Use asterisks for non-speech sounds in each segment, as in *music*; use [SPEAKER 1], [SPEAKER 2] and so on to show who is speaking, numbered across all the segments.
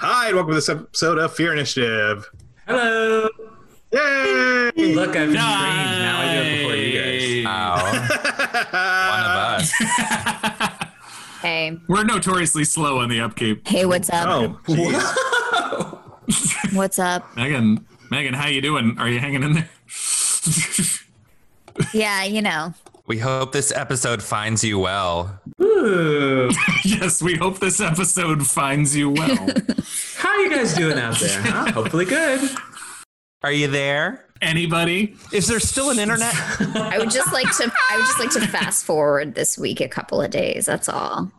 [SPEAKER 1] right, welcome to this episode of Fear Initiative.
[SPEAKER 2] Hello.
[SPEAKER 1] Yay!
[SPEAKER 3] Oh,
[SPEAKER 2] Look, I've been trained. Now I do it before you guys.
[SPEAKER 4] Wow. Oh. One of us.
[SPEAKER 5] Hey,
[SPEAKER 2] Uh,
[SPEAKER 6] We're notoriously slow on the upkeep.
[SPEAKER 5] hey, what's up?
[SPEAKER 1] Oh, geez.
[SPEAKER 5] What's up?
[SPEAKER 6] Megan, Megan, how you doing? Are you hanging in there? *laughs*
[SPEAKER 5] Yeah, you know.
[SPEAKER 4] We hope this episode finds you well.
[SPEAKER 2] Ooh.
[SPEAKER 6] yes, we hope this episode finds you well.
[SPEAKER 2] *laughs* How are you guys doing out there? Huh? Hopefully good.
[SPEAKER 4] Are you there?
[SPEAKER 6] Anybody?
[SPEAKER 3] Is there still an internet?
[SPEAKER 5] I would just like to. I would just like to fast forward this week a couple of days. That's all.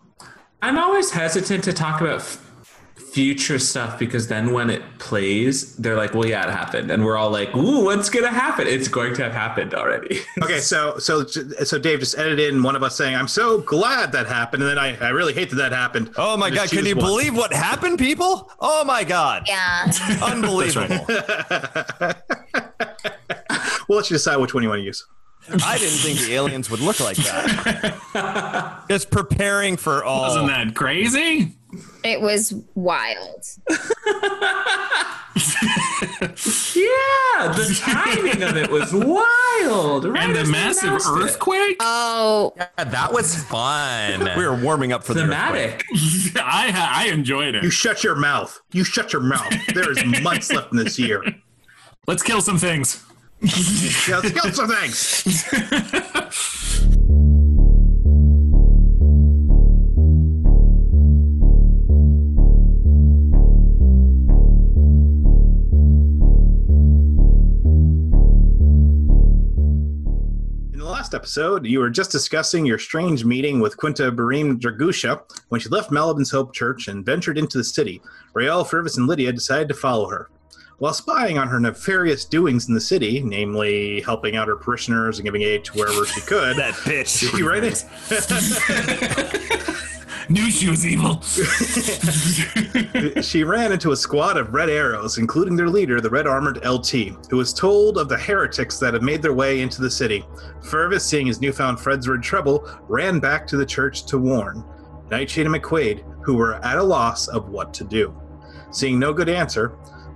[SPEAKER 2] I'm always hesitant to talk about f- future stuff because then when it plays, they're like, well, yeah, it happened. And we're all like, ooh, what's going to happen? It's going to have happened already. *laughs*
[SPEAKER 1] okay, so so so Dave just edited in one of us saying, "I'm so glad that happened," and then I, I really hate that that happened.
[SPEAKER 3] Oh my
[SPEAKER 1] And just
[SPEAKER 3] god, can
[SPEAKER 1] choose
[SPEAKER 3] you
[SPEAKER 1] one.
[SPEAKER 3] believe what happened, people? Oh
[SPEAKER 5] *laughs*
[SPEAKER 3] my god.
[SPEAKER 5] Yeah.
[SPEAKER 3] Unbelievable.
[SPEAKER 1] We'll let you decide which one you want to use.
[SPEAKER 3] I didn't think the aliens would look like that.
[SPEAKER 6] *laughs*
[SPEAKER 3] Just preparing for all
[SPEAKER 6] Isn't that crazy?
[SPEAKER 5] It was wild.
[SPEAKER 2] yeah,
[SPEAKER 6] *laughs*
[SPEAKER 2] the timing of it was wild. Right
[SPEAKER 6] And the
[SPEAKER 2] as they
[SPEAKER 6] massive
[SPEAKER 2] announced it.
[SPEAKER 6] earthquake?
[SPEAKER 5] Oh,
[SPEAKER 4] *laughs* Yeah, that was
[SPEAKER 7] *laughs*
[SPEAKER 4] fun.
[SPEAKER 3] we were warming up for the earthquake.
[SPEAKER 2] Thematic.
[SPEAKER 6] I ha- *laughs* I enjoyed
[SPEAKER 1] You
[SPEAKER 6] it.
[SPEAKER 1] shut your mouth. You shut your mouth. There is months left in this year.
[SPEAKER 6] Let's kill some things.
[SPEAKER 1] Yeah, let's kill some things. In the last episode, you were just discussing your strange meeting with Quinta Barim Dragusha when she left Malibin's Hope Church and ventured into the city. Rael, Fervus, and Lydia decided to follow her. While spying on her nefarious doings in the city, namely helping out her parishioners and giving aid to wherever she could,
[SPEAKER 3] That bitch.
[SPEAKER 1] *laughs* she ran in-
[SPEAKER 6] Knew she was evil.
[SPEAKER 1] *laughs*
[SPEAKER 6] *laughs*
[SPEAKER 1] she ran into a squad of red arrows, including their leader, the red armored LT, who was told of the heretics that had made their way into the city. Fervus, seeing his newfound friends were in trouble, ran back to the church to warn Nightshade and McQuaid, who were at a loss of what to do. Seeing no good answer,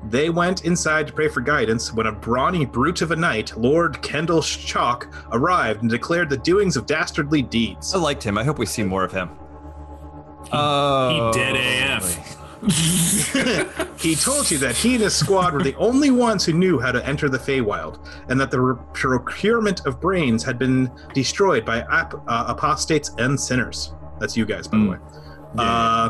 [SPEAKER 1] they went inside to pray for guidance when a brawny brute of a knight, Lord Kendall Chalk, arrived and declared the doings of dastardly deeds.
[SPEAKER 3] I liked him. I hope we see more of him.
[SPEAKER 6] He
[SPEAKER 3] Oh,
[SPEAKER 6] dead AF.
[SPEAKER 1] He told you that he and his squad were the only ones who knew how to enter the Feywild, and that the re- procurement of brains had been destroyed by ap- uh, apostates and sinners. That's you guys, by the
[SPEAKER 6] Hmm.
[SPEAKER 1] way. Uh,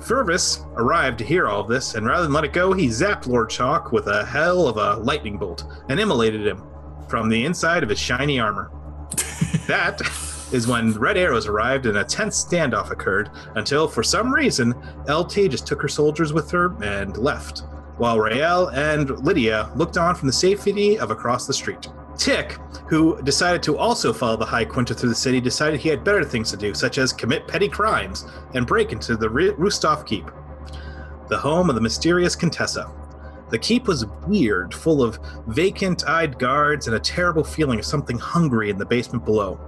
[SPEAKER 1] Fervus arrived to hear all of this, and rather than let it go, he zapped Lord Chalk with a hell of a lightning bolt and immolated him from the inside of his shiny armor. that is when red arrows arrived and a tense standoff occurred until, for some reason, LT just took her soldiers with her and left, while Rael and Lydia looked on from the safety of across the street. Tick, who decided to also follow the High Quinta through the city, decided he had better things to do, such as commit petty crimes and break into the Ru- Rustov Keep, the home of the mysterious Contessa. The keep was weird, full of vacant eyed guards and a terrible feeling of something hungry in the basement below.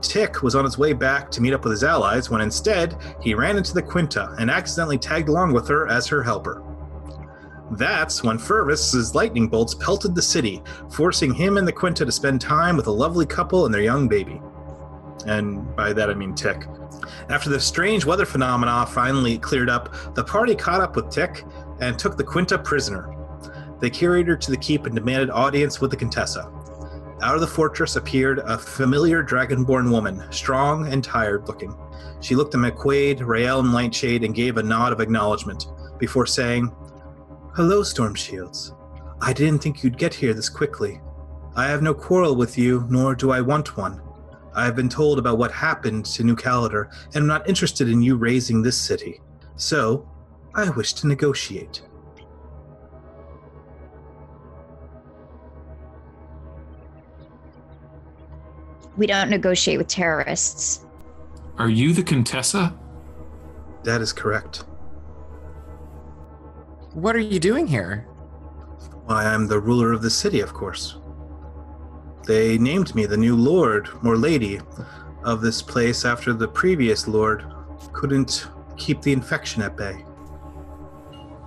[SPEAKER 1] Tick was on his way back to meet up with his allies when instead he ran into the Quinta and accidentally tagged along with her as her helper. That's when Fervus's lightning bolts pelted the city, forcing him and the Quinta to spend time with a lovely couple and their young baby. And by that I mean Tick. After the strange weather phenomena finally cleared up, the party caught up with Tick and took the Quinta prisoner. They carried her to the keep and demanded audience with the Contessa. Out of the fortress appeared a familiar dragonborn woman, strong and tired looking. She looked at McQuaid, Rael, and Lightshade and gave a nod of acknowledgement before saying, Hello, Storm Shields. I didn't think you'd get here this quickly. I have no quarrel with you, nor do I want one. I have been told about what happened to New Calendar and am not interested in you raising this city. So, I wish to negotiate.
[SPEAKER 5] we don't negotiate with terrorists.
[SPEAKER 6] Are you the Contessa?
[SPEAKER 1] That is correct.
[SPEAKER 4] What are you doing here?
[SPEAKER 1] Why, I'm the ruler of the city, of course. They named me the new lord or lady of this place after the previous lord couldn't keep the infection at bay.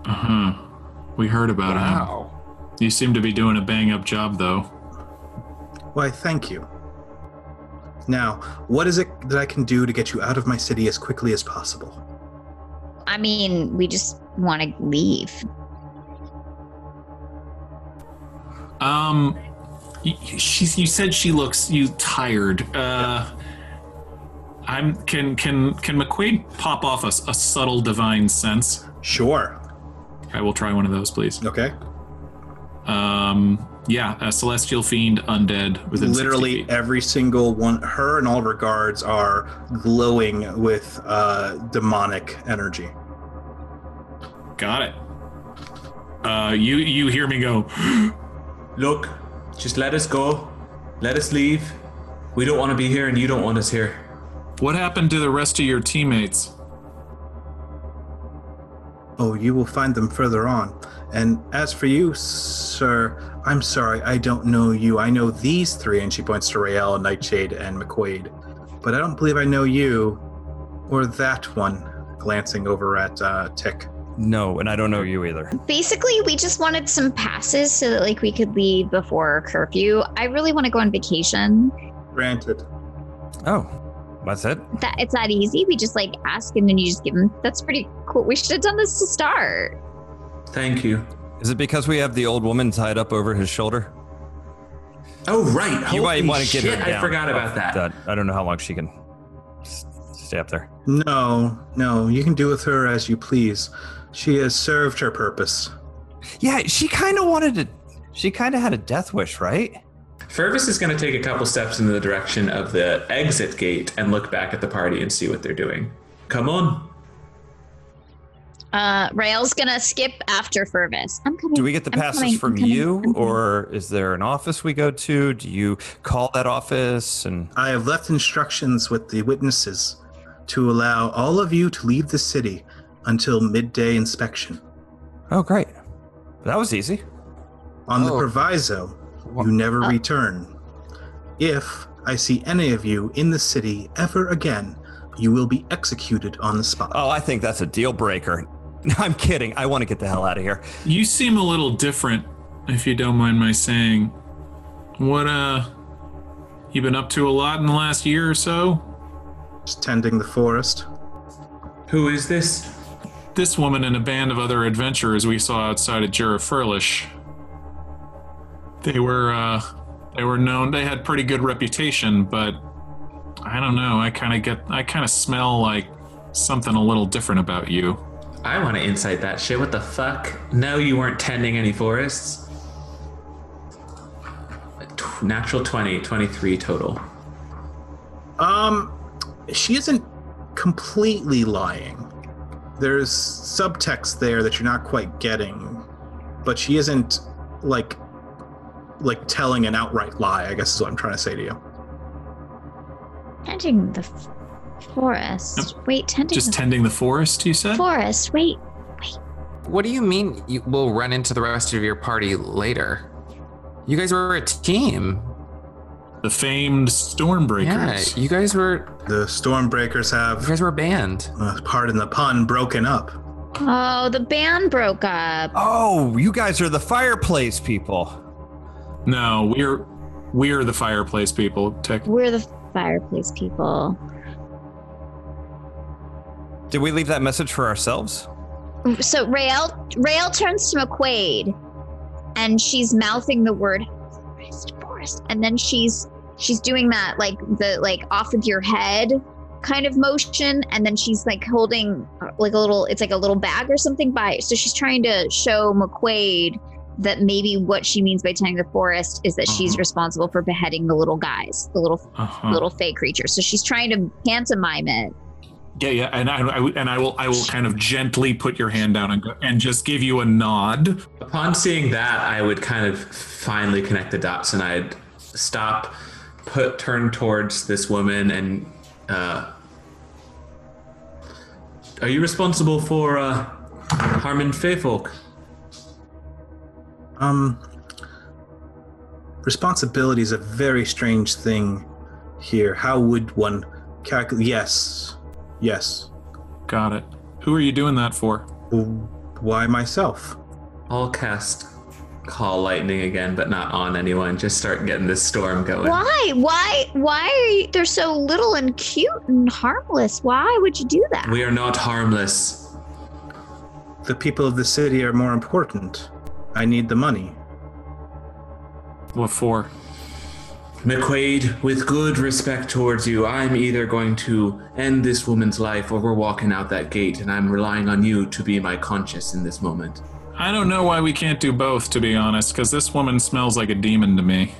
[SPEAKER 6] Uh We heard about
[SPEAKER 4] Wow.
[SPEAKER 6] him. You seem to be doing a bang up job, though.
[SPEAKER 1] Why, thank you. Now, what is it that I can do to get you out of my city as quickly as possible?
[SPEAKER 5] I mean, we just want to leave.
[SPEAKER 6] Um, y- y- she, you said she looks you tired. Uh, I'm can can can McQuaid pop off a, s- a subtle divine sense?
[SPEAKER 1] Sure.
[SPEAKER 6] I will try one of those, please.
[SPEAKER 1] Okay.
[SPEAKER 6] Um, yeah, a celestial fiend, undead within 60
[SPEAKER 1] Literally
[SPEAKER 6] feet.
[SPEAKER 1] every single one, her and all of her guards are glowing with uh, demonic energy.
[SPEAKER 6] Got it. Uh, you you hear me go?
[SPEAKER 2] Look, just let us go. Let us leave. We don't want to be here, and you don't want us here.
[SPEAKER 6] What happened to the rest of your teammates?
[SPEAKER 1] Oh, you will find them further on. And as for you, sir, I'm sorry, I don't know you. I know these three, and she points to Rael, Nightshade, and McQuaid. But I don't believe I know you or that one, glancing over at uh, Tick.
[SPEAKER 3] No, and I don't know you either.
[SPEAKER 5] Basically, we just wanted some passes so that like we could leave before curfew. I really want to go on vacation.
[SPEAKER 1] Granted.
[SPEAKER 3] Oh, that's it.
[SPEAKER 5] That it's that easy. We just like ask and then you just give them. That's pretty cool. We should have done this to start.
[SPEAKER 2] Thank you.
[SPEAKER 3] Is it because we have the old woman tied up over his shoulder?
[SPEAKER 2] Oh right, Holy
[SPEAKER 3] You might want to
[SPEAKER 2] shit,
[SPEAKER 3] get her down.
[SPEAKER 2] I forgot about that.
[SPEAKER 3] That- I don't know how long she can s- stay up there.
[SPEAKER 1] No, no, you can do with her as you please. She has served her purpose.
[SPEAKER 3] Yeah, she kind of wanted to. She kind of had a death wish, right?
[SPEAKER 2] Fergus is going to take a couple steps in the direction of the exit gate and look back at the party and see what they're doing. Come on.
[SPEAKER 5] Uh, Rail's gonna skip after Fervis. I'm coming.
[SPEAKER 3] Do we get the
[SPEAKER 5] I'm
[SPEAKER 3] passes
[SPEAKER 5] coming, I'm
[SPEAKER 3] from
[SPEAKER 5] coming,
[SPEAKER 3] you,
[SPEAKER 5] I'm coming.
[SPEAKER 3] or is there an office we go to? Do you call that office? And
[SPEAKER 1] I have left instructions with the witnesses to allow all of you to leave the city until midday inspection.
[SPEAKER 3] oh, great, that was easy.
[SPEAKER 1] On the
[SPEAKER 4] Oh.
[SPEAKER 1] proviso,
[SPEAKER 4] Wha-
[SPEAKER 1] you never
[SPEAKER 5] Uh.
[SPEAKER 1] return. If I see any of you in the city ever again, you will be executed on the spot.
[SPEAKER 3] Oh, I think that's a deal breaker. *laughs* I'm kidding. I want to get the hell out of here.
[SPEAKER 6] You seem a little different, if you don't mind my saying. What uh, you been up to a lot in the last year or so?
[SPEAKER 1] Just tending the forest.
[SPEAKER 2] Who is this?
[SPEAKER 6] This woman and a band of other adventurers we saw outside of Jura Furlish. They were uh they were known they had pretty good reputation, but I don't know, I kinda get I kinda smell like something a little different about you.
[SPEAKER 2] I want to insight that shit. What the fuck? No, you weren't tending any forests. Tw- Natural 20, 23 total.
[SPEAKER 1] Um, she isn't completely lying. There's subtext there that you're not quite getting, but she isn't like like telling an outright lie. I guess is what I'm trying to say to you.
[SPEAKER 5] Tending the f- forest. Wait, tending
[SPEAKER 6] Just
[SPEAKER 5] the
[SPEAKER 6] tending the forest, you said?
[SPEAKER 5] forest. Wait,
[SPEAKER 7] What do you mean you will run into the rest of your party later? You guys were a team.
[SPEAKER 6] The famed Stormbreakers.
[SPEAKER 7] Yeah, you guys were
[SPEAKER 1] The Stormbreakers
[SPEAKER 7] you
[SPEAKER 1] have,
[SPEAKER 7] guys were a band.
[SPEAKER 1] uh, pardon the pun, broken up.
[SPEAKER 5] oh, the band broke up.
[SPEAKER 3] Oh, you guys are the fireplace people.
[SPEAKER 6] No, we're we're the fireplace people, Tech.
[SPEAKER 5] We're the fireplace people.
[SPEAKER 3] Did we leave that message for ourselves?
[SPEAKER 5] So Rael Rael turns to McQuaid, and she's mouthing the word forest, forest, and then she's she's doing that like the like off of your head kind of motion, and then she's like holding uh, like a little it's like a little bag or something by. So she's trying to show McQuaid that maybe what she means by tending the forest is that she's
[SPEAKER 6] Uh-huh.
[SPEAKER 5] responsible for beheading the little guys, the little
[SPEAKER 6] Uh-huh.
[SPEAKER 5] little fey creatures. So she's trying to pantomime it.
[SPEAKER 6] Yeah, yeah, and I, I and I will I will kind of gently put your hand down and go, and just give you a nod.
[SPEAKER 2] Upon seeing that, I would kind of finally connect the dots and I'd stop, put turn towards this woman and uh, are you responsible for uh, Harmon Fayfolk?
[SPEAKER 1] Um, responsibility is a very strange thing here. How would one calculate? Yes, yes.
[SPEAKER 6] Got it. Who are you doing that for?
[SPEAKER 1] W- Why myself?
[SPEAKER 2] I'll cast call lightning again, but not on anyone. Just start getting this storm going.
[SPEAKER 5] Why? Why? Why are you? They're so little and cute and harmless. Why would you do that?
[SPEAKER 2] We are not harmless.
[SPEAKER 1] The people of the city are more important. I need the money.
[SPEAKER 6] What for?
[SPEAKER 2] McQuaid, with good respect towards you, I'm either going to end this woman's life or we're walking out that gate, and I'm relying on you to be my conscience in this moment.
[SPEAKER 6] I don't know why we can't do both, to be honest, because this woman smells like a demon to me.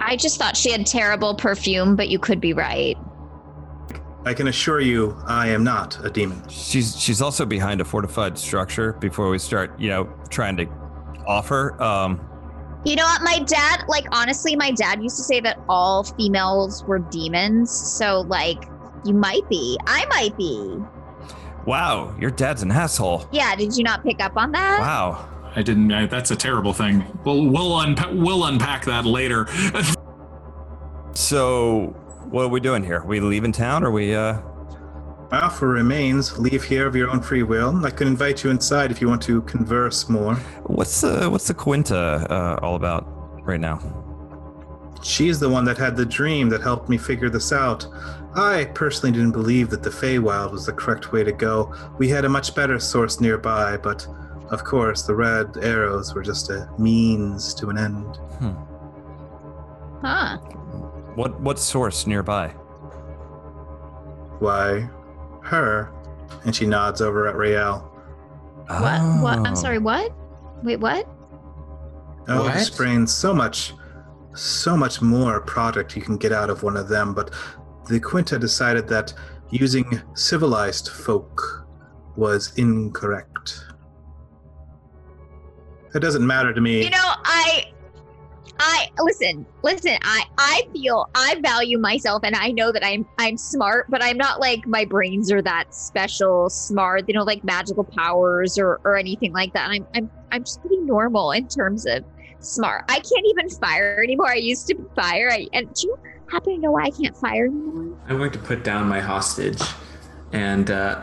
[SPEAKER 5] I just thought she had terrible perfume, but you could be right.
[SPEAKER 1] I can assure you, I am not a demon.
[SPEAKER 3] She's she's also behind a fortified structure. Before we start, you know, trying to offer. Um,
[SPEAKER 5] You know what? My dad, like, honestly, my dad used to say that all females were demons. So, like, you might be. I might be.
[SPEAKER 3] wow, your dad's an asshole.
[SPEAKER 5] Yeah. Did you not pick up on that?
[SPEAKER 3] Wow.
[SPEAKER 6] I didn't. I, that's a terrible thing. We'll we'll, unpa- we'll unpack that later. *laughs*
[SPEAKER 3] So what are we doing here? we leaving town? Or we? uh
[SPEAKER 1] My offer remains leave here of your own free will. I can invite you inside if you want to converse more.
[SPEAKER 3] What's the what's the Quinta uh, all about right now?
[SPEAKER 1] She's the one that had the dream that helped me figure this out. I personally didn't believe that the Feywild was the correct way to go. We had a much better source nearby, but of course, the red arrows were just a means to an end.
[SPEAKER 5] Huh.
[SPEAKER 3] What what source nearby?
[SPEAKER 1] Why, her? And she nods over at Rael.
[SPEAKER 5] What? What?
[SPEAKER 3] Oh.
[SPEAKER 5] I'm sorry. What? Wait, what?
[SPEAKER 1] Oh,
[SPEAKER 7] What?
[SPEAKER 1] this brain's so much, so much more product you can get out of one of them. But the Quinta decided that using civilized folk was incorrect. It doesn't matter to me.
[SPEAKER 5] You know, I, I listen, listen. I, I feel I value myself, and I know that I'm, I'm smart, but I'm not like my brains are that special smart. They don't like magical powers or, or anything like that. I'm, I'm, I'm just pretty normal in terms of smart. I can't even fire anymore. I used to fire. I, and do you happen to know why I can't fire anymore?
[SPEAKER 2] I'm going to put down my hostage, and uh,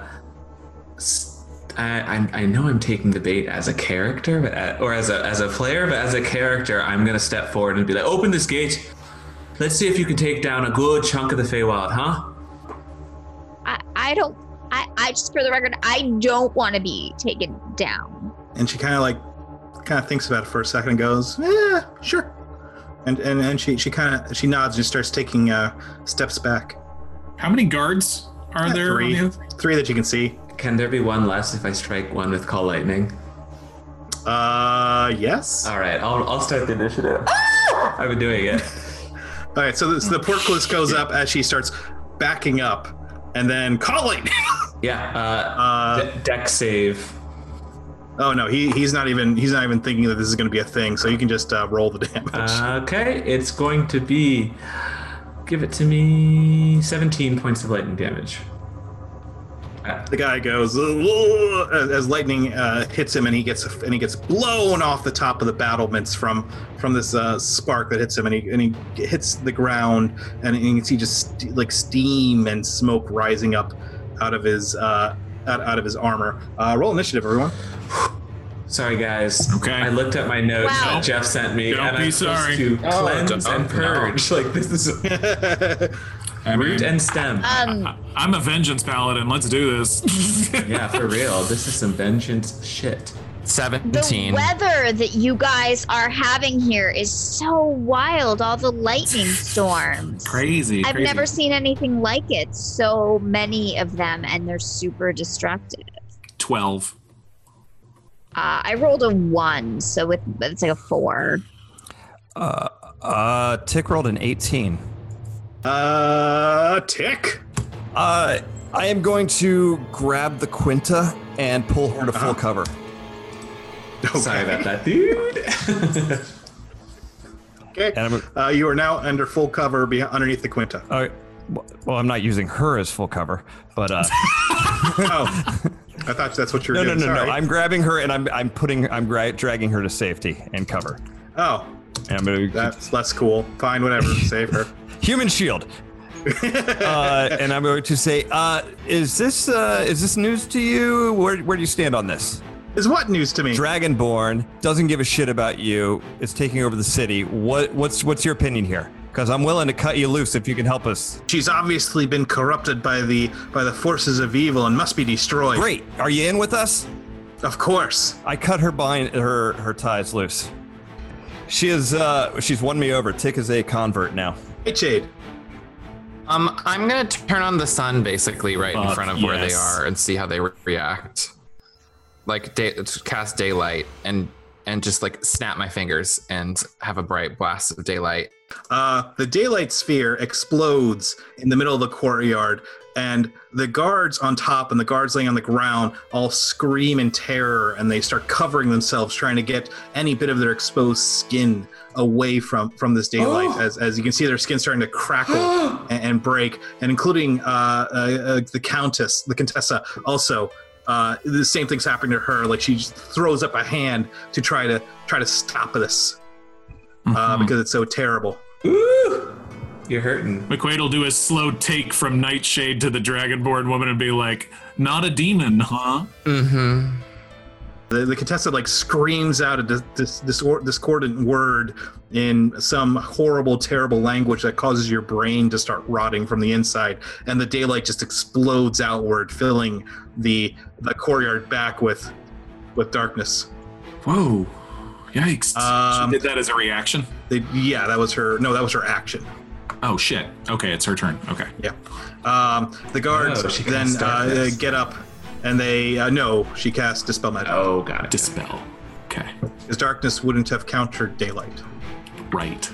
[SPEAKER 2] s- I, I'm- I know I'm taking the bait as a character, but a- or as a as a player, but as a character, I'm going to step forward and be like, "Open this gate. Let's see if you can take down a good chunk of the Feywild, huh?"
[SPEAKER 5] I, I don't. I, I just for the record, I don't want to be taken down.
[SPEAKER 1] and she kind of like, kind of thinks about it for a second and goes, "Yeah, sure." And and and she she kind of she nods and starts taking uh, steps back.
[SPEAKER 6] How many guards are
[SPEAKER 1] Yeah,
[SPEAKER 6] there? on
[SPEAKER 1] three.
[SPEAKER 6] the other-
[SPEAKER 1] Three that you can see.
[SPEAKER 2] Can there be one less if I strike one with call lightning?
[SPEAKER 1] Uh, yes.
[SPEAKER 2] All right, I'll I'll start the initiative. *laughs* I've been doing it.
[SPEAKER 1] All right, so the, so the portcullis goes up as she starts backing up, and then calling. *laughs*
[SPEAKER 2] Yeah. Uh,
[SPEAKER 1] Uh,
[SPEAKER 2] de- deck save.
[SPEAKER 1] oh no, he he's not even he's not even thinking that this is going to be a thing. So you can just uh, roll the damage.
[SPEAKER 2] Okay, it's going to be. Give it to me. 17 points of lightning damage.
[SPEAKER 1] the guy goes "Ugh," as, as lightning uh, hits him, and he gets and he gets blown off the top of the battlements from from this uh, spark that hits him, and he and he hits the ground, and, and you can see just st- like steam and smoke rising up out of his uh, out, out of his armor. Uh, roll initiative, everyone. *laughs*
[SPEAKER 2] Sorry, guys.
[SPEAKER 6] Okay.
[SPEAKER 2] I looked at my notes
[SPEAKER 5] Wow.
[SPEAKER 2] that Jeff sent me,
[SPEAKER 6] Don't
[SPEAKER 2] and
[SPEAKER 6] be
[SPEAKER 2] I'm supposed
[SPEAKER 6] sorry.
[SPEAKER 2] to
[SPEAKER 7] Oh,
[SPEAKER 2] cleanse
[SPEAKER 7] don't-
[SPEAKER 2] and
[SPEAKER 7] no.
[SPEAKER 2] purge. *laughs* Like, this is
[SPEAKER 6] I mean,
[SPEAKER 2] root and stem.
[SPEAKER 5] Um.
[SPEAKER 6] I'm a vengeance paladin. Let's do this. *laughs*
[SPEAKER 2] yeah, for real. This is some vengeance shit.
[SPEAKER 5] The
[SPEAKER 4] 17.
[SPEAKER 5] weather that you guys are having here is so wild. All the
[SPEAKER 6] *sighs*
[SPEAKER 5] lightning storms.
[SPEAKER 6] crazy.
[SPEAKER 5] I've
[SPEAKER 6] crazy.
[SPEAKER 5] never seen anything like it. So many of them, and they're super destructive.
[SPEAKER 6] twelve.
[SPEAKER 5] Uh, I rolled a one, so with but it's like a four.
[SPEAKER 3] Uh, Tick rolled an 18.
[SPEAKER 1] uh, tick.
[SPEAKER 3] Uh, I am going to grab the Quinta and pull her to full cover.
[SPEAKER 2] Sorry about that, dude. *laughs*
[SPEAKER 1] Okay.
[SPEAKER 3] And I'm-
[SPEAKER 1] Uh, you are now under full cover be- underneath the
[SPEAKER 3] *laughs*
[SPEAKER 1] Quinta.
[SPEAKER 3] Uh, well, I'm not using her as full cover, but *laughs* uh,
[SPEAKER 1] Oh, *laughs* I thought that's what you were
[SPEAKER 3] no, no,
[SPEAKER 1] doing.
[SPEAKER 3] no, no.
[SPEAKER 1] Sorry.
[SPEAKER 3] I'm grabbing her and I'm I'm putting I'm gra- dragging her to safety and cover.
[SPEAKER 1] Oh,
[SPEAKER 3] And I'm gonna *laughs*
[SPEAKER 1] that's less cool. Fine, whatever. Save her.
[SPEAKER 3] human shield. uh, and I'm going to say, uh, is this uh, is this news to you? Where where do you stand on this?
[SPEAKER 1] Is what news to me?
[SPEAKER 3] Dragonborn doesn't give a shit about you. Is taking over the city. What what's what's your opinion here? Because I'm willing to cut you loose if you can help us.
[SPEAKER 1] She's obviously been corrupted by the by the forces of evil and must be destroyed.
[SPEAKER 3] Great. Are you in with us?
[SPEAKER 1] Of course.
[SPEAKER 3] I cut her bind her her ties loose. She is uh she's won me over. Tick is a convert now.
[SPEAKER 1] Hey, Jade.
[SPEAKER 7] Um, I'm gonna turn on the sun basically right in
[SPEAKER 6] Fuck
[SPEAKER 7] front of where they
[SPEAKER 6] yes.
[SPEAKER 7] are and see how they re- react. Like day, cast daylight and and just like snap my fingers and have a bright blast of daylight.
[SPEAKER 1] Uh, the daylight sphere explodes in the middle of the courtyard, and the guards on top and the guards laying on the ground all scream in terror and they start covering themselves, trying to get any bit of their exposed skin away from from this daylight.
[SPEAKER 2] Oh.
[SPEAKER 1] As, as you can see, their skin starting to crackle and, and break, and including uh, uh, uh, the countess, the contessa, also. Uh, the same thing's happening to her. Like she just throws up a hand to try to try to stop this uh, because it's so terrible.
[SPEAKER 2] Ooh, you're hurting.
[SPEAKER 6] McQuaid will do a slow take from Nightshade to the Dragonborn woman and be like, "Not a demon, huh?"
[SPEAKER 7] Mm-hmm.
[SPEAKER 1] The, the contestant like screams out a dis- dis- disor- discordant word in some horrible, terrible language that causes your brain to start rotting from the inside, and the daylight just explodes outward, filling the the courtyard back with with darkness.
[SPEAKER 6] Whoa! Yikes!
[SPEAKER 1] Um,
[SPEAKER 6] she did that as a reaction.
[SPEAKER 1] They, yeah, that was her. No, that was her action.
[SPEAKER 6] Oh shit! Okay, it's her turn. Okay.
[SPEAKER 1] Yeah. Um, the guards
[SPEAKER 2] Oh, she cast
[SPEAKER 1] then uh,
[SPEAKER 2] darkness.
[SPEAKER 1] get up, and they uh, no, she cast dispel magic
[SPEAKER 2] Oh, got it.
[SPEAKER 6] Dispel. Okay.
[SPEAKER 1] because darkness wouldn't have countered daylight.
[SPEAKER 6] Right.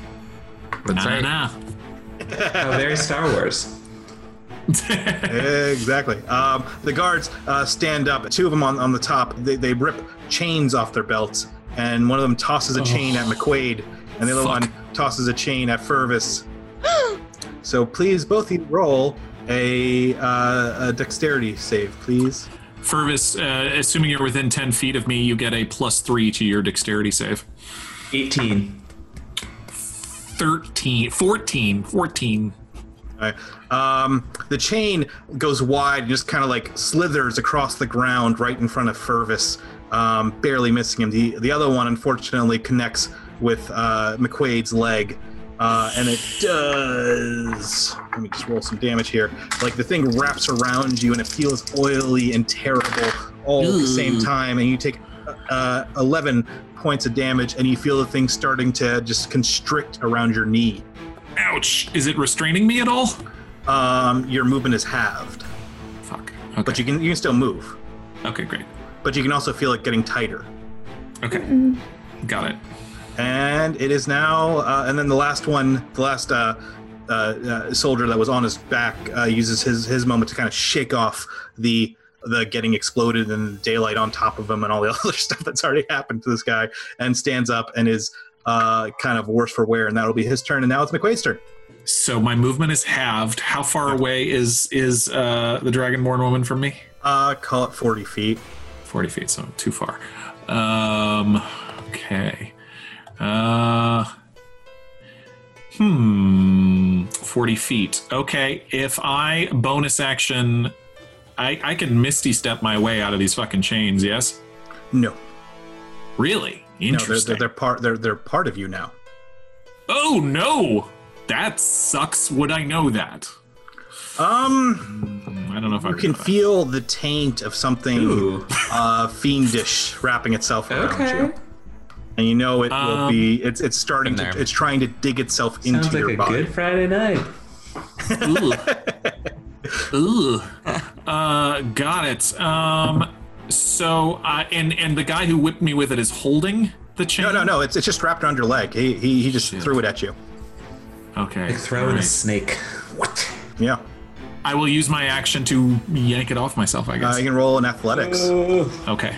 [SPEAKER 7] That's
[SPEAKER 6] Nah,
[SPEAKER 7] right.
[SPEAKER 6] nah, nah.
[SPEAKER 2] Oh, very Star Wars.
[SPEAKER 1] Exactly. Um, the guards uh, stand up. Two of them on, on the top. They, they rip chains off their belts, and one of them tosses a chain at McQuaid, and the other
[SPEAKER 6] Fuck.
[SPEAKER 1] one tosses a chain at Fervis. so please, both of you roll a, uh, a dexterity save, please.
[SPEAKER 6] Fervis, uh, assuming you're within 10 feet of me, you get a plus three to your dexterity save.
[SPEAKER 2] 18.
[SPEAKER 6] 13, 14, 14.
[SPEAKER 1] All right. Um, the chain goes wide and just kind of like slithers across the ground right in front of Fervis, um, barely missing him. The the other one unfortunately connects with uh, McQuaid's leg, uh, and it does. Let me just roll some damage here. Like the thing wraps around you and it feels oily and terrible all at the same time, and you take uh, eleven points of damage, and you feel the thing starting to just constrict around your knee.
[SPEAKER 6] Ouch! Is it restraining me at all?
[SPEAKER 1] Um, your movement is halved.
[SPEAKER 6] Fuck. Okay.
[SPEAKER 1] but you can you can still move.
[SPEAKER 6] okay, great.
[SPEAKER 1] But you can also feel it getting tighter.
[SPEAKER 6] Okay,
[SPEAKER 5] Mm.
[SPEAKER 6] got it.
[SPEAKER 1] And it is now. Uh, and then the last one, the last uh, uh, uh, soldier that was on his back uh, uses his his moment to kind of shake off the the getting exploded and the daylight on top of him and all the *laughs* other stuff that's already happened to this guy, and stands up and is uh, kind of worse for wear. And that'll be his turn. And now it's McQuaid's turn.
[SPEAKER 6] So my movement is halved. How far away is is uh, the Dragonborn woman from me?
[SPEAKER 1] Uh, call it forty feet.
[SPEAKER 6] 40 feet, so too far. Um, okay. Uh, hmm. 40 feet. Okay. If I bonus action, I, I can Misty Step my way out of these fucking chains, yes?
[SPEAKER 1] No,
[SPEAKER 6] Really?
[SPEAKER 1] no, they're,
[SPEAKER 6] Interesting.
[SPEAKER 1] they're, they're part they're they're part of you now.
[SPEAKER 6] Oh, no! That sucks. Would I know that?
[SPEAKER 1] Um.
[SPEAKER 6] Mm, I don't know if I
[SPEAKER 1] You
[SPEAKER 6] would
[SPEAKER 1] can
[SPEAKER 6] know that.
[SPEAKER 1] feel the taint of something
[SPEAKER 2] Ooh.
[SPEAKER 1] uh, fiendish wrapping itself around
[SPEAKER 2] Okay.
[SPEAKER 1] you, and you know it will
[SPEAKER 6] Um,
[SPEAKER 1] be. It's it's starting
[SPEAKER 7] in
[SPEAKER 1] to.
[SPEAKER 7] there.
[SPEAKER 1] It's trying to dig itself into
[SPEAKER 2] Sounds
[SPEAKER 1] your
[SPEAKER 2] like a
[SPEAKER 1] body.
[SPEAKER 2] good Friday night.
[SPEAKER 6] Ooh. Ooh. Uh, got it. Um, so, uh, and and the guy who whipped me with it is holding the chain.
[SPEAKER 1] No, no, no. It's it's just wrapped around your leg. He he, he just
[SPEAKER 6] Shit.
[SPEAKER 1] threw it at you.
[SPEAKER 6] Okay.
[SPEAKER 2] Like throwing a
[SPEAKER 6] alright.
[SPEAKER 2] snake. What?
[SPEAKER 1] Yeah.
[SPEAKER 6] I will use my action to yank it off myself. I
[SPEAKER 1] Uh,
[SPEAKER 6] guess.
[SPEAKER 1] you can roll an athletics.
[SPEAKER 2] Oh,
[SPEAKER 6] okay.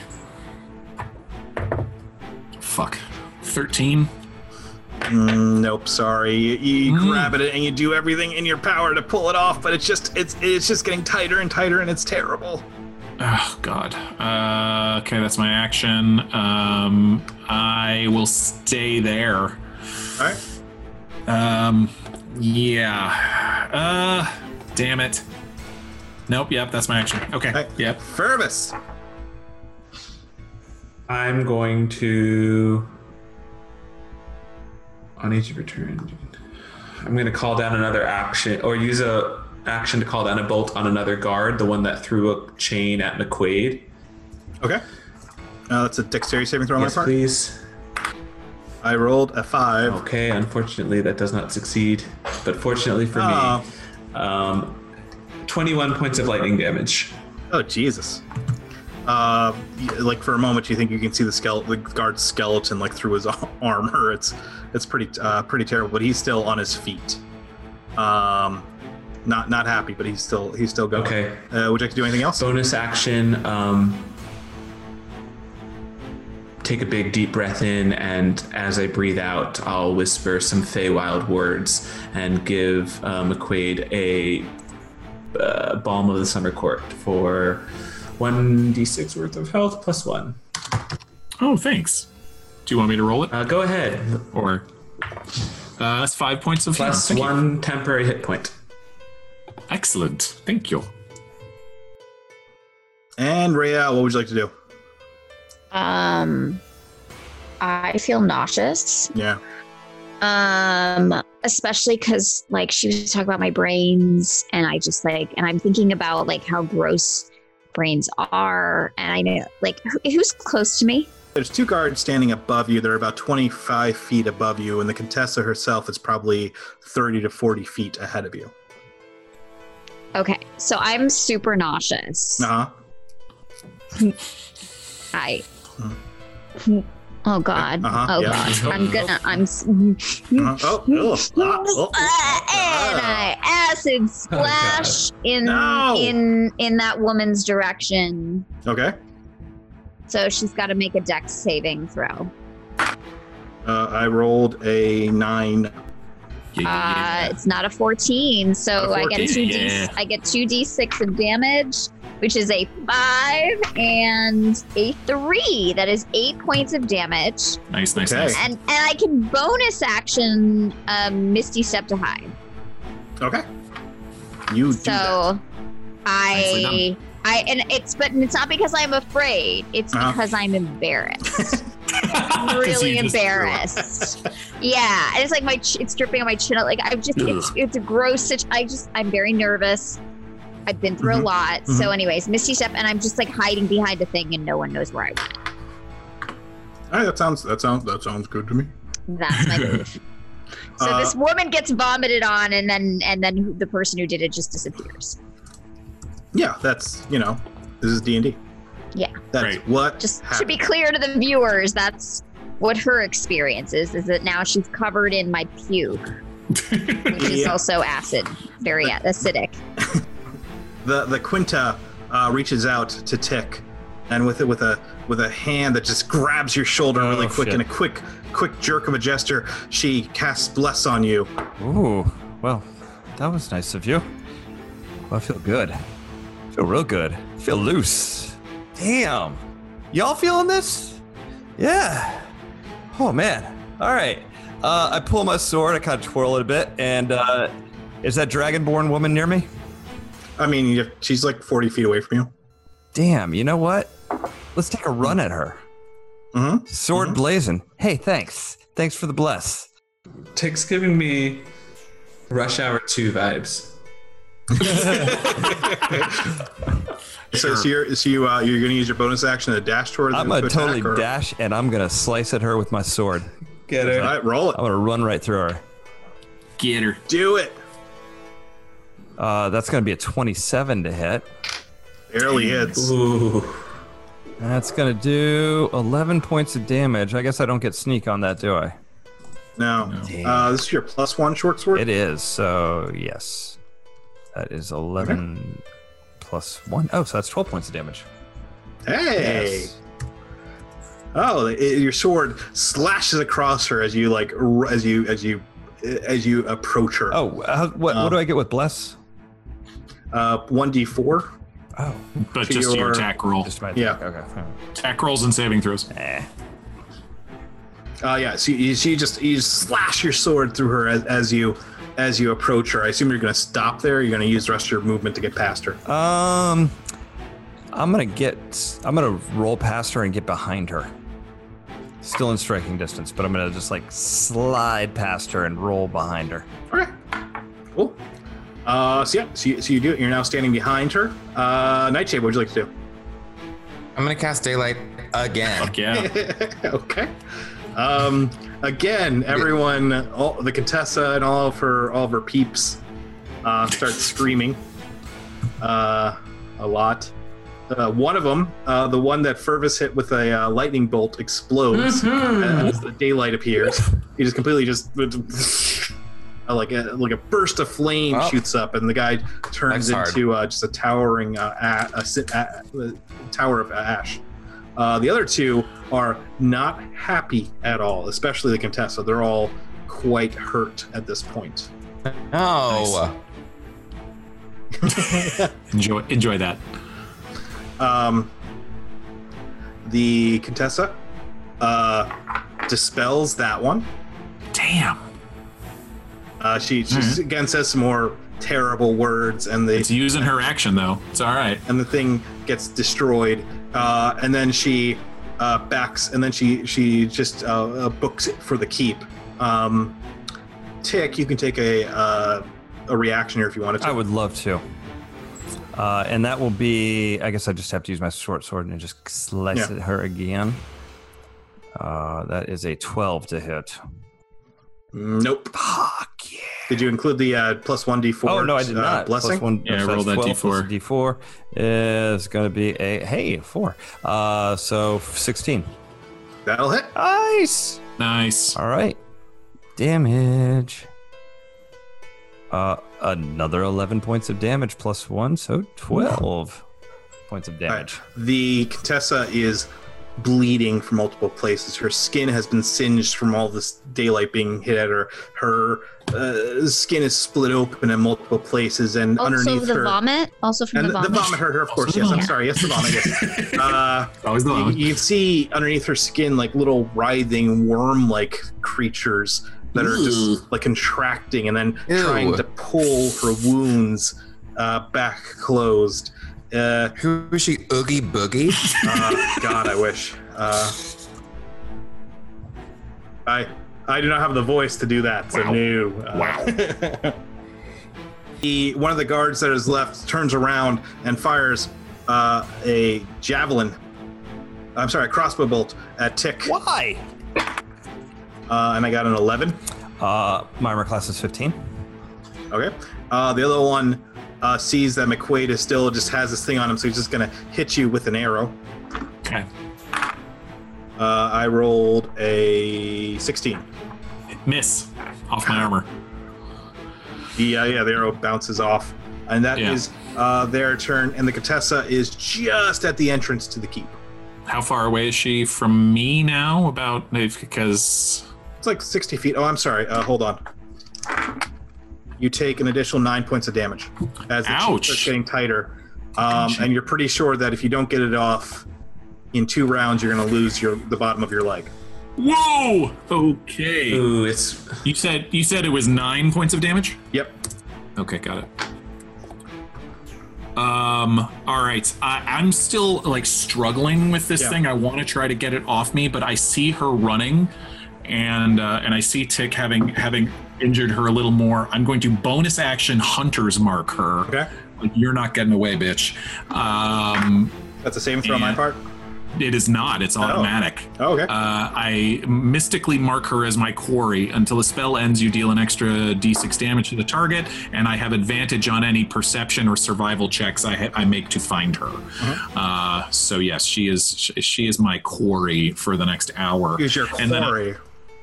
[SPEAKER 6] Fuck. Thirteen.
[SPEAKER 1] Mm, nope. Sorry. You, you
[SPEAKER 6] Mm.
[SPEAKER 1] grab it and you do everything in your power to pull it off, but it's just it's it's just getting tighter and tighter, and it's terrible.
[SPEAKER 6] Oh God. Uh, okay, that's my action. Um, I will stay there.
[SPEAKER 1] All right.
[SPEAKER 6] Um, yeah. Uh, damn it. Nope. Yep, that's my action. Okay.
[SPEAKER 1] Hey.
[SPEAKER 6] Yep.
[SPEAKER 1] Fervus.
[SPEAKER 2] I'm going to. On each of your turn, I'm going to call down another action or use a action to call down a bolt on another guard, the one that threw a chain at McQuaid.
[SPEAKER 1] Okay. Uh, that's a dexterity saving throw on
[SPEAKER 2] yes,
[SPEAKER 1] my part.
[SPEAKER 2] please.
[SPEAKER 1] I rolled a five.
[SPEAKER 2] Okay, unfortunately, that does not succeed. But fortunately for
[SPEAKER 1] Oh.
[SPEAKER 2] me, um, 21 points of lightning damage.
[SPEAKER 1] Oh Jesus! Uh, y- like for a moment, you think you can see the skeleton, the guard's skeleton, like through his *laughs* armor. It's it's pretty uh, pretty terrible, but he's still on his feet. Um, not not happy, but he's still he's still going.
[SPEAKER 2] Okay.
[SPEAKER 1] Uh, would you like to do anything else?
[SPEAKER 2] Bonus action um, take a big deep breath in, and as I breathe out, I'll whisper some Feywild words and give uh, McQuaid a uh, Balm of the Summer Court for 1d6 worth of health plus one.
[SPEAKER 6] Oh, thanks. Do you want me to roll it?
[SPEAKER 2] Uh, go ahead.
[SPEAKER 6] Or uh, that's five points of
[SPEAKER 2] Plus
[SPEAKER 6] healing. Thank you.
[SPEAKER 2] one temporary hit point.
[SPEAKER 6] Excellent. Thank you.
[SPEAKER 1] And Rhea, what would you like to do?
[SPEAKER 5] Um, I feel nauseous.
[SPEAKER 1] Yeah.
[SPEAKER 5] Um, especially because like she was talking about my brains, and I just like, and I'm thinking about like how gross brains are, and I know like who- who's close to me.
[SPEAKER 1] There's two guards standing above you. They're about 25 feet above you, and the Contessa herself is probably 30 to 40 feet ahead of you.
[SPEAKER 5] Okay, so I'm super nauseous.
[SPEAKER 1] Uh huh.
[SPEAKER 5] I. Oh God.
[SPEAKER 1] Hmm. Uh-huh,
[SPEAKER 5] Oh
[SPEAKER 1] yeah. *laughs*
[SPEAKER 5] God. I'm gonna. I'm. s-
[SPEAKER 1] Uh-huh. Oh, ugh. Ah, oh,
[SPEAKER 5] Ah, and I acid splash in
[SPEAKER 1] No.
[SPEAKER 5] in in that woman's direction.
[SPEAKER 1] Okay.
[SPEAKER 5] So she's got to make a dex saving throw.
[SPEAKER 1] Uh, I rolled a nine.
[SPEAKER 6] Yeah,
[SPEAKER 5] Uh, it's not a 14, so
[SPEAKER 6] Not a
[SPEAKER 5] I get
[SPEAKER 6] 14,
[SPEAKER 5] two d
[SPEAKER 6] yeah.
[SPEAKER 5] I get two d6 of damage, which is a five and a three. That is eight points of damage,
[SPEAKER 6] Nice, nice, *laughs*
[SPEAKER 1] Okay.
[SPEAKER 6] nice.
[SPEAKER 5] and and I can bonus action um, Misty Step to hide.
[SPEAKER 1] Okay. You do that.
[SPEAKER 5] So
[SPEAKER 6] Nicely
[SPEAKER 5] I I and it's but it's not because I'm afraid. It's
[SPEAKER 1] Uh-huh.
[SPEAKER 5] because I'm embarrassed.
[SPEAKER 6] *laughs* 'Cause
[SPEAKER 5] I'm
[SPEAKER 6] you
[SPEAKER 5] really
[SPEAKER 6] just threw it.
[SPEAKER 5] embarrassed. yeah, and it's like my ch- it's dripping on my chin. Like I'm just it's, it's a gross. Situ- I just I'm very nervous. I've been through
[SPEAKER 6] Mm-hmm.
[SPEAKER 1] Mhm.
[SPEAKER 5] a lot. So anyways, Misty Step and I'm just like hiding behind a thing and no one knows where I went.
[SPEAKER 1] All right, that sounds that sounds that sounds good to me.
[SPEAKER 5] That's
[SPEAKER 6] *laughs*
[SPEAKER 5] my move. So
[SPEAKER 1] Uh,
[SPEAKER 5] this woman gets vomited on and then and then who- the person who did it just disappears.
[SPEAKER 1] Yeah, that's you know, this is D and D.
[SPEAKER 5] Yeah.
[SPEAKER 1] That's
[SPEAKER 6] Right.
[SPEAKER 1] what.
[SPEAKER 5] just to
[SPEAKER 1] happened.
[SPEAKER 5] be clear to the viewers that's what her experience is is that now she's covered in my puke which
[SPEAKER 1] *laughs*
[SPEAKER 5] is
[SPEAKER 1] Yeah.
[SPEAKER 5] also acid very a- acidic
[SPEAKER 1] the the Quinta uh, reaches out to Tick, and with it with a with a hand that just grabs your shoulder really
[SPEAKER 3] Oh,
[SPEAKER 1] quick
[SPEAKER 3] shit.
[SPEAKER 1] in a quick quick jerk of a gesture, she casts bless on you.
[SPEAKER 3] Ooh, well, that was nice of you. Well, I feel good. I feel real good. I feel loose. Damn. Y'all feeling this? Yeah. Oh, man. All right. Uh, I pull my sword, I kind of twirl it a bit, and uh, is that dragonborn woman near me?
[SPEAKER 1] I mean, you- she's like forty feet away from you.
[SPEAKER 3] Damn, you know what? Let's take a run at her.
[SPEAKER 1] hmm
[SPEAKER 3] Sword blazing. Hey, thanks. Thanks for the bless.
[SPEAKER 2] Tick's giving me Rush Hour 2 vibes.
[SPEAKER 1] So, so you're so you uh, you're gonna use your bonus action to dash towards.
[SPEAKER 3] I'm gonna
[SPEAKER 1] to attack,
[SPEAKER 3] totally
[SPEAKER 1] or-
[SPEAKER 3] dash, and I'm gonna slice at her with my sword.
[SPEAKER 2] Get
[SPEAKER 1] All
[SPEAKER 2] her.
[SPEAKER 1] right, roll it.
[SPEAKER 3] I'm gonna run right through her.
[SPEAKER 6] Get her.
[SPEAKER 1] Do it.
[SPEAKER 3] Uh, that's going to be a 27 to hit.
[SPEAKER 1] Barely hits.
[SPEAKER 2] Ooh.
[SPEAKER 3] That's going to do 11 points of damage. I guess I don't get sneak on that, do I?
[SPEAKER 1] No. Uh, this is your plus one short sword.
[SPEAKER 3] It is. So, yes. That is 11 plus 1. Oh, so that's 12 points of damage.
[SPEAKER 1] Hey. Oh, it, your sword slashes across her as you like r- as you as you as you approach her.
[SPEAKER 3] Oh, uh, what, what do I get with Bless?
[SPEAKER 1] Uh, 1d4.
[SPEAKER 3] Oh,
[SPEAKER 6] But
[SPEAKER 1] To
[SPEAKER 6] just to your
[SPEAKER 1] your-
[SPEAKER 6] attack roll.
[SPEAKER 3] just my
[SPEAKER 1] Yeah.
[SPEAKER 3] attack. Okay. fine.
[SPEAKER 6] Attack rolls and saving throws.
[SPEAKER 1] Uh, yeah, so you, so you just you just slash your sword through her as, as you as you approach her. I assume you're going to stop there. You're going to use the rest of your movement to get past her.
[SPEAKER 3] Um, I'm gonna get. I'm gonna roll past her and get behind her. Still in striking distance, but I'm gonna just like slide past her and roll behind her.
[SPEAKER 1] Okay. Cool. Uh, so yeah, so you, so you do it. You're now standing behind her. Uh, Nightshade, what would you like to do?
[SPEAKER 7] I'm gonna cast daylight again.
[SPEAKER 1] *laughs*
[SPEAKER 6] Fuck yeah.
[SPEAKER 1] okay. Um, again, everyone, all the Contessa and all of her all of her peeps uh, start screaming uh, a lot. Uh, one of them, uh, the one that Fervus hit with a uh, lightning bolt, explodes as the daylight appears. He just completely just uh, *laughs* like a like a burst of flame
[SPEAKER 7] Oh.
[SPEAKER 1] shoots up, and the guy turns
[SPEAKER 7] That's hard.
[SPEAKER 1] into uh, just a towering uh, a, a, si- a, a tower of ash. Uh, the other two are not happy at all, especially the Contessa. They're all quite hurt at this point.
[SPEAKER 7] No.
[SPEAKER 6] Enjoy enjoy that.
[SPEAKER 1] Um, the Contessa uh, dispels that one.
[SPEAKER 6] Damn.
[SPEAKER 1] Uh, she she
[SPEAKER 6] Alright.
[SPEAKER 1] again says some more terrible words, and the
[SPEAKER 6] It's using her action though. It's all right.
[SPEAKER 1] and the thing gets destroyed. Uh, and then she uh, backs, and then she she just uh, uh, books it for the keep. Um, Tick, you can take a uh, a reaction here if you wanted to.
[SPEAKER 3] I would love to. Uh, and that will be. I guess I just have to use my short sword and just slice
[SPEAKER 1] Yeah.
[SPEAKER 3] at her again. Uh, that is a 12 to hit.
[SPEAKER 1] Mm, Nope.
[SPEAKER 3] Fuck yeah.
[SPEAKER 1] Did you include the uh, plus one d four?
[SPEAKER 3] Oh no, I did not. Plus
[SPEAKER 1] Uh, Blessing.
[SPEAKER 3] one,
[SPEAKER 6] Yeah,
[SPEAKER 3] so
[SPEAKER 6] roll
[SPEAKER 3] that's
[SPEAKER 6] that
[SPEAKER 3] 12 plus
[SPEAKER 6] D4.
[SPEAKER 3] a D4 is going to be a hey four. Uh, so sixteen.
[SPEAKER 1] That'll hit.
[SPEAKER 3] Nice.
[SPEAKER 6] Nice.
[SPEAKER 3] All right. Damage. Uh, another eleven points of damage plus one, so twelve points of
[SPEAKER 1] All right.
[SPEAKER 3] damage.
[SPEAKER 1] The Contessa is bleeding from multiple places. Her skin has been singed from all this daylight being hit at her. Her uh, skin is split open in multiple places, and
[SPEAKER 5] Also
[SPEAKER 1] underneath
[SPEAKER 5] Oh, the
[SPEAKER 1] her.
[SPEAKER 5] vomit. Also from
[SPEAKER 1] and
[SPEAKER 5] the
[SPEAKER 1] the,
[SPEAKER 5] vomit.
[SPEAKER 1] vomit hurt her, of course.
[SPEAKER 6] Also
[SPEAKER 1] Yes,
[SPEAKER 6] the
[SPEAKER 1] I'm sorry. Yes, the vomit.
[SPEAKER 5] *laughs*
[SPEAKER 1] Yes. Uh,
[SPEAKER 6] Always the
[SPEAKER 1] you,
[SPEAKER 6] one.
[SPEAKER 1] you can see underneath her skin like little writhing worm-like creatures that are just like contracting and then
[SPEAKER 7] Ew.
[SPEAKER 1] trying to pull her wounds uh, back closed. Uh,
[SPEAKER 7] Who is she? Oogie Boogie? *laughs*
[SPEAKER 1] uh, God, I wish. Uh, I I do not have the voice to do that. So no. Uh, wow. he, one of *laughs* the guards that is left turns around and fires uh, a javelin. I'm sorry, a crossbow bolt at Tick, uh,
[SPEAKER 3] Why?
[SPEAKER 1] and I got an 11.
[SPEAKER 3] Uh, my armor class is fifteen.
[SPEAKER 1] Okay. Uh, the other one uh, sees that McQuaid is still just has this thing on him, so he's just gonna hit you with an arrow.
[SPEAKER 6] Okay.
[SPEAKER 1] Uh, I rolled a 16.
[SPEAKER 6] Miss. Off my armor.
[SPEAKER 1] Yeah, yeah, the arrow bounces off. And that
[SPEAKER 6] Yeah.
[SPEAKER 1] is uh, their turn. And the Contessa is just at the entrance to the keep.
[SPEAKER 6] How far away is she from me now? About because
[SPEAKER 1] It's like 60 feet. Oh, I'm sorry. Uh, hold on. You take an additional nine points of damage as the
[SPEAKER 6] Ouch.
[SPEAKER 1] cheeks are getting tighter. Um, and you're pretty sure that if you don't get it off in two rounds, you're going to lose your the bottom of your leg.
[SPEAKER 6] Whoa! Okay.
[SPEAKER 2] Ooh, it's
[SPEAKER 6] You said you said it was nine points of damage.
[SPEAKER 1] Yep.
[SPEAKER 6] Okay, got it. Um. All right. I, I'm still like struggling with this
[SPEAKER 1] Yeah.
[SPEAKER 6] thing. I want to try to get it off me, but I see her running, and uh, and I see Tick having having injured her a little more. I'm going to bonus action Hunter's Mark her.
[SPEAKER 1] Okay.
[SPEAKER 6] Like, You're not getting away, bitch. Um,
[SPEAKER 1] That's the same for on my
[SPEAKER 6] Yeah.
[SPEAKER 1] part.
[SPEAKER 6] it is not. It's automatic.
[SPEAKER 1] Oh, okay.
[SPEAKER 6] Uh, I mystically mark her as my quarry. Until the spell ends, you deal an extra d6 damage to the target, and I have advantage on any perception or survival checks I, ha- I make to find her. Uh, so yes, she is sh- she is my quarry for the next hour.
[SPEAKER 1] Use your
[SPEAKER 6] and then I-
[SPEAKER 1] quarry.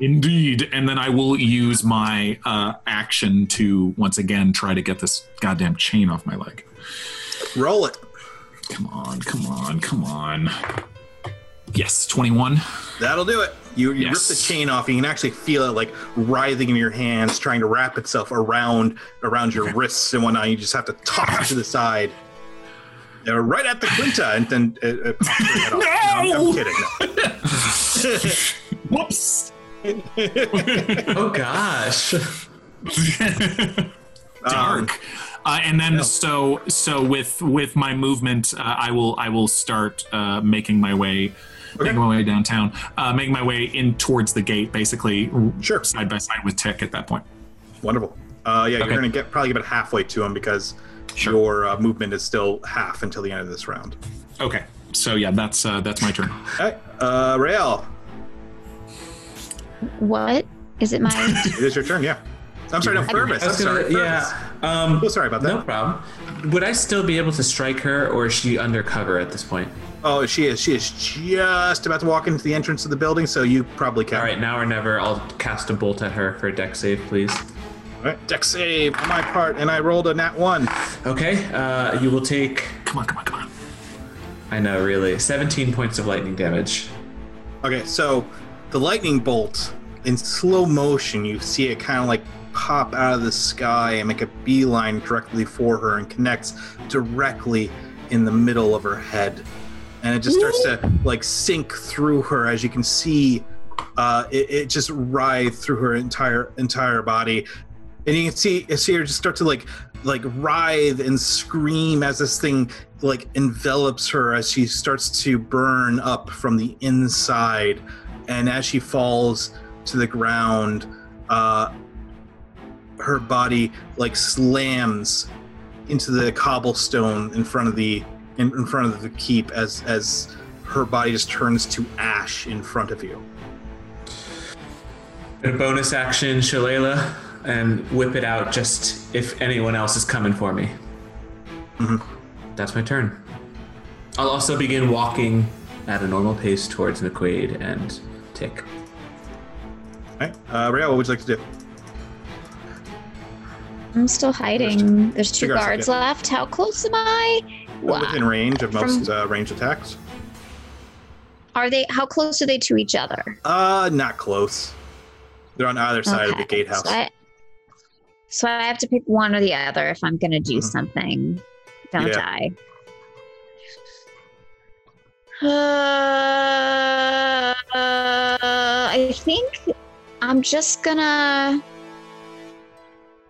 [SPEAKER 6] Indeed, and then I will use my uh, action to once again try to get this goddamn chain off my leg.
[SPEAKER 1] Roll it.
[SPEAKER 6] Come on, come on, come on. Yes, twenty-one.
[SPEAKER 1] That'll do it. You, you
[SPEAKER 6] Yes.
[SPEAKER 1] rip the chain off, and you can actually feel it like writhing in your hands, trying to wrap itself around around your wrists and whatnot. You just have to toss it to the side, Uh, right at the quinta, and then uh, it, it
[SPEAKER 2] *laughs*
[SPEAKER 1] pops your head off. No, I'm, I'm kidding. No.
[SPEAKER 6] Whoops.
[SPEAKER 2] oh gosh.
[SPEAKER 6] *laughs*
[SPEAKER 1] Um,
[SPEAKER 6] dark. uh, and then
[SPEAKER 1] no.
[SPEAKER 6] so so with with my movement, uh, I will I will start uh, making my way.
[SPEAKER 1] Okay.
[SPEAKER 6] Making my way downtown, uh, making my way in towards the gate, basically
[SPEAKER 1] Sure.
[SPEAKER 6] side by side with Tick at that point.
[SPEAKER 1] Wonderful. Uh, yeah,
[SPEAKER 6] Okay.
[SPEAKER 1] you're gonna get probably about halfway to him because
[SPEAKER 6] Sure.
[SPEAKER 1] your uh, movement is still half until the end of this round.
[SPEAKER 6] Okay, so yeah, that's uh, that's my turn.
[SPEAKER 1] All right, uh, Rael,
[SPEAKER 5] What is it?
[SPEAKER 1] *laughs*
[SPEAKER 5] My
[SPEAKER 1] it is your turn. Yeah, I'm sorry, no, Fervus.
[SPEAKER 2] I
[SPEAKER 1] I'm
[SPEAKER 2] was gonna-
[SPEAKER 1] sorry, Fervus.
[SPEAKER 2] yeah. Um,
[SPEAKER 1] Oh, sorry about
[SPEAKER 2] no
[SPEAKER 1] that.
[SPEAKER 2] problem. Would I still be able to strike her, or is she undercover at this point?
[SPEAKER 1] Oh, she is. She is just about to walk into the entrance of the building, so you probably can.
[SPEAKER 2] All right, now or never. I'll cast a bolt at her for a deck save, please.
[SPEAKER 1] All right. Deck save on my part, and I rolled a nat one.
[SPEAKER 2] Okay, uh, you will take.
[SPEAKER 6] Come on, come on, come on.
[SPEAKER 2] I know, really, 17 points of lightning damage.
[SPEAKER 1] Okay, so the lightning bolt in slow motion, you see it kind of like pop out of the sky and make a beeline directly for her and connects directly in the middle of her head. And it just starts to like sink through her as you can see uh, it, it just writhed through her entire entire body. And you can see you see her just start to like like writhe and scream as this thing like envelops her as she starts to burn up from the inside and as she falls to the ground uh, her body like slams into the cobblestone in front of the in, in front of the keep as as her body just turns to ash in front of you
[SPEAKER 2] And a bonus action, Shalala, and whip it out just if anyone else is coming for me.
[SPEAKER 1] Mhm.
[SPEAKER 2] That's my turn. I'll also begin walking at a normal pace towards McQuaid and Tick.
[SPEAKER 1] all right uh Rhea, what would you like to do
[SPEAKER 5] I'm still hiding. There's two
[SPEAKER 1] Figure out
[SPEAKER 5] guards
[SPEAKER 1] something.
[SPEAKER 5] left. How close am I?
[SPEAKER 1] within
[SPEAKER 5] Wow.
[SPEAKER 1] range of most uh, range attacks
[SPEAKER 5] Are they? How close are they to each other?
[SPEAKER 1] uh not close they're on either side of the
[SPEAKER 5] Okay,
[SPEAKER 1] gatehouse
[SPEAKER 5] So I, so I have to pick one or the other if I'm going to do
[SPEAKER 1] Mhm.
[SPEAKER 5] something, don't
[SPEAKER 1] Yeah.
[SPEAKER 5] I? Uh, I think I'm just gonna.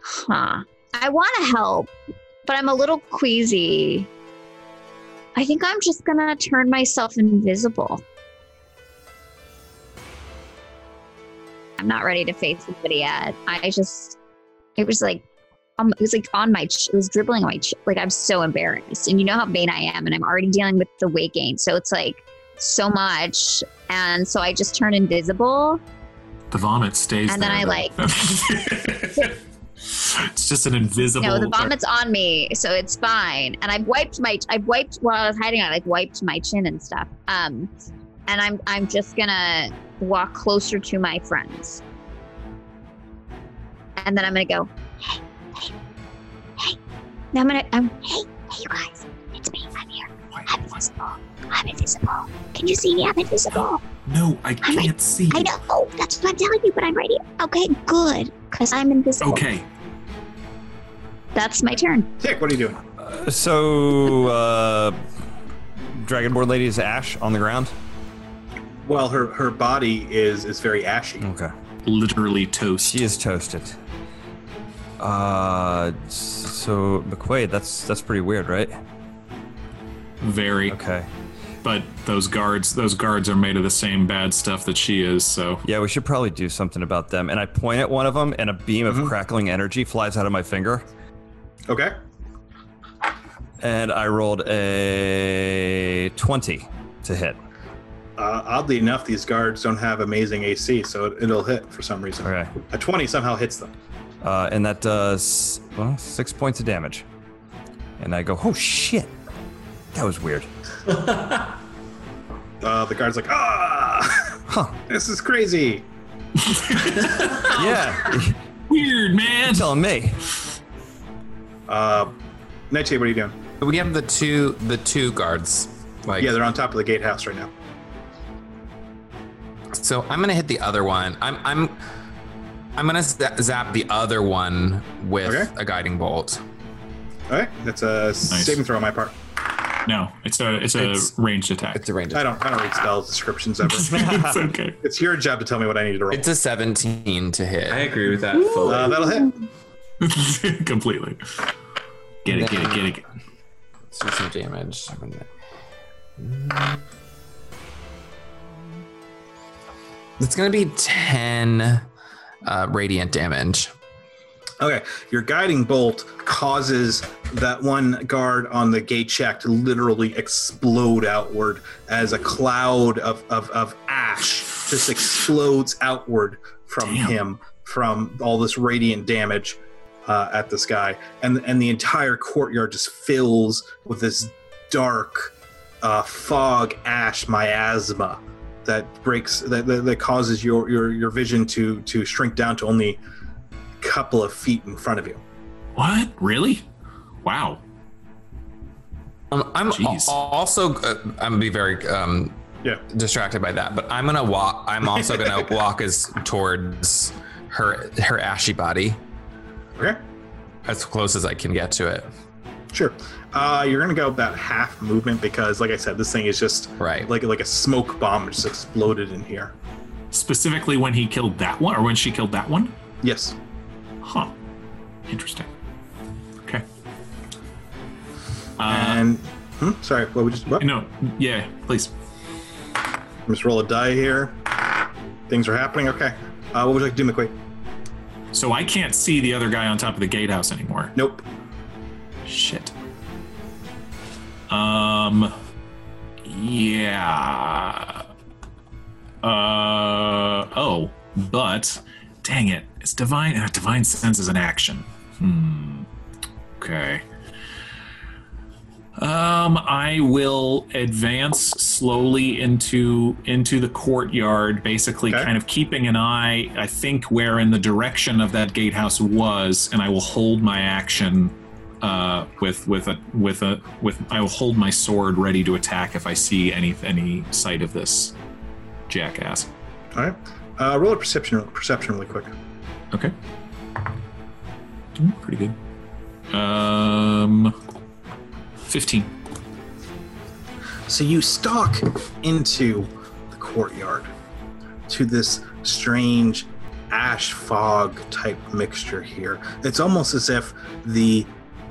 [SPEAKER 5] Huh. I want to help, but I'm a little queasy. I think I'm just gonna turn myself invisible. I'm not ready to face anybody yet. I just, it was like, um, it was like on my, ch- it was dribbling on my, ch- like I'm so embarrassed, and you know how vain I am, and I'm already dealing with the weight gain, so it's like so much, and so I just turn invisible.
[SPEAKER 6] The vomit stays.
[SPEAKER 5] And then
[SPEAKER 6] there,
[SPEAKER 5] I,
[SPEAKER 6] though.
[SPEAKER 5] like-
[SPEAKER 6] *laughs* it's just an invisible.
[SPEAKER 5] No, the vomit's on me, so it's fine. And I've wiped my, I've wiped while I was hiding. I like wiped my chin and stuff. Um, and I'm, I'm just gonna walk closer to my friends, and then I'm gonna go. Hey, hey, hey. Now I'm gonna, I'm, hey, hey, you guys, it's me. I'm here. I'm invisible. I'm invisible. Can you see me? I'm invisible.
[SPEAKER 6] No, I can't see.
[SPEAKER 5] I know. Oh, That's what I'm telling you. But I'm right here. Okay, good. Cause I'm invisible.
[SPEAKER 6] Okay.
[SPEAKER 5] That's my turn.
[SPEAKER 1] tick what are you doing
[SPEAKER 3] Uh, so, uh, Dragonborn Lady is ash on the ground.
[SPEAKER 1] Well, her her body is is very ashy.
[SPEAKER 3] Okay.
[SPEAKER 6] Literally toast.
[SPEAKER 3] She is toasted. Uh, so McQuaid, that's that's pretty weird, right?
[SPEAKER 6] Very.
[SPEAKER 3] Okay.
[SPEAKER 6] But those guards, those guards are made of the same bad stuff that she is. So
[SPEAKER 3] Yeah, we should probably do something about them. And I point at one of them, and a beam of crackling energy flies out of my finger.
[SPEAKER 1] Okay.
[SPEAKER 3] And I rolled a 20 to hit.
[SPEAKER 1] Uh, oddly enough, these guards don't have amazing AC, so it, it'll hit for some reason.
[SPEAKER 3] Okay.
[SPEAKER 1] A twenty somehow hits them.
[SPEAKER 3] Uh, and that does, well, six points of damage. And I go, oh shit. That
[SPEAKER 7] *laughs*
[SPEAKER 3] was weird.
[SPEAKER 1] Uh, the guards like ah,
[SPEAKER 3] Huh.
[SPEAKER 1] this is crazy.
[SPEAKER 3] Yeah. *laughs* You're
[SPEAKER 6] weird, man.
[SPEAKER 3] telling me.
[SPEAKER 1] Uh, Neche, what are you doing?
[SPEAKER 7] We have the two the two guards. Like
[SPEAKER 1] Yeah, they're on top of the gatehouse right now.
[SPEAKER 7] So I'm gonna hit the other one. I'm I'm I'm gonna za- zap the other one with
[SPEAKER 1] Okay.
[SPEAKER 7] a guiding bolt.
[SPEAKER 1] All right, that's a saving throw on my part.
[SPEAKER 6] No, it's a it's a
[SPEAKER 7] It's-
[SPEAKER 6] ranged attack.
[SPEAKER 7] It's a range.
[SPEAKER 1] I don't I don't read spell descriptions ever.
[SPEAKER 6] *laughs* it's okay.
[SPEAKER 1] it's your job to tell me what I need to roll.
[SPEAKER 7] It's a 17 to hit.
[SPEAKER 2] I agree with that fully.
[SPEAKER 1] Uh, that'll hit.
[SPEAKER 6] *laughs* Completely. Get it, get it, get it. get it.
[SPEAKER 7] Let's do some damage. I'm gonna- It's gonna be 10 uh, radiant damage.
[SPEAKER 1] Okay, your guiding bolt causes that one guard on the gate shack to literally explode outward as a cloud of, of, of ash just explodes outward from
[SPEAKER 6] Damn.
[SPEAKER 1] him from all this radiant damage uh, at this guy. And, and the entire courtyard just fills with this dark uh, fog ash miasma that breaks that, that, that causes your, your your vision to to shrink down to only couple of feet in front of you.
[SPEAKER 6] What? Really? Wow.
[SPEAKER 7] Um, I'm
[SPEAKER 6] Jeez.
[SPEAKER 7] al- also uh, I'm gonna be very um,
[SPEAKER 1] Yeah.
[SPEAKER 7] distracted by that, but I'm gonna walk. I'm also *laughs* gonna walk as towards her her ashy body
[SPEAKER 1] Okay,
[SPEAKER 7] as close as I can get to it.
[SPEAKER 1] sure. Uh, you're gonna go about half movement because, like I said, this thing is just
[SPEAKER 7] Right.
[SPEAKER 1] like like a smoke bomb just exploded in here.
[SPEAKER 6] Specifically when he killed that one or when she killed that one?
[SPEAKER 1] Yes.
[SPEAKER 6] Huh. Interesting. Okay. Uh,
[SPEAKER 1] and hmm, sorry, what we just what?
[SPEAKER 6] no, yeah, please.
[SPEAKER 1] Just roll a die here. Things are happening. Okay. Uh, what would you like to do, McQuaid?
[SPEAKER 6] So I can't see the other guy on top of the gatehouse anymore.
[SPEAKER 1] Nope.
[SPEAKER 6] Shit. Um. Yeah. Uh. Oh, but dang it! It's divine. Uh, divine sense is an action. Hmm. Okay. Um, I will advance slowly into into the courtyard, basically
[SPEAKER 1] Okay.
[SPEAKER 6] kind of keeping an eye, I think, where in the direction of that gatehouse was, and I will hold my action uh, with with a with a with I will hold my sword ready to attack if I see any any sight of this jackass.
[SPEAKER 1] All right. Uh, roll a perception perception really quick.
[SPEAKER 6] Okay. Mm, pretty good. Um, fifteen.
[SPEAKER 1] So you stalk into the courtyard to this strange ash fog type mixture here. It's almost as if the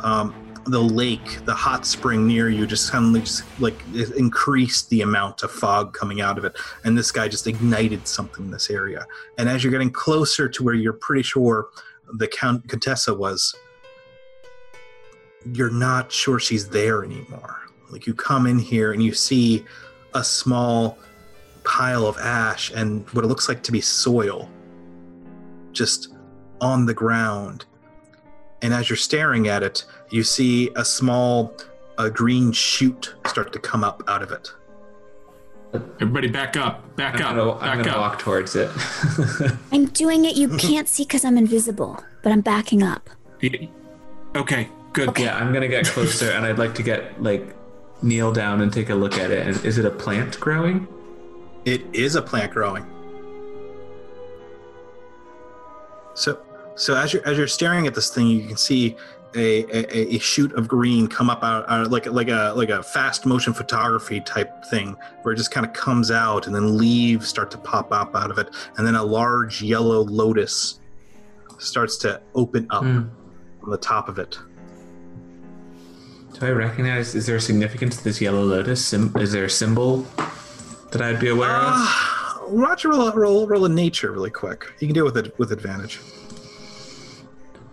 [SPEAKER 1] um, the lake, the hot spring near you, just suddenly just like it increased the amount of fog coming out of it, and this guy just ignited something in this area. And as you're getting closer to where you're pretty sure the count Contessa was, you're not sure she's there anymore. Like you come in here and you see a small pile of ash and what it looks like to be soil just on the ground. And as you're staring at it, you see a small a green shoot start to come up out of it.
[SPEAKER 6] Everybody, back up! Back
[SPEAKER 2] I'm
[SPEAKER 6] up!
[SPEAKER 2] gonna, I'm
[SPEAKER 6] back
[SPEAKER 2] gonna
[SPEAKER 6] up!
[SPEAKER 2] walk towards it. *laughs*
[SPEAKER 8] I'm doing it.
[SPEAKER 6] *laughs*
[SPEAKER 8] You can't see because I'm invisible, but I'm backing up.
[SPEAKER 6] Y- Okay, good.
[SPEAKER 2] yeah, I'm gonna get closer, and I'd like to get like kneel down and take a look at it. And is it a plant growing?
[SPEAKER 1] It is a plant growing. So, so as you're as you're staring at this thing, you can see a a, a shoot of green come up out, out like like a like a fast motion photography type thing, where it just kind of comes out and then leaves start to pop up out of it, and then a large yellow lotus starts to open up
[SPEAKER 2] Hmm.
[SPEAKER 1] on the top of it.
[SPEAKER 2] Do I recognize? Is there a significance to this yellow lotus? Sym is there a symbol that I'd be aware of?
[SPEAKER 1] Uh, Roger, roll, roll roll in nature really quick. You can do it with ad- with advantage.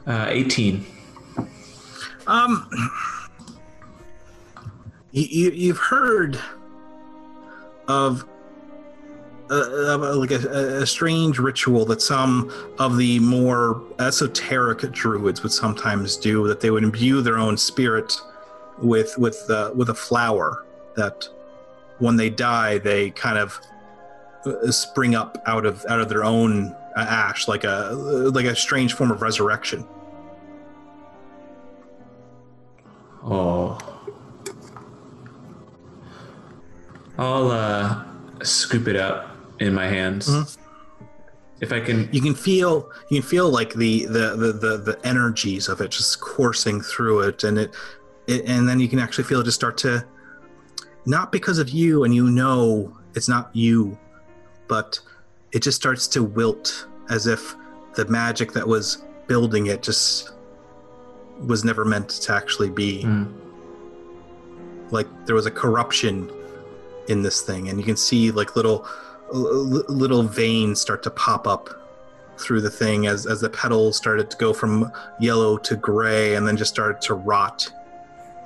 [SPEAKER 2] Uh, 18.
[SPEAKER 1] Um, you, you you've heard of uh, of, uh, like a, a strange ritual that some of the more esoteric druids would sometimes do that they would imbue their own spirit with with uh, with a flower that when they die they kind of uh, spring up out of out of their own uh, ash like a like a strange form of resurrection
[SPEAKER 2] Oh. I'll uh, scoop it up in my hands.
[SPEAKER 1] Mhm.
[SPEAKER 2] If I can.
[SPEAKER 1] you can feel you can feel like the the the the, the energies of it just coursing through it and it, it and then you can actually feel it just start to not because of you, and you know it's not you, but it just starts to wilt as if the magic that was building it just was never meant to actually be.
[SPEAKER 2] Mm.
[SPEAKER 1] Like there was a corruption in this thing, and you can see like little l- little veins start to pop up through the thing as as the petals started to go from yellow to gray, and then just started to rot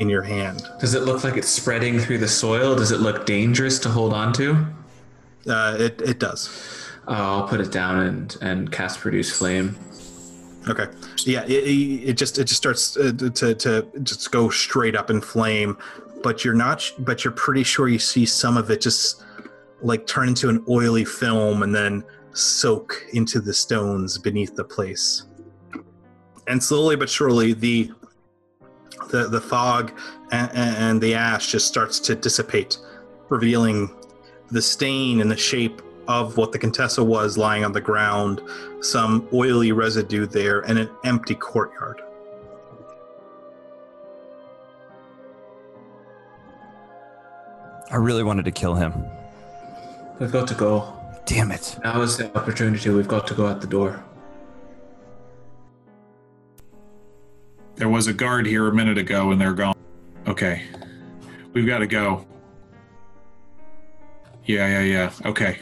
[SPEAKER 1] in your hand.
[SPEAKER 2] Does it look like it's spreading through the soil? Does it look dangerous to hold on to?
[SPEAKER 1] Uh, it it does.
[SPEAKER 2] Oh, I'll put it down and, and cast Produce Flame.
[SPEAKER 1] Okay. Yeah. It, it it just it just starts uh, to to just go straight up in flame, but you're not. sh- But you're pretty sure you see some of it just like turn into an oily film and then soak into the stones beneath the place. And slowly but surely, the the the fog and, and the ash just starts to dissipate, revealing the stain and the shape of what the Contessa was lying on the ground some oily residue there and an empty courtyard.
[SPEAKER 3] I really wanted to kill him.
[SPEAKER 2] We've got to go.
[SPEAKER 3] Damn it.
[SPEAKER 2] Now is the opportunity. We've got to go out the door.
[SPEAKER 6] There was a guard here a minute ago and they're gone. Okay. We've got to go. Yeah, yeah, yeah. Okay.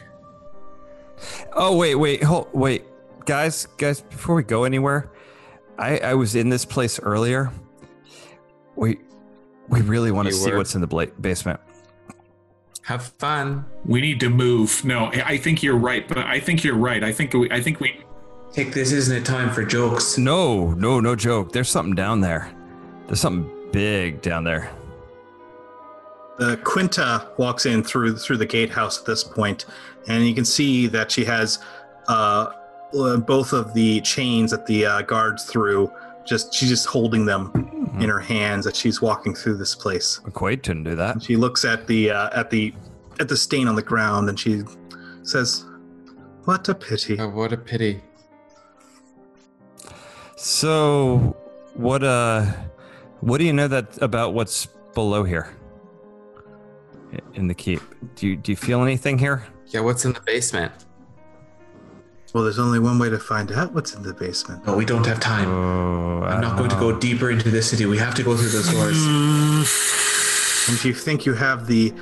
[SPEAKER 3] Oh wait, wait, hold, wait, guys, guys. Before we go anywhere, I I was in this place earlier. We we really want to
[SPEAKER 7] You
[SPEAKER 3] see
[SPEAKER 7] were.
[SPEAKER 3] what's in the bla- basement.
[SPEAKER 2] Have fun.
[SPEAKER 6] We need to move. No, I I think you're right, but I think you're right. I think we, I think we
[SPEAKER 2] Take this isn't it time for jokes.
[SPEAKER 3] No, no, no joke. There's something down there. There's something big down there.
[SPEAKER 1] Uh, Quinta walks in through through the gatehouse at this point, and you can see that she has uh, uh, both of the chains that the uh, guards threw. Just she's just holding them in her hands as she's walking through this place.
[SPEAKER 3] Hmm. McQuaid didn't do that.
[SPEAKER 1] And she looks at the uh, at the at the stain on the ground, and she says, "What a pity."
[SPEAKER 7] Oh, what a pity.
[SPEAKER 3] So, what uh, what do you know that about what's below here? In the keep, do you do you feel anything here?
[SPEAKER 7] Yeah, what's in the basement?
[SPEAKER 1] Well, there's only one way to find out what's in the basement.
[SPEAKER 2] No, we don't have time.
[SPEAKER 3] Oh,
[SPEAKER 2] I'm not going to go deeper into the city. We have to go through those doors.
[SPEAKER 1] And if you think you have the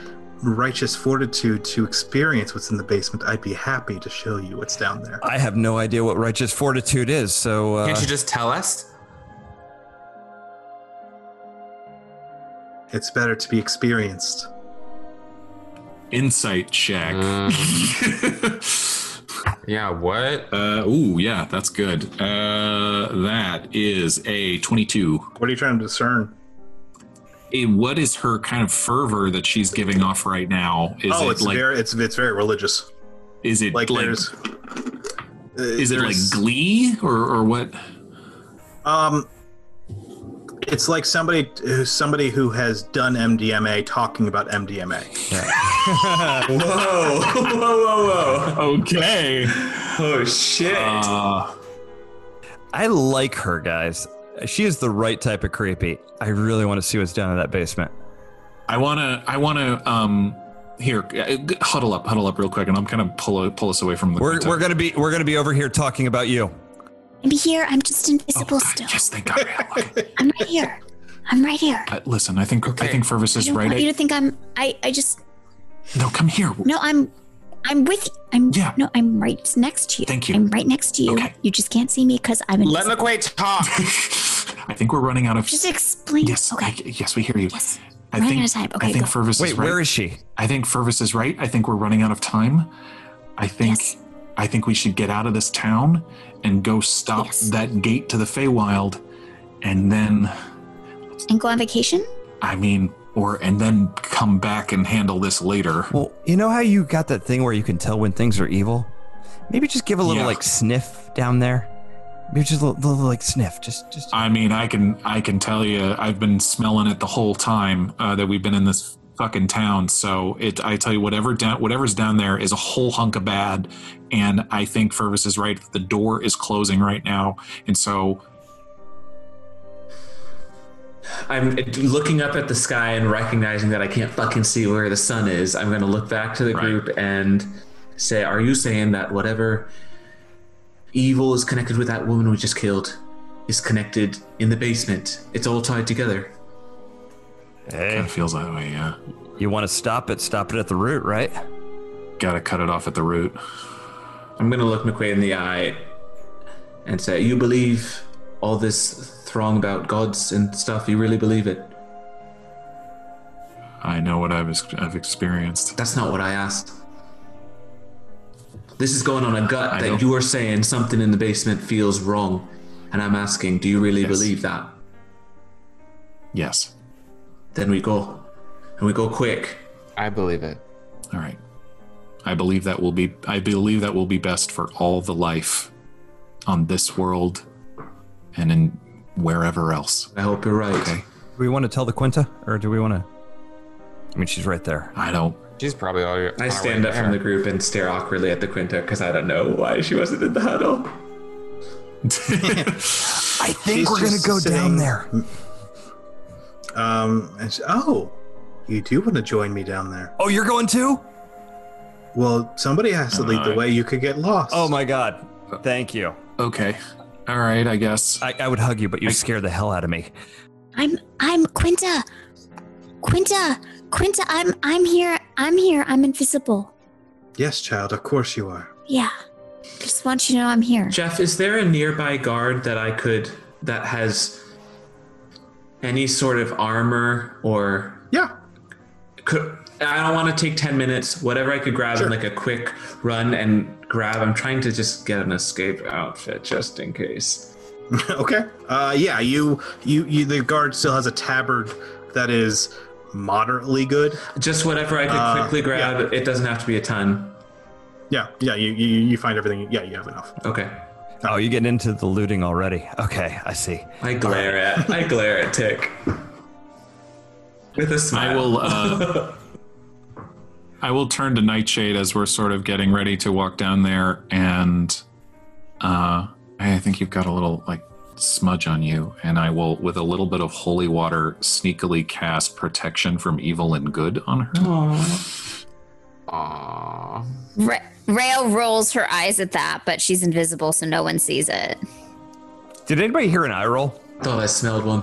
[SPEAKER 1] righteous fortitude to experience what's in the basement, I'd be happy to show you what's down there.
[SPEAKER 3] I have no idea what righteous fortitude is. So, uh,
[SPEAKER 7] Can't you just tell us?
[SPEAKER 1] It's better to be experienced.
[SPEAKER 6] insight check.
[SPEAKER 7] Yeah, what?
[SPEAKER 6] *laughs* Uh, ooh, yeah, that's good. Uh, that is a 22.
[SPEAKER 1] What are you trying to discern?
[SPEAKER 6] Eh, what is her kind of fervor that she's giving off right now? Is
[SPEAKER 1] oh,
[SPEAKER 6] it
[SPEAKER 1] it's
[SPEAKER 6] like,
[SPEAKER 1] very it's it's very religious.
[SPEAKER 6] is it
[SPEAKER 1] Like,
[SPEAKER 6] like,
[SPEAKER 1] there's uh,
[SPEAKER 6] is it like glee or, or what?
[SPEAKER 1] um it's like somebody somebody who has done MDMA talking about MDMA.
[SPEAKER 2] whoa, whoa, whoa, whoa.
[SPEAKER 6] Okay.
[SPEAKER 2] *laughs* Oh, shit.
[SPEAKER 6] Uh,
[SPEAKER 3] I like her, guys. She is the right type of creepy. I really want to see what's down in that basement.
[SPEAKER 6] I want to, I want to, um, here, uh, g- huddle up, huddle up real quick, and I'm going to pull, pull us away from the.
[SPEAKER 3] We're, we're gonna be we're gonna be over here talking about you.
[SPEAKER 8] I'm here. I'm just
[SPEAKER 6] Oh,
[SPEAKER 8] invisible
[SPEAKER 6] God,
[SPEAKER 8] still.
[SPEAKER 6] yes, thank God. Okay.
[SPEAKER 8] I'm right here. I'm right here.
[SPEAKER 6] Uh, listen, I think I
[SPEAKER 7] Okay.
[SPEAKER 6] think Fervus
[SPEAKER 8] I
[SPEAKER 6] is
[SPEAKER 8] don't
[SPEAKER 6] right.
[SPEAKER 8] want you
[SPEAKER 6] I,
[SPEAKER 8] to think I'm. I. I just.
[SPEAKER 6] no, come here.
[SPEAKER 8] *laughs* No, I'm. I'm with. You. I'm.
[SPEAKER 6] Yeah.
[SPEAKER 8] No, I'm right next to you.
[SPEAKER 6] Thank you.
[SPEAKER 8] I'm right next to you.
[SPEAKER 6] Okay.
[SPEAKER 8] You just can't see me because I'm
[SPEAKER 7] Let
[SPEAKER 8] invisible.
[SPEAKER 7] McQuaid talk.
[SPEAKER 6] I think we're running out of.
[SPEAKER 8] Just explain.
[SPEAKER 6] Yes,
[SPEAKER 8] Okay.
[SPEAKER 6] I, yes, we hear you.
[SPEAKER 8] yes.
[SPEAKER 6] I
[SPEAKER 8] Running
[SPEAKER 6] think,
[SPEAKER 8] out of time.
[SPEAKER 6] I
[SPEAKER 8] Okay,
[SPEAKER 6] think
[SPEAKER 8] go.
[SPEAKER 6] Fervus
[SPEAKER 3] Wait,
[SPEAKER 6] is right.
[SPEAKER 3] where is she?
[SPEAKER 6] I think Fervus is right. I think we're running out of time. I think
[SPEAKER 8] Yes.
[SPEAKER 6] I think we should get out of this town and go stop
[SPEAKER 8] Yes.
[SPEAKER 6] that gate to the Feywild, and then
[SPEAKER 8] And go on vacation.
[SPEAKER 6] I mean, or and then come back and handle this later.
[SPEAKER 3] Well, you know how you got that thing where you can tell when things are evil? Maybe just give a little
[SPEAKER 6] Yeah.
[SPEAKER 3] like sniff down there. Maybe just a little, little, like sniff. Just just
[SPEAKER 6] I mean, I can I can tell you, I've been smelling it the whole time uh, that we've been in this fucking town. So it, I tell you, whatever down, whatever's down there is a whole hunk of bad. And I think Fervus is right. The door is closing right now, and so
[SPEAKER 2] I'm looking up at the sky and recognizing that I can't fucking see where the sun is. I'm going to look back to the
[SPEAKER 6] Right.
[SPEAKER 2] group and say, Are you saying that whatever evil is connected with that woman we just killed is connected in the basement? It's all tied together.
[SPEAKER 3] Hey,
[SPEAKER 6] Kind of feels that way, yeah.
[SPEAKER 3] you want to stop it? Stop it at the root, right?
[SPEAKER 6] Gotta cut it off at the root.
[SPEAKER 2] I'm going to look McQuaid in the eye and say, You believe all this throng about gods and stuff? You really believe it?
[SPEAKER 6] I know what I've, ex- I've experienced.
[SPEAKER 2] That's not what I asked. This is going on a gut
[SPEAKER 6] I
[SPEAKER 2] that
[SPEAKER 6] don't-
[SPEAKER 2] you are saying something in the basement feels wrong. And I'm asking, do you really
[SPEAKER 6] Yes.
[SPEAKER 2] believe that?
[SPEAKER 6] Yes.
[SPEAKER 2] Then we go. And we go quick.
[SPEAKER 7] I believe it.
[SPEAKER 6] All right. I believe that will be I believe that will be best for all the life on this world and in wherever else.
[SPEAKER 2] I hope you're right.
[SPEAKER 6] Okay.
[SPEAKER 3] Do we want to tell the Quinta, or do we want to? I mean, she's right there.
[SPEAKER 6] I don't
[SPEAKER 7] She's probably already. on
[SPEAKER 2] I
[SPEAKER 7] her
[SPEAKER 2] stand
[SPEAKER 7] way
[SPEAKER 2] up from the
[SPEAKER 7] there.
[SPEAKER 2] group and stare awkwardly at the Quinta because I don't know why she wasn't in the huddle.
[SPEAKER 3] I
[SPEAKER 1] She's
[SPEAKER 3] think
[SPEAKER 1] we're gonna just go down sitting-
[SPEAKER 3] there.
[SPEAKER 1] Um, and she, oh, you do want to join me down there?
[SPEAKER 3] Oh, you're going too?
[SPEAKER 1] Well, somebody has to lead the
[SPEAKER 6] Uh,
[SPEAKER 1] way. You could get lost.
[SPEAKER 3] Oh my God! Thank you.
[SPEAKER 6] Okay. All right, I guess.
[SPEAKER 3] I, I would hug you, but you scared the hell out of me.
[SPEAKER 8] I'm I'm Quinta. Quinta, Quinta, I'm I'm here. I'm here. I'm invisible.
[SPEAKER 1] Yes, child. Of course you are.
[SPEAKER 8] Yeah. Just want you to know I'm here.
[SPEAKER 2] Jeff, is there a nearby guard that I could that has any sort of armor or
[SPEAKER 1] Yeah.
[SPEAKER 2] could, I don't want to take 10 minutes. Whatever I could grab in like a quick run and grab. I'm trying to just get an escape outfit just in case.
[SPEAKER 1] okay. Uh, yeah. You, you, you. The guard still has a tabard that is moderately good.
[SPEAKER 2] Just whatever I could
[SPEAKER 1] Uh,
[SPEAKER 2] quickly grab. It doesn't have to be a ton.
[SPEAKER 1] Yeah. Yeah. You, you, you find everything. Yeah. You have enough.
[SPEAKER 2] Okay.
[SPEAKER 3] Oh, you're getting into the looting already. Okay, I see.
[SPEAKER 2] I glare at I glare at Tick. With a smile.
[SPEAKER 6] I will uh I will turn to Nightshade as we're sort of getting ready to walk down there and uh I think you've got a little like smudge on you and I will with a little bit of holy water sneakily cast protection from evil and good on her.
[SPEAKER 7] Aw.
[SPEAKER 5] Ra- Rail rolls her eyes at that, but she's invisible, so no one sees it.
[SPEAKER 3] Did anybody hear an eye roll?
[SPEAKER 2] Thought I Oh, smelled one.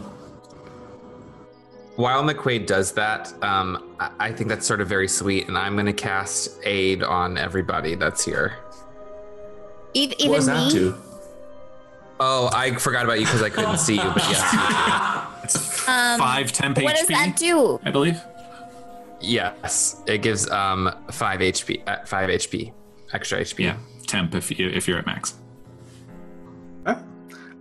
[SPEAKER 7] While McQuaid does that, um, I, I think that's sort of very sweet, and I'm gonna cast aid on everybody that's here.
[SPEAKER 5] Ev-
[SPEAKER 2] What
[SPEAKER 5] even
[SPEAKER 2] was that
[SPEAKER 5] me.
[SPEAKER 2] to?
[SPEAKER 7] Oh, I forgot about you because I couldn't see you, but yes,
[SPEAKER 5] Um,
[SPEAKER 6] Five temp
[SPEAKER 5] what does
[SPEAKER 6] HP,
[SPEAKER 5] that do?
[SPEAKER 6] I believe.
[SPEAKER 7] yes, it gives um five HP, uh, five HP, extra HP.
[SPEAKER 6] Yeah, temp if you, if you're at max.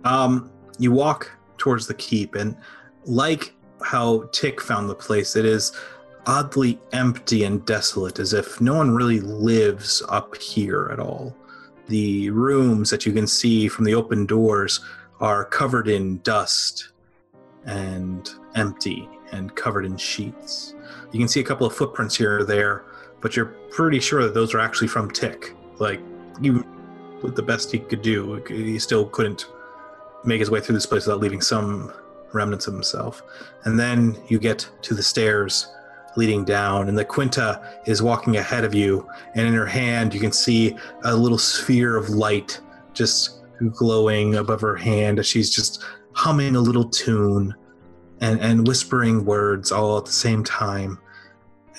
[SPEAKER 1] Um, you walk towards the keep, and like how Tick found the place, it is oddly empty and desolate, as if no one really lives up here at all. The rooms that you can see from the open doors are covered in dust and empty and covered in sheets. You can see a couple of footprints here or there, but you're pretty sure that those are actually from Tick. Like, you, with the best he could do, he still couldn't make his way through this place without leaving some remnants of himself. And then you get to the stairs leading down, and the Quinta is walking ahead of you. And in her hand, you can see a little sphere of light just glowing above her hand as she's just humming a little tune and, and whispering words all at the same time.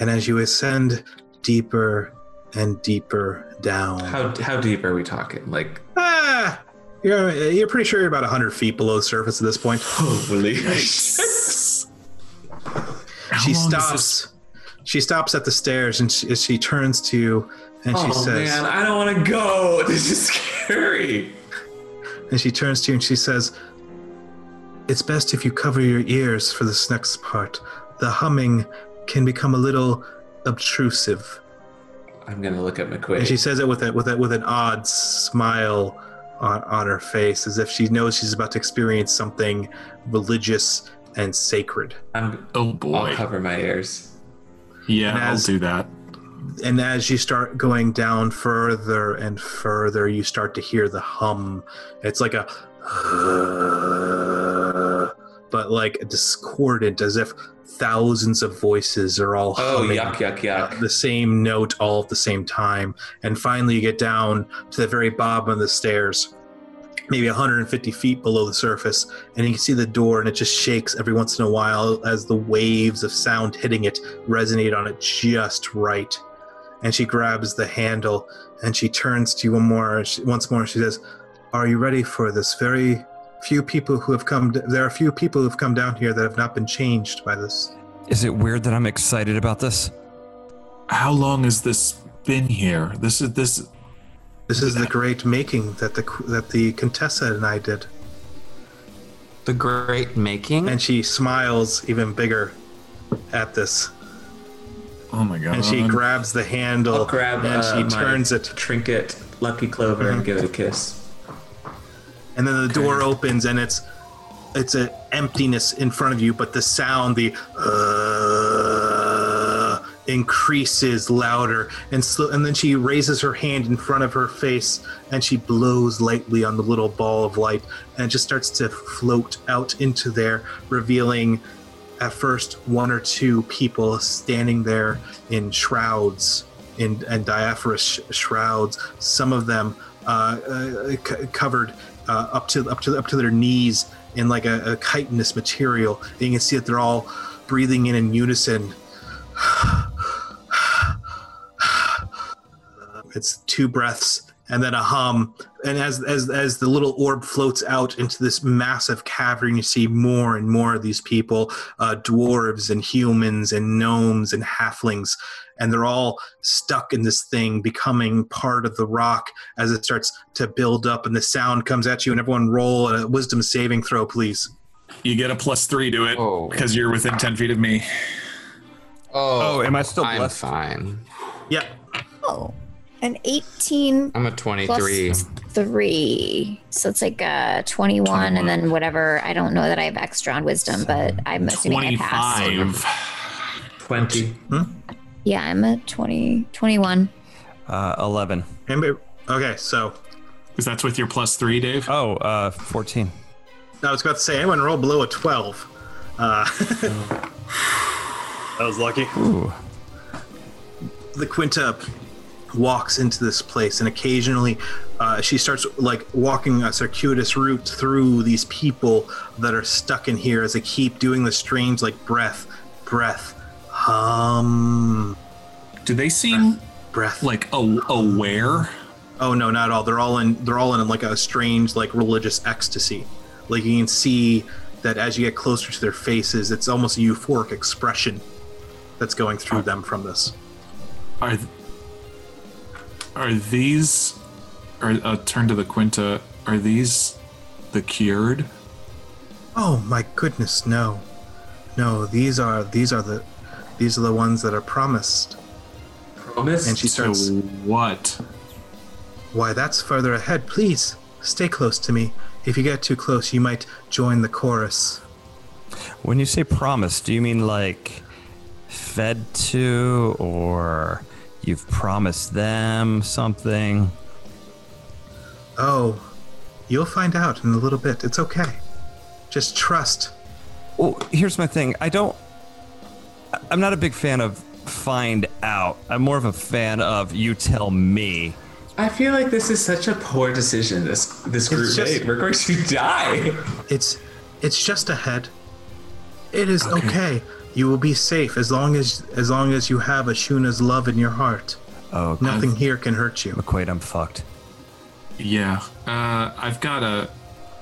[SPEAKER 1] And as you ascend deeper and deeper down,
[SPEAKER 2] How how deep are we talking? Like *laughs*
[SPEAKER 1] Ah, you're, you're pretty sure you're about 100 feet below the surface at this point.
[SPEAKER 2] holy
[SPEAKER 1] she
[SPEAKER 6] long is
[SPEAKER 1] stops. She stops at the stairs and she, she turns to you and she
[SPEAKER 2] Oh
[SPEAKER 1] says,
[SPEAKER 2] man, I don't want to go. *laughs* This is scary.
[SPEAKER 1] and she turns to you and she says, It's best if you cover your ears for this next part. The humming can become a little obtrusive.
[SPEAKER 2] I'm gonna look at
[SPEAKER 1] And she
[SPEAKER 2] McQuaid.
[SPEAKER 1] says it with a, with a, with an odd smile on, on her face, as if she knows she's about to experience something religious and sacred.
[SPEAKER 2] I'm,
[SPEAKER 6] Oh
[SPEAKER 2] I'll
[SPEAKER 6] boy.
[SPEAKER 2] cover my ears.
[SPEAKER 6] Yeah,
[SPEAKER 1] And
[SPEAKER 6] I'll
[SPEAKER 1] as-
[SPEAKER 6] do that.
[SPEAKER 1] and as you start going down further and further, you start to hear the hum. It's like a, but like discordant, as if thousands of voices are all
[SPEAKER 2] Oh,
[SPEAKER 1] humming
[SPEAKER 2] yuck, yuck,
[SPEAKER 1] uh,
[SPEAKER 2] yuck.
[SPEAKER 1] the same note all at the same time. And finally, you get down to the very bottom of the stairs, maybe 150 feet below the surface, and you can see the door, and it just shakes every once in a while as the waves of sound hitting it resonate on it just right. And she grabs the handle and she turns to you one more, she- once more. and She says, "Are you ready for this? Very few people who have come. d- There are few people who have come down here that have not been changed by this."
[SPEAKER 3] Is it weird that I'm excited about this?
[SPEAKER 6] How long has this been here? This is this.
[SPEAKER 1] This is the great making that the that the Contessa and I did.
[SPEAKER 7] The great making.
[SPEAKER 1] And she smiles even bigger at this,
[SPEAKER 6] Oh my god!
[SPEAKER 1] and she grabs the handle
[SPEAKER 2] I'll grab
[SPEAKER 1] and
[SPEAKER 2] uh,
[SPEAKER 1] she
[SPEAKER 2] my
[SPEAKER 1] turns it,
[SPEAKER 2] trinket, lucky clover, and give it a kiss.
[SPEAKER 1] and then the door opens, and it's it's an emptiness in front of you, but the sound, the uh, increases louder, and sl- and then she raises her hand in front of her face, and she blows lightly on the little ball of light, and it just starts to float out into there, revealing at first one or two people standing there in shrouds, in and diaphanous sh- shrouds. Some of them uh, uh, c- covered uh, up to up to up to their knees in like a, a chitinous material. And you can see that they're all breathing in in unison. It's two breaths and then a hum. And as as as the little orb floats out into this massive cavern, you see more and more of these people, uh, dwarves and humans and gnomes and halflings, and they're all stuck in this thing, becoming part of the rock as it starts to build up, and the sound comes at you, and everyone roll a wisdom saving throw, please.
[SPEAKER 6] You get a plus three to it
[SPEAKER 7] Oh.
[SPEAKER 6] because you're within ten feet of me.
[SPEAKER 7] Oh,
[SPEAKER 3] Oh, am I still
[SPEAKER 7] I'm
[SPEAKER 3] blessed?
[SPEAKER 7] fine.
[SPEAKER 1] Yeah,
[SPEAKER 5] Oh, an 18
[SPEAKER 7] I'm a 23.
[SPEAKER 5] plus three. So it's like uh, 21, and then whatever. I don't know that I have extra on wisdom, but I'm assuming I passed.
[SPEAKER 6] Twenty-five.
[SPEAKER 2] 20.
[SPEAKER 5] Yeah, I'm a 20, 21.
[SPEAKER 3] Uh, 11.
[SPEAKER 1] Anybody- Okay, so
[SPEAKER 6] Because that's with your plus three, Dave.
[SPEAKER 3] Oh, uh, 14.
[SPEAKER 1] I was about to say anyone roll below a twelve. Uh, *laughs* that was lucky.
[SPEAKER 3] Ooh.
[SPEAKER 1] the quinta walks into this place and occasionally uh, she starts like walking a circuitous route through these people that are stuck in here as they keep doing the strange like breath breath hum
[SPEAKER 6] Do they seem
[SPEAKER 1] breath
[SPEAKER 6] like a- aware?
[SPEAKER 1] oh no not all they're all in they're all in like a strange like religious ecstasy like you can see that as you get closer to their faces it's almost a euphoric expression that's going through them from this
[SPEAKER 6] Are are these? Or uh, turn to the Quinta. Are these the cured?
[SPEAKER 1] Oh my goodness, no. No, these are these are the these are the ones that are promised.
[SPEAKER 2] Promise?
[SPEAKER 1] And she starts
[SPEAKER 6] To what?
[SPEAKER 1] Why that's further ahead, please. Stay close to me. If you get too close, you might join the chorus.
[SPEAKER 3] When you say promise, do you mean like fed to or you've promised them something?
[SPEAKER 1] Oh, you'll find out in a little bit. It's okay. Just trust.
[SPEAKER 3] Well, here's my thing. I don't. I- I'm not a big fan of find out. I'm more of a fan of you tell me.
[SPEAKER 2] I feel like this is such a poor decision. This this group
[SPEAKER 1] just-
[SPEAKER 2] date. We're going to *laughs* die.
[SPEAKER 1] It's it's just ahead. It is okay. You will be safe as long as as long as you have Ashuna's love in your heart.
[SPEAKER 3] Oh, no.
[SPEAKER 1] Nothing here can hurt you.
[SPEAKER 3] McQuaid, I'm fucked.
[SPEAKER 6] Yeah, uh, I've got a.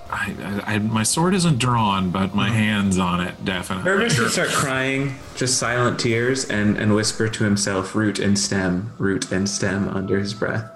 [SPEAKER 6] I, I, I, my sword isn't drawn, but
[SPEAKER 2] Mm-hmm.
[SPEAKER 6] my hands on it definitely.
[SPEAKER 2] Hervis would start crying, just silent tears, and, and whisper to himself, root and stem, root and stem under his breath.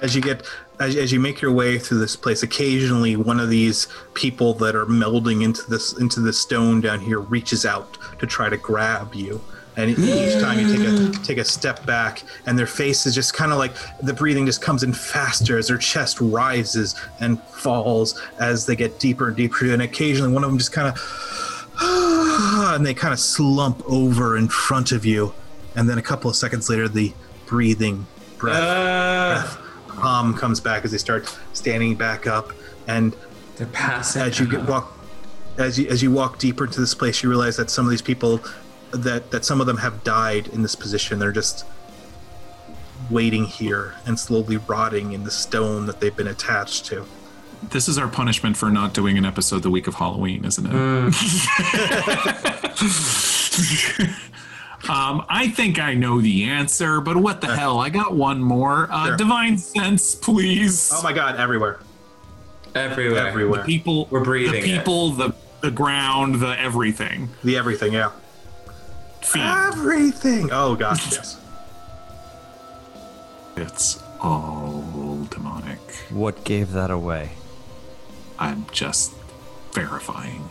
[SPEAKER 1] as you get as, as you make your way through this place occasionally one of these people that are melding into this into the stone down here reaches out to try to grab you and each time you take a take a step back and their face is just kind of like the breathing just comes in faster as their chest rises and falls as they get deeper and deeper and occasionally one of them just kind of *sighs* and they kind of slump over in front of you and then a couple of seconds later the breathing breath hum comes back as they start standing back up and
[SPEAKER 2] They're passing.
[SPEAKER 1] as you get walk as you as you walk deeper into this place you realize that some of these people that that some of them have died in this position they're just waiting here and slowly rotting in the stone that they've been attached to
[SPEAKER 6] This is our punishment for not doing an episode the week of Halloween, isn't it?
[SPEAKER 2] Mm.
[SPEAKER 6] *laughs* um, I think I know the answer, but what the hell? I got one more. Uh,
[SPEAKER 1] Sure.
[SPEAKER 6] Divine sense, please.
[SPEAKER 1] oh my god everywhere
[SPEAKER 2] everywhere.
[SPEAKER 1] everywhere
[SPEAKER 6] people
[SPEAKER 2] We're breathing
[SPEAKER 6] The
[SPEAKER 2] it.
[SPEAKER 6] people, the the ground, the everything.
[SPEAKER 1] the everything yeah
[SPEAKER 2] Ah.
[SPEAKER 6] Fiend.
[SPEAKER 1] everything oh gosh yes
[SPEAKER 6] It's all demonic.
[SPEAKER 3] What gave that away?
[SPEAKER 6] I'm just verifying.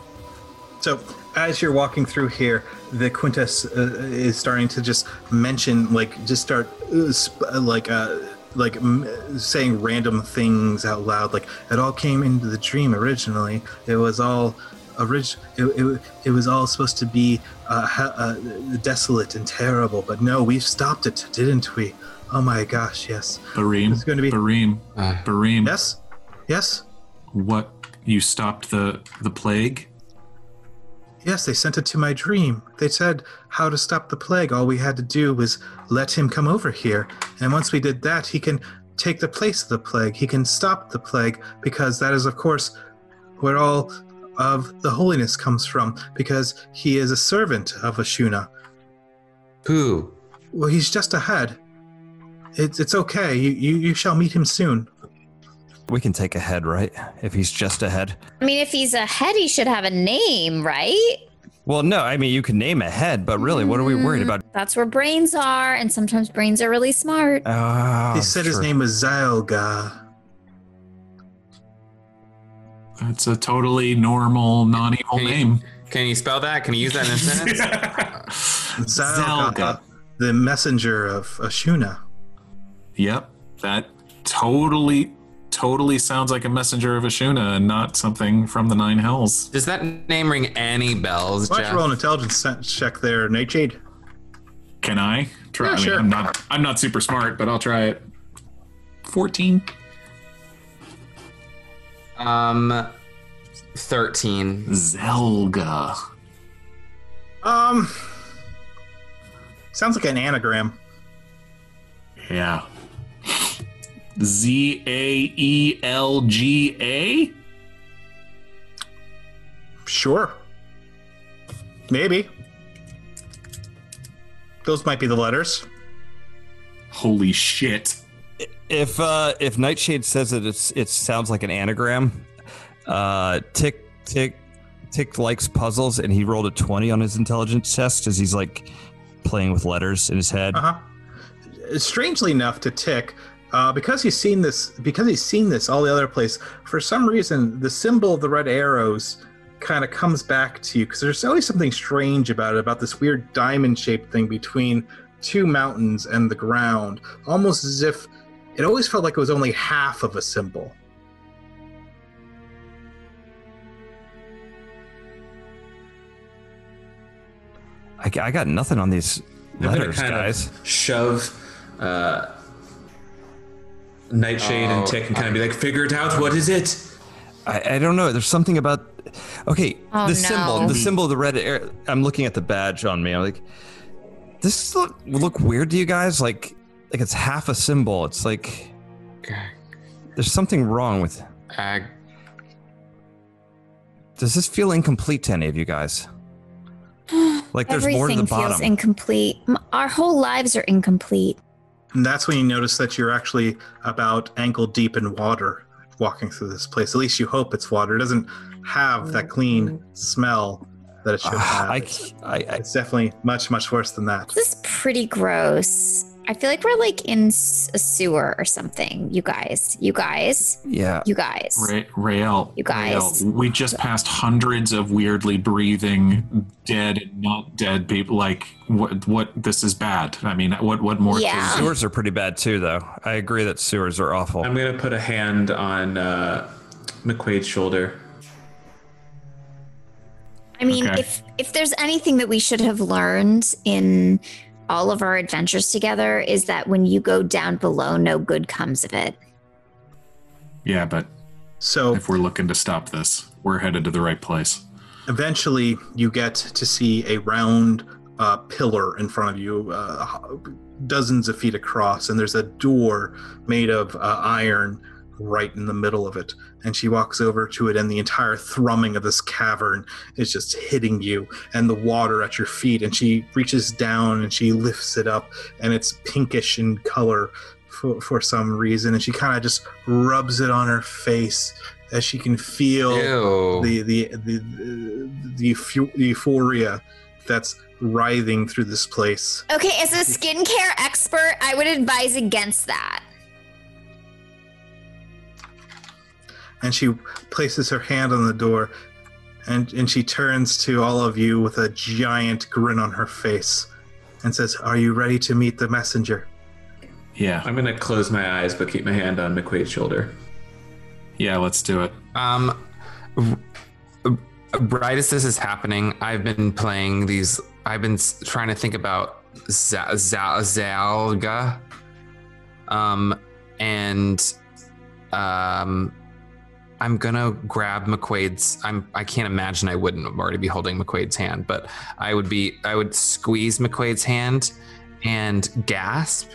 [SPEAKER 1] So, as you're walking through here, the Quintus uh, is starting to just mention, like, just start, uh, sp- uh, like, uh, like m- saying random things out loud. Like, it all came into the dream originally. It was all. Orig- it, it, it was all supposed to be uh, ha- uh, desolate and terrible, but no, we stopped it, didn't we? Oh my gosh, yes.
[SPEAKER 6] Bareem.
[SPEAKER 1] It's gonna be-
[SPEAKER 6] Bareem.
[SPEAKER 7] Uh,
[SPEAKER 6] Bareem.
[SPEAKER 1] Yes? Yes?
[SPEAKER 6] What? You stopped the the plague?
[SPEAKER 1] Yes, they sent it to my dream. They said how to stop the plague. All we had to do was let him come over here. And once we did that, he can take the place of the plague. He can stop the plague because that is, of course, where all of the holiness comes from because he is a servant of Ashuna.
[SPEAKER 2] Who?
[SPEAKER 1] Well, he's just ahead. It's, it's okay. You, you, you shall meet him soon.
[SPEAKER 3] We can take a head, right? If he's just a head.
[SPEAKER 5] I mean, if he's a head, he should have a name, right?
[SPEAKER 3] Well, no, I mean you can name a head, but really, what are we worried about?
[SPEAKER 5] That's where brains are, and sometimes brains are really smart.
[SPEAKER 3] Oh,
[SPEAKER 1] he said his
[SPEAKER 3] sure.
[SPEAKER 1] name was Zylga.
[SPEAKER 6] That's a totally normal, non-evil
[SPEAKER 7] Hey.
[SPEAKER 6] name.
[SPEAKER 7] Can you spell that? Can you use that in a sentence?
[SPEAKER 1] Zylga,
[SPEAKER 6] Zelda.
[SPEAKER 1] the messenger of Ashuna.
[SPEAKER 6] Yep, that totally, totally sounds like a messenger of Ashuna and not something from the Nine Hells.
[SPEAKER 7] Does that name ring any bells,
[SPEAKER 1] Why don't
[SPEAKER 7] Jeff?
[SPEAKER 1] you roll an intelligence sen- check there, Nightshade?
[SPEAKER 6] Can I try?
[SPEAKER 1] Yeah,
[SPEAKER 6] I mean,
[SPEAKER 1] sure.
[SPEAKER 6] I'm not, I'm not super smart, but I'll try it. Fourteen.
[SPEAKER 7] Um, thirteen.
[SPEAKER 6] Zelga.
[SPEAKER 1] Um, sounds like an anagram.
[SPEAKER 6] Yeah. Z a e l g a.
[SPEAKER 1] Sure. Maybe. Those might be the letters.
[SPEAKER 6] Holy shit!
[SPEAKER 3] If uh, if Nightshade says that it's it sounds like an anagram, uh, tick tick tick likes puzzles, and he rolled a twenty on his intelligence test as he's like playing with letters in his head.
[SPEAKER 1] Uh huh. Uh-huh. Strangely enough, to Tick, uh, because he's seen this, because he's seen this all the other place. For some reason, the symbol of the red arrows kind of comes back to you because there's always something strange about it, about this weird diamond-shaped thing between two mountains and the ground, almost as if it always felt like it was only half of a symbol.
[SPEAKER 3] I, I got nothing on these
[SPEAKER 2] I'm gonna
[SPEAKER 3] letters,
[SPEAKER 2] kind of
[SPEAKER 3] guys.
[SPEAKER 2] shove uh, Nightshade and
[SPEAKER 7] Oh,
[SPEAKER 2] Tick and kind of be like, figure it out. What is it?
[SPEAKER 3] I, I don't know. There's something about. Okay,
[SPEAKER 5] Oh, no.
[SPEAKER 3] the symbol, the symbol of the red air. I'm looking at the badge on me. I'm like, this look look weird to you guys. Like, like it's half a symbol. It's like there's something wrong with.
[SPEAKER 7] Ag-
[SPEAKER 3] Does this feel incomplete to any of you guys? Uh, Like there's more to
[SPEAKER 5] Everything
[SPEAKER 3] the
[SPEAKER 5] feels
[SPEAKER 3] bottom.
[SPEAKER 5] incomplete. M- Our whole lives are incomplete.
[SPEAKER 1] And that's when you notice that you're actually about ankle deep in water walking through this place. At least you hope it's water. It doesn't have that clean smell that it should
[SPEAKER 3] Ah,
[SPEAKER 1] have.
[SPEAKER 3] I, c- I, I-
[SPEAKER 1] it's definitely much, much worse than that.
[SPEAKER 5] This is pretty gross. I feel like we're like in s- a sewer or something. You guys, you guys,
[SPEAKER 3] yeah.
[SPEAKER 5] you guys.
[SPEAKER 6] Ra- Rael,
[SPEAKER 5] You guys.
[SPEAKER 6] Rael, we just passed hundreds of weirdly breathing, dead and not dead people. Like, what? What? This is bad. I mean, what? What more?
[SPEAKER 5] Yeah.
[SPEAKER 6] can-
[SPEAKER 3] Sewers are pretty bad too, though. I agree that sewers are awful.
[SPEAKER 2] I'm gonna put a hand on uh, McQuaid's shoulder.
[SPEAKER 5] I mean,
[SPEAKER 6] Okay.
[SPEAKER 5] if if there's anything that we should have learned in all of our adventures together is that when you go down below, no good comes of it.
[SPEAKER 6] Yeah, but
[SPEAKER 1] So
[SPEAKER 6] If we're looking to stop this, we're headed to the right place.
[SPEAKER 1] eventually you get to see a round uh, pillar in front of you uh, dozens of feet across and there's a door made of uh, iron right in the middle of it and she walks over to it and the entire thrumming of this cavern is just hitting you and the water at your feet and she reaches down and she lifts it up and it's pinkish in color for, for some reason and she kind of just rubs it on her face as she can feel
[SPEAKER 7] Ew.
[SPEAKER 1] the
[SPEAKER 2] Oh.
[SPEAKER 1] the the the, eu- euphoria that's writhing through this place.
[SPEAKER 5] Okay, as a skincare expert, I would advise against that.
[SPEAKER 1] And she places her hand on the door, and and she turns to all of you with a giant grin on her face, and says, "Are you ready to meet the messenger?"
[SPEAKER 6] Yeah.
[SPEAKER 2] I'm gonna close my eyes but keep my hand on McQuaid's shoulder.
[SPEAKER 6] Yeah, let's do it.
[SPEAKER 7] Um, r- r- right as this is happening, I've been playing these. I've been s- trying to think about Za- Za- Zalga, um, and um, I'm gonna grab McQuaid's. I'm. I can't imagine I wouldn't already be holding McQuaid's hand, but I would be. I would squeeze McQuaid's hand and gasp,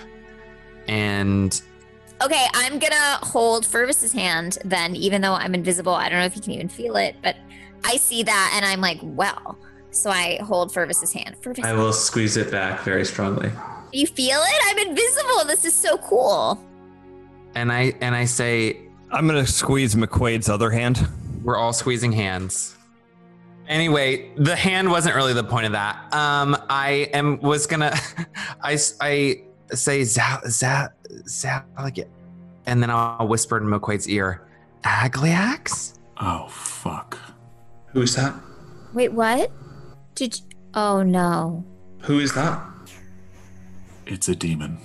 [SPEAKER 7] and
[SPEAKER 5] Okay, I'm gonna hold Fervis's hand then, even though I'm invisible. I don't know if you can even feel it, but I see that and I'm like, well. So I hold Fervis's hand. Fervis,
[SPEAKER 2] I will squeeze it back very strongly.
[SPEAKER 5] you feel it? I'm invisible. This is so cool.
[SPEAKER 7] and I and I say
[SPEAKER 3] I'm gonna squeeze McQuaid's other hand.
[SPEAKER 7] We're all squeezing hands. Anyway, the hand wasn't really the point of that. Um, I am was gonna, *laughs* I s- I say za za za like it, and then I'll whisper in McQuaid's ear, Agliax.
[SPEAKER 6] Oh, fuck.
[SPEAKER 2] Who's that?
[SPEAKER 5] Wait, what? Did you... Oh no.
[SPEAKER 2] Who is that?
[SPEAKER 6] It's a demon.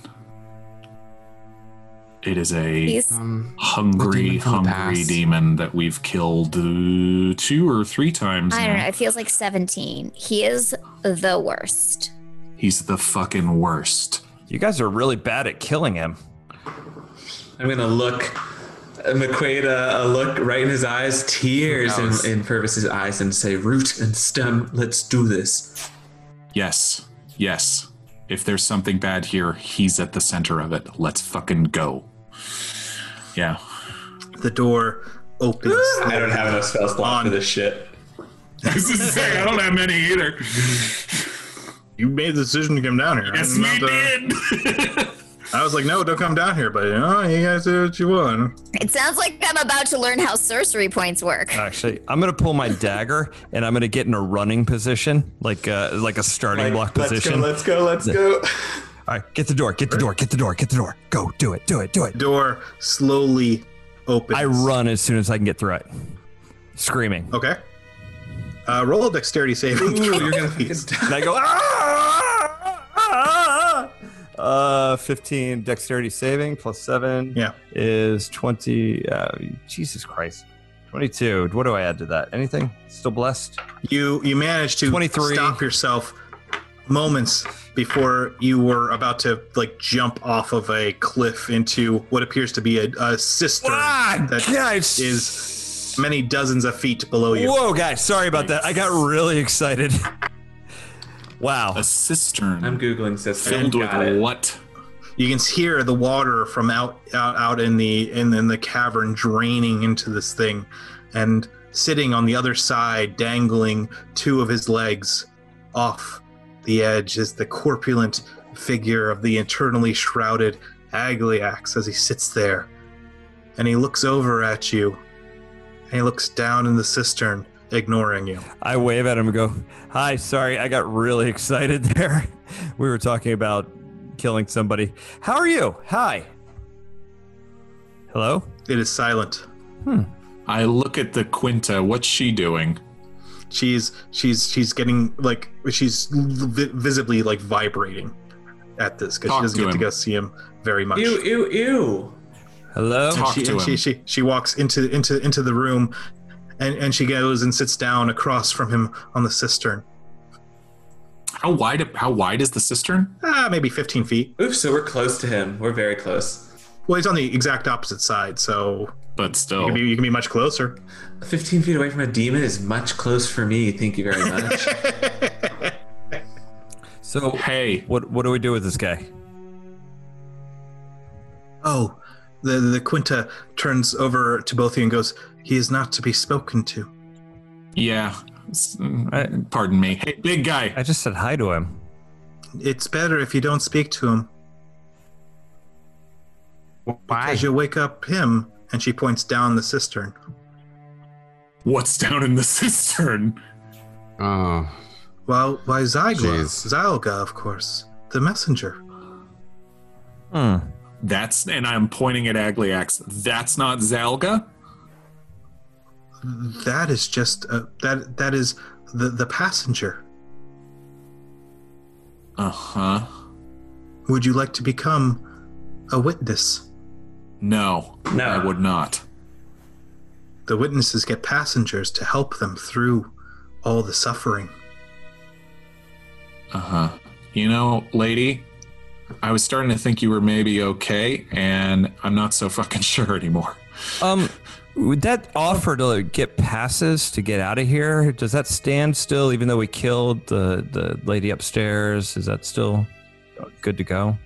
[SPEAKER 6] It is a
[SPEAKER 5] He's
[SPEAKER 7] Um,
[SPEAKER 6] hungry,
[SPEAKER 7] demon from the
[SPEAKER 6] hungry
[SPEAKER 7] past.
[SPEAKER 6] demon that we've killed uh, two or three times.
[SPEAKER 5] I don't
[SPEAKER 6] now.
[SPEAKER 5] know, it feels like 17. He is the worst.
[SPEAKER 6] He's the fucking worst.
[SPEAKER 3] You guys are really bad at killing him.
[SPEAKER 2] I'm gonna look uh, McQuaid uh, a look right in his eyes, tears in,
[SPEAKER 7] Gross.
[SPEAKER 2] in Purvis's eyes, and say, "Root and stem, let's do this."
[SPEAKER 6] Yes, yes. If there's something bad here, he's at the center of it. Let's fucking go.
[SPEAKER 2] *laughs*
[SPEAKER 6] Yeah.
[SPEAKER 1] The door opens.
[SPEAKER 2] I don't have enough spell slot for
[SPEAKER 1] On.
[SPEAKER 2] this shit.
[SPEAKER 6] This is sick. I don't have many either.
[SPEAKER 1] You made the decision to come down here.
[SPEAKER 6] Yes,
[SPEAKER 1] I'm
[SPEAKER 6] we
[SPEAKER 1] not, uh,
[SPEAKER 6] did.
[SPEAKER 1] I was like, "No, don't come down here." But you know, you guys do what you want.
[SPEAKER 5] It sounds like I'm about to learn how sorcery points work.
[SPEAKER 3] Actually, I'm gonna pull my dagger and I'm gonna get in a running position, like uh, like a starting block position.
[SPEAKER 2] Let's go. Let's go.
[SPEAKER 3] All right, get the door, get the door, get the door, get the door. Go, do it, do it, do it.
[SPEAKER 1] Door slowly opens.
[SPEAKER 3] I run as soon as I can get through it, screaming.
[SPEAKER 1] Okay. Uh, roll a dexterity saving. throw.
[SPEAKER 2] you're gonna
[SPEAKER 3] And I go. "Ah, ah, ah." Uh, 15 dexterity saving plus seven
[SPEAKER 1] *laughs* Yeah.
[SPEAKER 3] is 20. Uh, Jesus Christ, 22. What do I add to that? Anything? Still blessed?
[SPEAKER 1] You you managed to
[SPEAKER 3] 23.
[SPEAKER 1] stop yourself moments before you were about to like jump off of a cliff into what appears to be a, a cistern
[SPEAKER 3] Ah,
[SPEAKER 1] that
[SPEAKER 3] guys.
[SPEAKER 1] is many dozens of feet below you.
[SPEAKER 3] Whoa, guys, sorry about that. I got
[SPEAKER 1] *laughs*
[SPEAKER 3] really excited. Wow.
[SPEAKER 6] *laughs* a cistern
[SPEAKER 2] I'm googling sister.
[SPEAKER 6] filled with
[SPEAKER 2] Got it.
[SPEAKER 6] what?
[SPEAKER 1] You can hear the water from out out, out in the in, in the cavern draining into this thing, and sitting on the other side, dangling two of his legs off the edge, is the corpulent figure of the internally shrouded Agliax as he sits there, and he looks over at you, and he looks down in the cistern, ignoring you.
[SPEAKER 3] I wave at him and go, Hi, sorry, I got really excited there. *laughs* We were talking about killing somebody. How are you? Hi. Hello?
[SPEAKER 1] It is silent.
[SPEAKER 6] I look at the Quinta. What's she doing?
[SPEAKER 1] she's she's she's getting like she's vi- visibly like vibrating at this because
[SPEAKER 6] Talk
[SPEAKER 1] she doesn't
[SPEAKER 6] to
[SPEAKER 1] get to
[SPEAKER 6] him.
[SPEAKER 1] go see him very much.
[SPEAKER 2] Ew! Ew! Ew!
[SPEAKER 3] Hello?
[SPEAKER 6] Talk
[SPEAKER 1] she,
[SPEAKER 6] to
[SPEAKER 1] and
[SPEAKER 6] him.
[SPEAKER 1] she she she walks into into into the room, and and she goes and sits down across from him on the cistern.
[SPEAKER 6] How wide? How wide is the cistern?
[SPEAKER 1] Ah, maybe fifteen feet.
[SPEAKER 2] Oops! So we're close to him. We're very close.
[SPEAKER 1] Well, he's on the exact opposite side, so
[SPEAKER 6] but
[SPEAKER 1] You
[SPEAKER 6] still.
[SPEAKER 1] can be, you can be much closer.
[SPEAKER 2] 15 feet away from a demon is much close for me. Thank you very much.
[SPEAKER 3] So
[SPEAKER 6] Hey,
[SPEAKER 3] what what do we do with this guy?
[SPEAKER 1] oh, the, the Quinta turns over to both of you and goes, He is not to be spoken to.
[SPEAKER 6] yeah. s- uh,
[SPEAKER 3] I-
[SPEAKER 6] Pardon me. Hey, big guy.
[SPEAKER 3] I just said hi to him.
[SPEAKER 1] It's better if you don't speak to him.
[SPEAKER 7] Why?
[SPEAKER 1] As you wake up him, and she points down the cistern.
[SPEAKER 6] What's down in the *laughs* cistern?
[SPEAKER 7] Oh,
[SPEAKER 1] Well, why Zygla?
[SPEAKER 7] Jeez.
[SPEAKER 1] Zylga, of course. The messenger.
[SPEAKER 3] Hmm.
[SPEAKER 6] That's and I'm pointing at Agliax. That's not Zalga.
[SPEAKER 1] That is just uh, that. That is the the passenger.
[SPEAKER 6] Uh huh.
[SPEAKER 1] Would you like to become a witness?
[SPEAKER 6] No,
[SPEAKER 2] No.
[SPEAKER 6] I would not.
[SPEAKER 1] The witnesses get passengers to help them through all the suffering.
[SPEAKER 6] Uh huh. You know, lady, I was starting to think you were maybe okay, and I'm not so fucking *laughs* sure anymore.
[SPEAKER 3] Um, would that offer to get passes to get out of here? Does that stand still, even though we killed the the lady upstairs? Is that still good to go?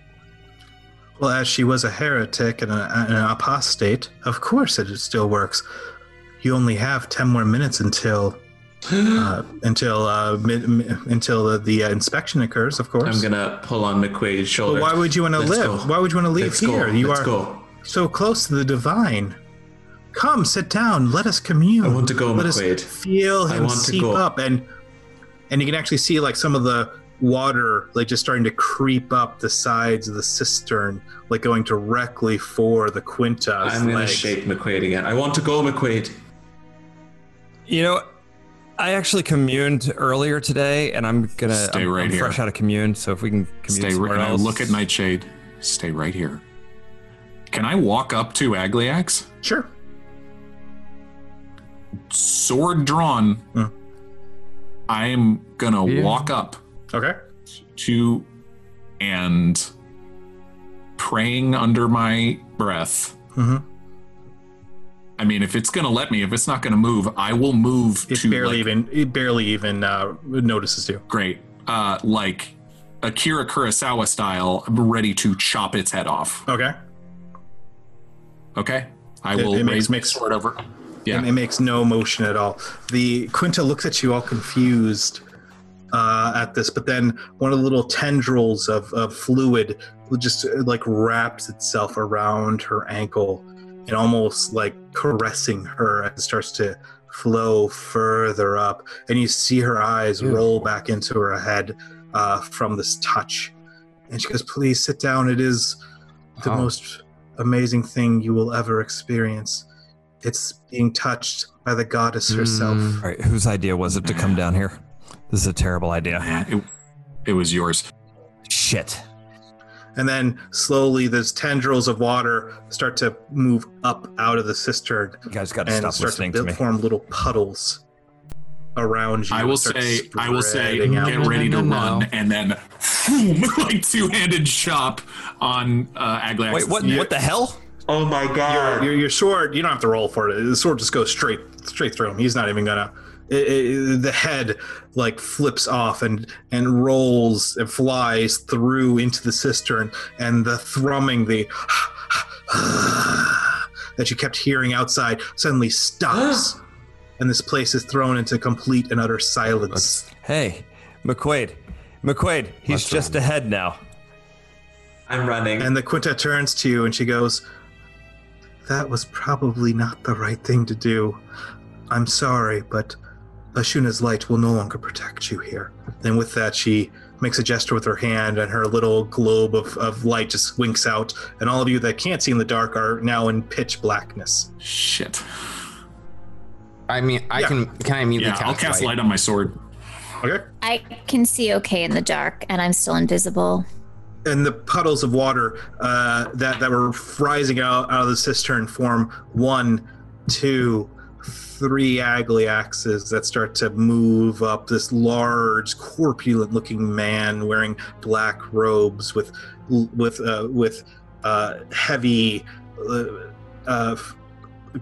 [SPEAKER 1] Well, as she was a heretic and, a, and an apostate, of course it still works. You only have ten more minutes
[SPEAKER 2] *gasps*
[SPEAKER 1] until uh, until uh, mid, mi- until the, the uh, inspection occurs. Of course.
[SPEAKER 2] I'm gonna pull on McQuaid's shoulder.
[SPEAKER 1] but why would you want to
[SPEAKER 2] Let's
[SPEAKER 1] live?
[SPEAKER 2] go.
[SPEAKER 1] Why would you want to leave
[SPEAKER 2] Let's
[SPEAKER 1] here?
[SPEAKER 2] Go.
[SPEAKER 1] You
[SPEAKER 2] Let's
[SPEAKER 1] are
[SPEAKER 2] go.
[SPEAKER 1] so close to the divine. Come, sit down. Let us commune.
[SPEAKER 2] I want to go,
[SPEAKER 1] Let us
[SPEAKER 2] McQuaid.
[SPEAKER 1] feel
[SPEAKER 2] I
[SPEAKER 1] him
[SPEAKER 2] want to
[SPEAKER 1] seep
[SPEAKER 2] go.
[SPEAKER 1] up, and and you can actually see like some of the water like just starting to creep up the sides of the cistern, like going directly for the Quinta.
[SPEAKER 2] I'm gonna shake McQuaid again. I want to go, McQuaid.
[SPEAKER 3] You know, I actually communed earlier today, and I'm gonna
[SPEAKER 6] Stay
[SPEAKER 3] I'm,
[SPEAKER 6] right
[SPEAKER 3] I'm
[SPEAKER 6] here.
[SPEAKER 3] fresh out of commune. So if we can commune
[SPEAKER 6] Stay
[SPEAKER 3] somewhere
[SPEAKER 6] right. I
[SPEAKER 3] else,
[SPEAKER 6] look at Nightshade. Stay right here. Can I walk up to Agliax,
[SPEAKER 1] Sure.
[SPEAKER 6] sword drawn?
[SPEAKER 1] Hmm.
[SPEAKER 6] I am gonna
[SPEAKER 7] Yeah.
[SPEAKER 6] walk up
[SPEAKER 1] Okay.
[SPEAKER 6] to and praying under my breath.
[SPEAKER 1] hmm
[SPEAKER 6] I mean, if it's gonna let me, if it's not gonna move, I will move
[SPEAKER 1] It
[SPEAKER 6] to
[SPEAKER 1] barely
[SPEAKER 6] like,
[SPEAKER 1] even it barely even uh, notices you.
[SPEAKER 6] great. Uh, like Akira Kurosawa style, I'm ready to chop its head off.
[SPEAKER 1] Okay.
[SPEAKER 6] Okay, I
[SPEAKER 1] It-
[SPEAKER 6] will
[SPEAKER 1] it makes-
[SPEAKER 6] raise my
[SPEAKER 1] makes-
[SPEAKER 6] sword over. Yeah.
[SPEAKER 1] and it makes no motion at all. The Quinta looks at you all confused uh, at this, but then one of the little tendrils of, of fluid just uh, like wraps itself around her ankle and almost like caressing her as it starts to flow further up. And you see her eyes roll back into her head uh, from this touch. And she goes, Please sit down. It is the
[SPEAKER 7] Oh.
[SPEAKER 1] most amazing thing you will ever experience. It's being touched by the goddess herself.
[SPEAKER 7] Mm.
[SPEAKER 3] All right, whose idea was it to come down here? This is a terrible idea.
[SPEAKER 6] Nah, it, it was yours.
[SPEAKER 3] Shit.
[SPEAKER 1] And then slowly, those tendrils of water start to move up out of the cistern
[SPEAKER 3] You guys got to
[SPEAKER 1] and
[SPEAKER 3] stop
[SPEAKER 1] start to,
[SPEAKER 3] listening to
[SPEAKER 1] build-
[SPEAKER 3] me.
[SPEAKER 1] form little puddles around you.
[SPEAKER 6] I will
[SPEAKER 1] and start
[SPEAKER 6] say, I will say,
[SPEAKER 1] spreading out.
[SPEAKER 6] get ready
[SPEAKER 7] No,
[SPEAKER 6] to
[SPEAKER 7] no,
[SPEAKER 6] run,
[SPEAKER 7] no.
[SPEAKER 6] and then *laughs* like two-handed chop on uh, Aglax.
[SPEAKER 3] Wait, what? What the hell?
[SPEAKER 2] Oh my god.
[SPEAKER 1] Your, your sword, you don't have to roll for it. The sword just goes straight straight through him. He's not even gonna. it- it- the head like flips off and and rolls and flies through into the cistern, and the thrumming, the *sighs* that you kept hearing outside, suddenly stops, and this place is thrown into complete and utter silence.
[SPEAKER 3] Hey, McQuaid, McQuaid, he's
[SPEAKER 7] Let's
[SPEAKER 3] just
[SPEAKER 7] run.
[SPEAKER 3] ahead now.
[SPEAKER 2] I'm running.
[SPEAKER 1] And the Quinta turns to you and she goes, That was probably not the right thing to do. I'm sorry, but Ashuna's light will no longer protect you here. And with that, she makes a gesture with her hand, and her little globe of, of light just winks out. And all of you that can't see in the dark are now in pitch blackness.
[SPEAKER 6] Shit.
[SPEAKER 7] I mean, I
[SPEAKER 1] Yeah.
[SPEAKER 7] can. Can I immediately
[SPEAKER 6] Yeah,
[SPEAKER 7] cast,
[SPEAKER 6] I'll cast
[SPEAKER 7] light?
[SPEAKER 6] light on my sword.
[SPEAKER 1] Okay.
[SPEAKER 5] I can see okay in the dark, and I'm still invisible.
[SPEAKER 1] and the puddles of water uh, that that were rising out, out of the cistern form one, two, three agliaxes that start to move up this large, corpulent-looking man wearing black robes with with uh, with uh, heavy uh, uh,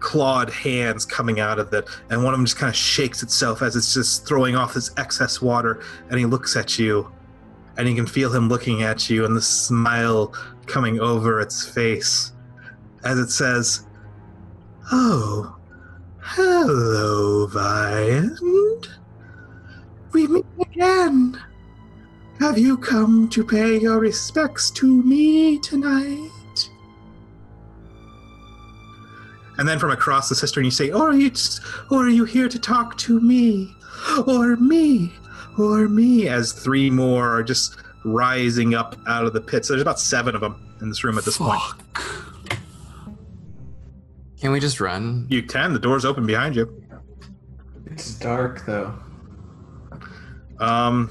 [SPEAKER 1] clawed hands coming out of it, and one of them just kind of shakes itself as it's just throwing off this excess water, and he looks at you, and you can feel him looking at you, and the smile coming over its face as it says, "Oh, hello, Viand. We meet again. Have you come to pay your respects to me tonight?" And then from across the cistern, you say, "Or are you, just, or are you here to talk to me, or me, or me?" As three more are just rising up out of the pit. So there's about seven of them in this room at this point.
[SPEAKER 7] Can we just run?
[SPEAKER 1] You can. The door's open behind you.
[SPEAKER 2] It's dark though.
[SPEAKER 1] Um,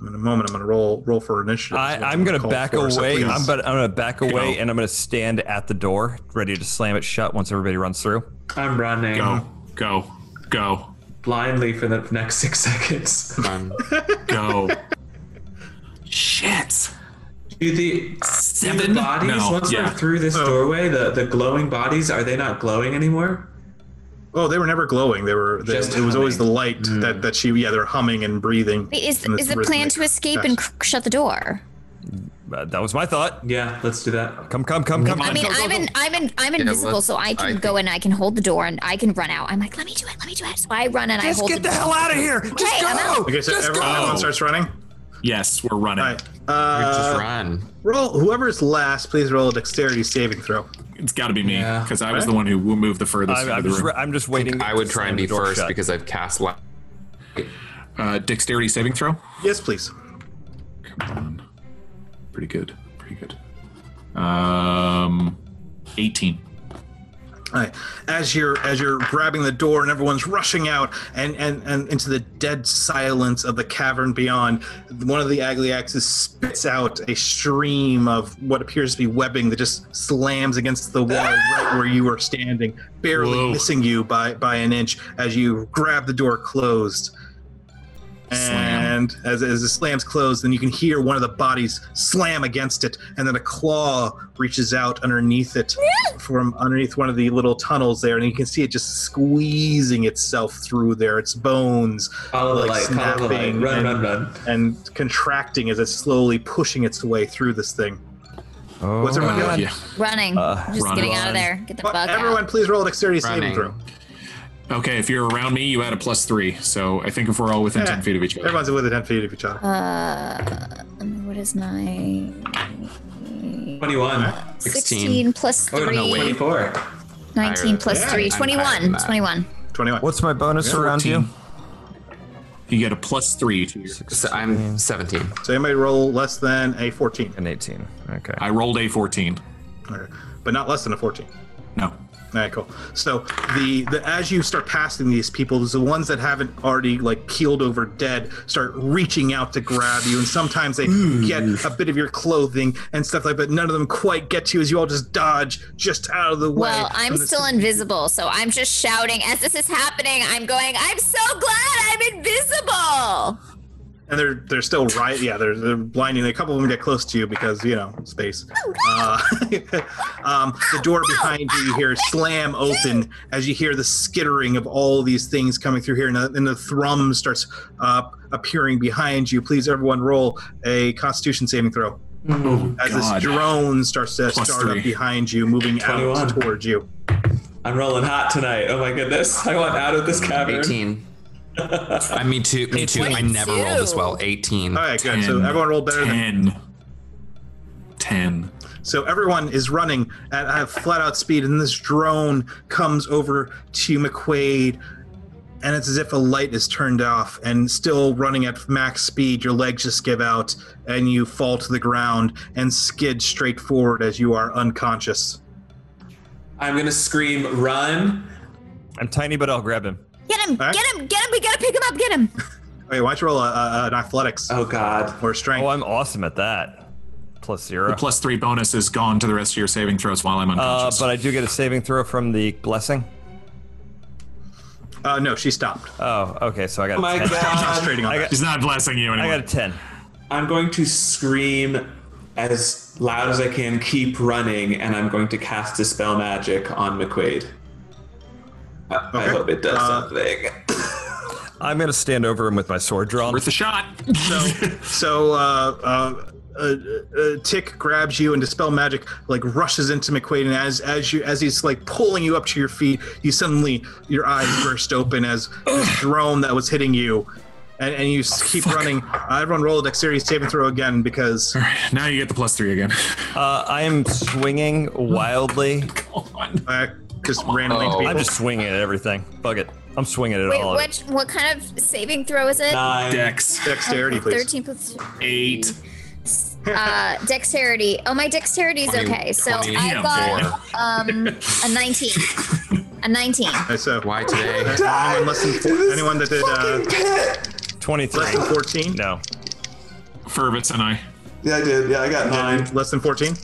[SPEAKER 1] in a moment, I'm gonna roll roll for initiative.
[SPEAKER 3] I, I'm gonna
[SPEAKER 1] Call
[SPEAKER 3] back
[SPEAKER 1] for, so
[SPEAKER 3] away.
[SPEAKER 1] please.
[SPEAKER 3] I'm gonna, I'm gonna back away, and I'm gonna stand at the door, ready to slam it shut once everybody runs through.
[SPEAKER 2] I'm running
[SPEAKER 6] Go, go, go,
[SPEAKER 2] blindly for the next six *laughs* seconds.
[SPEAKER 7] Run.
[SPEAKER 1] *laughs*
[SPEAKER 6] go.
[SPEAKER 7] Shit.
[SPEAKER 2] Do the, do the
[SPEAKER 6] Seven?
[SPEAKER 2] bodies
[SPEAKER 6] No,
[SPEAKER 2] once
[SPEAKER 6] yeah.
[SPEAKER 2] we're through this
[SPEAKER 1] Oh.
[SPEAKER 2] doorway, the, the glowing bodies are they not glowing anymore?
[SPEAKER 1] Oh, they were never glowing. They were. They, it
[SPEAKER 2] Just
[SPEAKER 1] was always the
[SPEAKER 2] humming.
[SPEAKER 1] light that that she. Yeah, they're humming and breathing.
[SPEAKER 8] Wait, Is,
[SPEAKER 1] in
[SPEAKER 8] is
[SPEAKER 1] this
[SPEAKER 8] the plan
[SPEAKER 1] rhythmic
[SPEAKER 8] to escape and
[SPEAKER 1] fashion.
[SPEAKER 8] c- shut the door?
[SPEAKER 3] Uh, that was my thought.
[SPEAKER 2] Yeah, let's do that.
[SPEAKER 3] Come, come, come, come.
[SPEAKER 8] I
[SPEAKER 3] come,
[SPEAKER 8] mean,
[SPEAKER 3] come,
[SPEAKER 8] I'm
[SPEAKER 3] come,
[SPEAKER 8] in, I'm in, I'm
[SPEAKER 7] Yeah,
[SPEAKER 8] invisible,
[SPEAKER 7] let's-
[SPEAKER 8] so I can
[SPEAKER 7] I
[SPEAKER 8] go and I can hold the door and I can run out. I'm like, let me do it, let me do it. So I run and I
[SPEAKER 3] Just
[SPEAKER 8] hold
[SPEAKER 3] get
[SPEAKER 8] the
[SPEAKER 3] the hell out of here. Just
[SPEAKER 8] Right, I'm
[SPEAKER 3] go.
[SPEAKER 8] out.
[SPEAKER 1] Okay, so
[SPEAKER 3] Just
[SPEAKER 1] everyone,
[SPEAKER 3] go.
[SPEAKER 1] everyone starts running.
[SPEAKER 6] Yes, we're running.
[SPEAKER 1] All right.
[SPEAKER 7] We just
[SPEAKER 1] Uh,
[SPEAKER 7] run.
[SPEAKER 1] roll. Whoever's last, please roll a dexterity saving throw.
[SPEAKER 6] It's got to be me
[SPEAKER 2] Yeah.
[SPEAKER 6] because I was the one who moved the furthest
[SPEAKER 3] I'm,
[SPEAKER 6] into
[SPEAKER 3] I'm
[SPEAKER 6] the
[SPEAKER 3] just,
[SPEAKER 6] room.
[SPEAKER 3] re- I'm just waiting.
[SPEAKER 7] I would
[SPEAKER 3] to
[SPEAKER 7] try
[SPEAKER 3] slam
[SPEAKER 7] and
[SPEAKER 3] the
[SPEAKER 7] be
[SPEAKER 3] door
[SPEAKER 7] first
[SPEAKER 3] shut.
[SPEAKER 7] because I've cast light.
[SPEAKER 6] uh, dexterity saving throw.
[SPEAKER 1] Yes, please.
[SPEAKER 6] Come on. Pretty good. Pretty good. Um, 18.
[SPEAKER 1] All right. As you're as you're grabbing the door and everyone's rushing out and and and into the dead silence of the cavern beyond, one of the Agliaxes spits out a stream of what appears to be webbing that just slams against the wall right where you are standing, barely
[SPEAKER 6] Whoa.
[SPEAKER 1] missing you by by an inch as you grab the door closed.
[SPEAKER 6] Slam.
[SPEAKER 1] And as, as the slams closed, then you can hear one of the bodies slam against it, and then a claw reaches out underneath it from underneath one of the little tunnels there, and you can see it just squeezing itself through there, its bones
[SPEAKER 2] Follow the
[SPEAKER 1] Like
[SPEAKER 2] light, follow the light.
[SPEAKER 1] snapping
[SPEAKER 2] Run,
[SPEAKER 1] and-
[SPEAKER 2] run, run.
[SPEAKER 1] and contracting as it's slowly pushing its way through this thing.
[SPEAKER 3] Oh.
[SPEAKER 1] What's everyone doing?
[SPEAKER 6] Yeah.
[SPEAKER 5] Running.
[SPEAKER 3] Uh,
[SPEAKER 5] I'm just
[SPEAKER 6] run,
[SPEAKER 5] getting out
[SPEAKER 6] run.
[SPEAKER 5] of there. Get the
[SPEAKER 1] Well,
[SPEAKER 5] fuck
[SPEAKER 1] everyone,
[SPEAKER 5] out.
[SPEAKER 1] please roll a dexterity saving
[SPEAKER 7] Running.
[SPEAKER 1] throw.
[SPEAKER 6] Okay, if you're around me, you add a plus three. So I think if we're all within
[SPEAKER 1] Yeah.
[SPEAKER 6] 10 feet of each other.
[SPEAKER 1] Everyone's within 10 feet of each other.
[SPEAKER 5] Uh, what is my
[SPEAKER 2] 21.
[SPEAKER 5] 16 plus
[SPEAKER 2] Oh, no,
[SPEAKER 5] 3,
[SPEAKER 2] 24.
[SPEAKER 5] 19 plus
[SPEAKER 1] Yeah,
[SPEAKER 5] 3,
[SPEAKER 1] I'm
[SPEAKER 7] higher than
[SPEAKER 5] 21,
[SPEAKER 7] that.
[SPEAKER 5] 21.
[SPEAKER 1] 21.
[SPEAKER 3] What's my bonus around you?
[SPEAKER 6] You get a plus three to your.
[SPEAKER 7] So I'm 17.
[SPEAKER 1] So anybody roll less than a 14,
[SPEAKER 3] An 18. Okay.
[SPEAKER 6] I rolled a 14.
[SPEAKER 1] Okay. but not less than a 14.
[SPEAKER 6] No.
[SPEAKER 1] All right, cool. So the, the as you start passing these people, the ones that haven't already like keeled over dead start reaching out to grab you, and sometimes they get a bit of your clothing and stuff like. But none of them quite get to you as you all just dodge just out of the way.
[SPEAKER 5] Well, I'm
[SPEAKER 1] And this-
[SPEAKER 5] still invisible, so I'm just shouting as this is happening. I'm going, I'm so glad I'm invisible.
[SPEAKER 1] and they're they're still right. Yeah, they're, they're blinding. A couple of them get close to you because you know space. Uh, *laughs* um, the door behind you, you hear slam open as you hear the skittering of all these things coming through here, and, the- and the thrum starts uh, appearing behind you. Please, everyone, roll a Constitution saving throw
[SPEAKER 6] Oh,
[SPEAKER 1] as
[SPEAKER 6] God.
[SPEAKER 1] this drone starts to
[SPEAKER 6] Plus
[SPEAKER 1] start
[SPEAKER 6] three.
[SPEAKER 1] up behind you, moving
[SPEAKER 2] 21.
[SPEAKER 1] out towards you.
[SPEAKER 2] I'm rolling hot tonight. Oh my goodness. I want out of this cavern.
[SPEAKER 7] 18. I mean, two, me too. I never rolled as well. 18.
[SPEAKER 1] All right, good. So
[SPEAKER 6] Ten.
[SPEAKER 1] everyone roll better than
[SPEAKER 6] 10. 10.
[SPEAKER 1] So everyone is running at a flat out speed, and this drone comes over to McQuaid, and it's as if a light is turned off, and still running at max speed, your legs just give out, and you fall to the ground and skid straight forward as you are unconscious.
[SPEAKER 2] I'm going to scream, run.
[SPEAKER 3] I'm tiny, but I'll grab him.
[SPEAKER 5] Get him,
[SPEAKER 1] Huh?
[SPEAKER 5] get him, get him. We gotta pick him up, get him.
[SPEAKER 1] Okay, why don't you roll a, a, an athletics
[SPEAKER 2] Oh God.
[SPEAKER 1] or strength?
[SPEAKER 3] Oh, I'm awesome at that. Plus zero.
[SPEAKER 6] The plus three bonus is gone to the rest of your saving throws while I'm
[SPEAKER 3] Uh,
[SPEAKER 6] unconscious.
[SPEAKER 3] but I do get a saving throw from the blessing.
[SPEAKER 1] Uh, no, she stopped.
[SPEAKER 3] Oh, okay. So I got.
[SPEAKER 2] Oh my
[SPEAKER 3] a 10.
[SPEAKER 2] God.
[SPEAKER 1] Concentrating on
[SPEAKER 3] Um, I
[SPEAKER 1] that.
[SPEAKER 3] got,
[SPEAKER 6] She's not blessing
[SPEAKER 3] *laughs*
[SPEAKER 6] you
[SPEAKER 3] I
[SPEAKER 6] anymore.
[SPEAKER 3] got a ten.
[SPEAKER 2] I'm going to scream as loud as I can, keep running, and I'm going to cast Dispel Magic on McQuaid. I
[SPEAKER 1] Okay.
[SPEAKER 2] hope it does
[SPEAKER 1] Uh,
[SPEAKER 2] something.
[SPEAKER 3] I'm gonna stand over him with my sword drawn.
[SPEAKER 6] Worth a shot.
[SPEAKER 1] So, uh, uh, uh, uh, Tick grabs you and dispel magic, like rushes into McQuaid, and as as you as he's like pulling you up to your feet, you suddenly your eyes burst open as the drone that was hitting you, and, and you
[SPEAKER 3] Oh,
[SPEAKER 1] s keep running. Uh, everyone roll a dexterity saving throw again because
[SPEAKER 6] All right, *laughs* now you get the plus three again.
[SPEAKER 3] Uh, I am swinging wildly.
[SPEAKER 6] *laughs* Come on.
[SPEAKER 1] uh, just randomly to
[SPEAKER 7] Oh.
[SPEAKER 1] people.
[SPEAKER 3] I'm just swinging at everything. Fuck it. I'm swinging at
[SPEAKER 9] Wait,
[SPEAKER 3] all. of it.
[SPEAKER 9] what what kind of saving throw is it?
[SPEAKER 6] *laughs* Dex.
[SPEAKER 1] dexterity, please.
[SPEAKER 9] Thirteen plus
[SPEAKER 6] Eight.
[SPEAKER 9] uh, dexterity. Oh, my dexterity's
[SPEAKER 7] Twenty-
[SPEAKER 9] okay. So
[SPEAKER 7] twenty
[SPEAKER 9] I
[SPEAKER 6] and
[SPEAKER 9] got um a nineteen. A nineteen.
[SPEAKER 1] So,
[SPEAKER 7] Why
[SPEAKER 2] *laughs*
[SPEAKER 7] today?
[SPEAKER 1] anyone less than four, anyone that did uh,
[SPEAKER 3] 23.
[SPEAKER 1] less than fourteen,
[SPEAKER 3] No.
[SPEAKER 6] Fervitz and I.
[SPEAKER 10] Yeah, I did. Yeah, I got nine.
[SPEAKER 1] less than fourteen.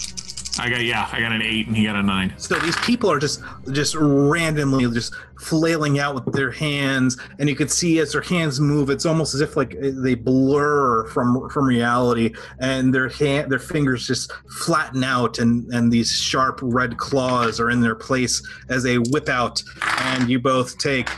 [SPEAKER 6] I got yeah. I got an eight, and he got a nine.
[SPEAKER 1] So these people are just just randomly just flailing out with their hands, and you could see as their hands move, it's almost as if like they blur from from reality, and their hand their fingers just flatten out, and and these sharp red claws are in their place as they whip out, and you both take.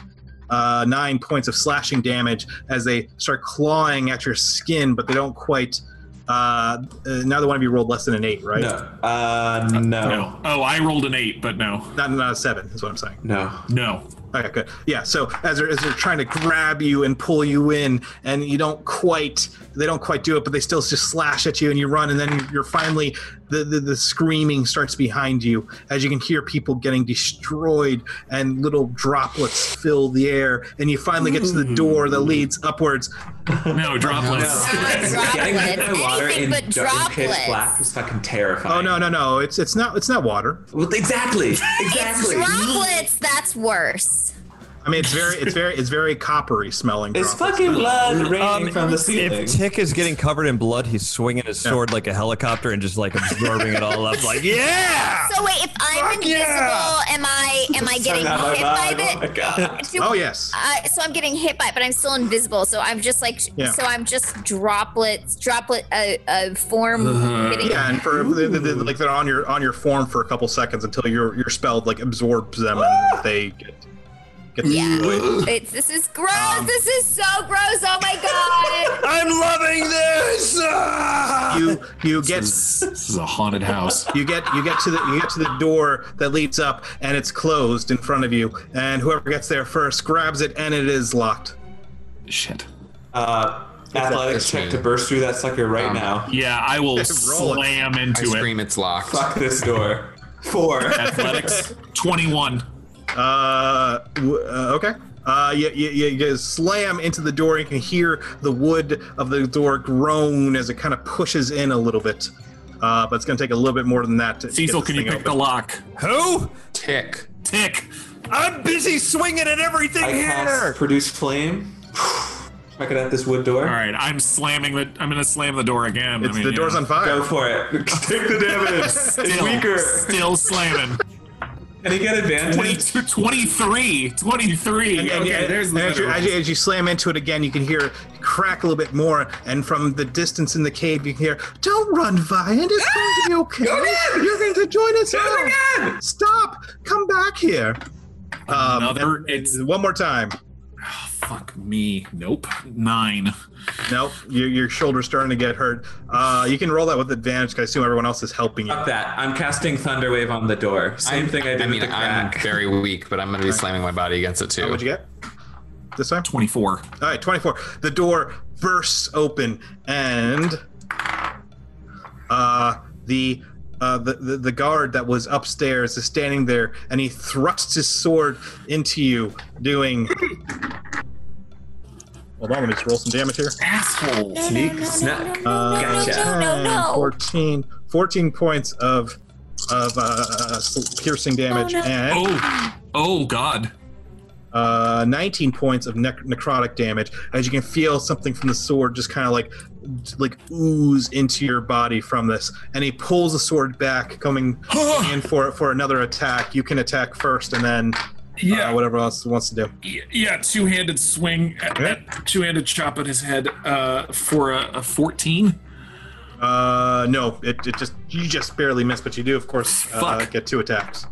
[SPEAKER 1] Uh, nine points of slashing damage as they start clawing at your skin, but they don't quite. Uh, uh, neither one of you rolled less than an eight, right?
[SPEAKER 2] No. Uh, no. No.
[SPEAKER 6] No. Oh, I rolled an eight, but no,
[SPEAKER 1] Not, not a seven, is what I'm saying.
[SPEAKER 6] no.
[SPEAKER 1] Okay, good. uh, Yeah, so as they're, as they're trying to grab you and pull you in, and you don't quite, they don't quite do it, but they still just slash at you and you run, and then you're finally, the, the, the screaming starts behind you as you can hear people getting destroyed and little droplets fill the air, and you finally get to the door that leads upwards.
[SPEAKER 6] No droplets.
[SPEAKER 9] Droplets.
[SPEAKER 2] the
[SPEAKER 9] Anything
[SPEAKER 2] in
[SPEAKER 9] but
[SPEAKER 2] dark and pitch
[SPEAKER 9] droplets.
[SPEAKER 2] black is fucking terrifying.
[SPEAKER 1] Oh, no, no, no, it's, it's, not, it's not water.
[SPEAKER 2] Well, exactly. Exactly.
[SPEAKER 9] Droplets. That's worse.
[SPEAKER 1] I mean, it's very, it's very, it's very coppery smelling.
[SPEAKER 2] It's
[SPEAKER 1] droplets.
[SPEAKER 2] fucking blood raining
[SPEAKER 3] Um,
[SPEAKER 2] from the ceiling.
[SPEAKER 3] If Tick is getting covered in blood, he's swinging his sword like a helicopter and just like absorbing it all *laughs* up. Like, yeah!
[SPEAKER 9] So wait, if I'm invisible, am I am
[SPEAKER 1] *laughs*
[SPEAKER 9] I getting hit
[SPEAKER 2] Not
[SPEAKER 9] by
[SPEAKER 2] my vibe. Oh my
[SPEAKER 9] it?
[SPEAKER 2] god.
[SPEAKER 9] Do-
[SPEAKER 1] Oh, yes.
[SPEAKER 9] Uh, so I'm getting hit by it, but I'm still invisible. So I'm just like,
[SPEAKER 1] Yeah.
[SPEAKER 9] so I'm just droplets, droplet, uh, uh, form. getting,
[SPEAKER 1] Uh-huh. Yeah, and for the, the, the, like they're on your on your form for a couple seconds until your your spell like absorbs them and they get get
[SPEAKER 9] Yeah.
[SPEAKER 1] destroyed.
[SPEAKER 9] It's this is gross. this is so gross. Oh my god.
[SPEAKER 1] *laughs*
[SPEAKER 3] I'm loving this!
[SPEAKER 1] You you get
[SPEAKER 6] This is- this is a haunted house.
[SPEAKER 1] you get you get to the you get to the door that leads up and it's closed in front of you and whoever gets there first grabs it and it is locked.
[SPEAKER 6] Shit.
[SPEAKER 2] Uh, athletics
[SPEAKER 7] That's
[SPEAKER 2] check
[SPEAKER 7] me.
[SPEAKER 2] to burst through that sucker right
[SPEAKER 7] Um,
[SPEAKER 2] now.
[SPEAKER 6] Yeah, I will
[SPEAKER 1] Roll it.
[SPEAKER 6] slam
[SPEAKER 7] I
[SPEAKER 6] into it.
[SPEAKER 7] scream it's locked.
[SPEAKER 2] Fuck this door. Four.
[SPEAKER 6] Athletics. Twenty-one.
[SPEAKER 1] Uh, w- uh okay. Uh, you, you, you, you slam into the door. You can hear the wood of the door groan as it kind of pushes in a little bit. Uh, but it's going to take a little bit more than that. To
[SPEAKER 6] Cecil,
[SPEAKER 1] get this
[SPEAKER 6] can you
[SPEAKER 1] thing
[SPEAKER 6] pick the
[SPEAKER 1] open.
[SPEAKER 6] lock?
[SPEAKER 3] Who?
[SPEAKER 7] Tick.
[SPEAKER 6] Tick.
[SPEAKER 3] I'm busy swinging at everything
[SPEAKER 2] I
[SPEAKER 3] here!
[SPEAKER 2] cast produce flame. Check it at this wood door.
[SPEAKER 6] All right, I'm slamming the. I'm gonna slam the door again.
[SPEAKER 1] It's,
[SPEAKER 6] I mean,
[SPEAKER 1] the
[SPEAKER 6] you
[SPEAKER 1] door's
[SPEAKER 6] know.
[SPEAKER 1] on fire.
[SPEAKER 2] Go for it. *laughs* Take the damage. it's
[SPEAKER 6] Still,
[SPEAKER 2] weaker.
[SPEAKER 6] still slamming.
[SPEAKER 2] Can he get advantage?
[SPEAKER 6] 22, 23, 23.
[SPEAKER 1] And, and-
[SPEAKER 6] okay,
[SPEAKER 1] and-
[SPEAKER 6] there's
[SPEAKER 1] and
[SPEAKER 6] the
[SPEAKER 1] as, you,
[SPEAKER 6] middle.
[SPEAKER 1] as, you, as you slam into it again, you can hear it crack a little bit more. And from the distance in the cave, you can hear, "Don't run, Viand. It's going to be okay. You're going to join us now. Stop. Come back here." Um,
[SPEAKER 6] Another-
[SPEAKER 1] and- and one more time.
[SPEAKER 6] Fuck me. Nope. Nine.
[SPEAKER 1] Nope, your, your shoulder's starting to get hurt. Uh, you can roll that with advantage. 'cause I assume everyone else is helping you.
[SPEAKER 2] Fuck that. I'm casting thunder wave on the door. Same thing I did
[SPEAKER 7] I mean,
[SPEAKER 2] with the
[SPEAKER 7] I'm
[SPEAKER 2] crack.
[SPEAKER 7] very weak, but I'm going to be slamming my body against it too.
[SPEAKER 1] What'd you get this time?
[SPEAKER 6] 24.
[SPEAKER 1] All right, 24. The door bursts open and uh, the, uh, the, the the guard that was upstairs is standing there and he thrusts his sword into you, doing. *laughs* Hold on, let me just roll some damage here.
[SPEAKER 6] Asshole.
[SPEAKER 2] Sneak, snack.
[SPEAKER 1] Uh,
[SPEAKER 2] Gotcha.
[SPEAKER 9] No, no, no.
[SPEAKER 1] 14, 14 points of of uh, piercing damage and
[SPEAKER 6] Oh. Oh, God.
[SPEAKER 1] uh, 19 points of nec- necrotic damage as you can feel something from the sword just kind of like like ooze into your body from this and he pulls the sword back coming in for for another attack you can attack first and then uh,
[SPEAKER 6] Yeah.
[SPEAKER 1] whatever else he wants to do
[SPEAKER 6] Yeah. Two handed swing. At,
[SPEAKER 1] Yeah.
[SPEAKER 6] at two handed chop at his head uh, for a, a 14.
[SPEAKER 1] uh no it, it just you just barely miss but you do of course uh,
[SPEAKER 6] Fuck.
[SPEAKER 1] get two attacks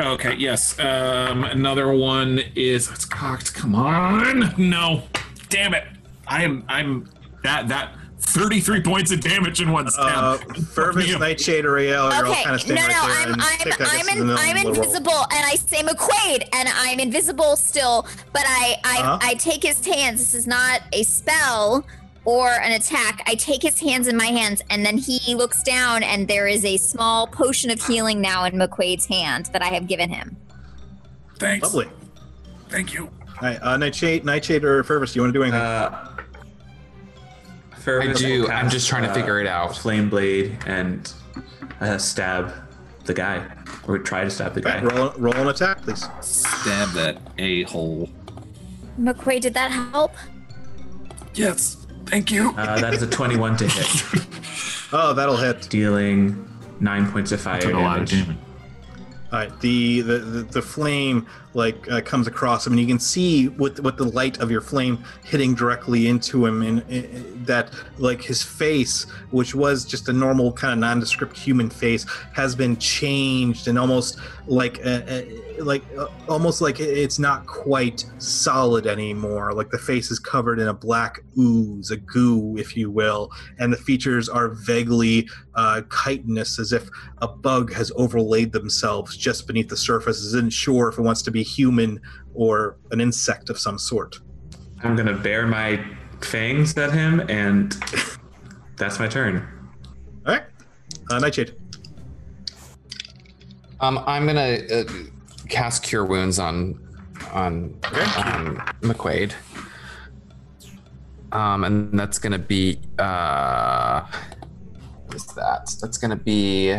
[SPEAKER 6] Okay, yes. Um, another one is it's cocked. Come on, no, damn it! I am I'm that that thirty three points of damage in one
[SPEAKER 1] Uh,
[SPEAKER 6] stab.
[SPEAKER 1] Fervus, Nightshade, Ariel, you're all
[SPEAKER 9] Okay,
[SPEAKER 1] kind of
[SPEAKER 9] no,
[SPEAKER 1] standing
[SPEAKER 9] no,
[SPEAKER 1] right there.
[SPEAKER 9] I'm,
[SPEAKER 1] and
[SPEAKER 9] I'm,
[SPEAKER 1] Stick, I guess,
[SPEAKER 9] I'm,
[SPEAKER 1] is in
[SPEAKER 9] in,
[SPEAKER 1] the
[SPEAKER 9] I'm
[SPEAKER 1] middle of the roll.
[SPEAKER 9] invisible, and I say McQuaid, and I'm invisible still, but I, I,
[SPEAKER 1] Uh-huh.
[SPEAKER 9] I take his hands. This is not a spell or an attack. I take his hands in my hands, and then he looks down, and there is a small potion of healing now in McQuaid's hand that I have given him.
[SPEAKER 6] Thanks.
[SPEAKER 1] Lovely.
[SPEAKER 6] Thank you.
[SPEAKER 1] All right, uh, Nightshade, Nightshade, or Fervus, do you want to do anything?
[SPEAKER 2] Uh,
[SPEAKER 7] I do. I'm just trying to figure it out.
[SPEAKER 2] Flame blade and uh, stab the guy, or try to stab the
[SPEAKER 1] All right,
[SPEAKER 2] guy.
[SPEAKER 1] roll, roll an attack, please.
[SPEAKER 3] Stab that a hole.
[SPEAKER 9] McQuaid, did that help?
[SPEAKER 6] Yes, thank you.
[SPEAKER 2] Uh, that is a 21 to hit,
[SPEAKER 1] Oh, that'll hit.
[SPEAKER 2] dealing nine points of fire
[SPEAKER 6] Took a lot of
[SPEAKER 2] damage.
[SPEAKER 6] damage.
[SPEAKER 1] All right, the the, the, the flame like uh, comes across him, and you can see with with the light of your flame hitting directly into him, and uh, that like his face, which was just a normal kind of nondescript human face, has been changed and almost like uh, uh, like uh, almost like it- it's not quite solid anymore. Like the face is covered in a black ooze, a goo, if you will, and the features are vaguely uh, chitinous, as if a bug has overlaid themselves just beneath the surface is unsure if it wants to be human or an insect of some sort.
[SPEAKER 2] I'm gonna bear my fangs at him, and that's my turn.
[SPEAKER 1] All right, uh, Nightshade.
[SPEAKER 7] Um, I'm gonna uh, cast Cure Wounds on on um, McQuaid. Um, and that's gonna be uh, what is that? That's gonna be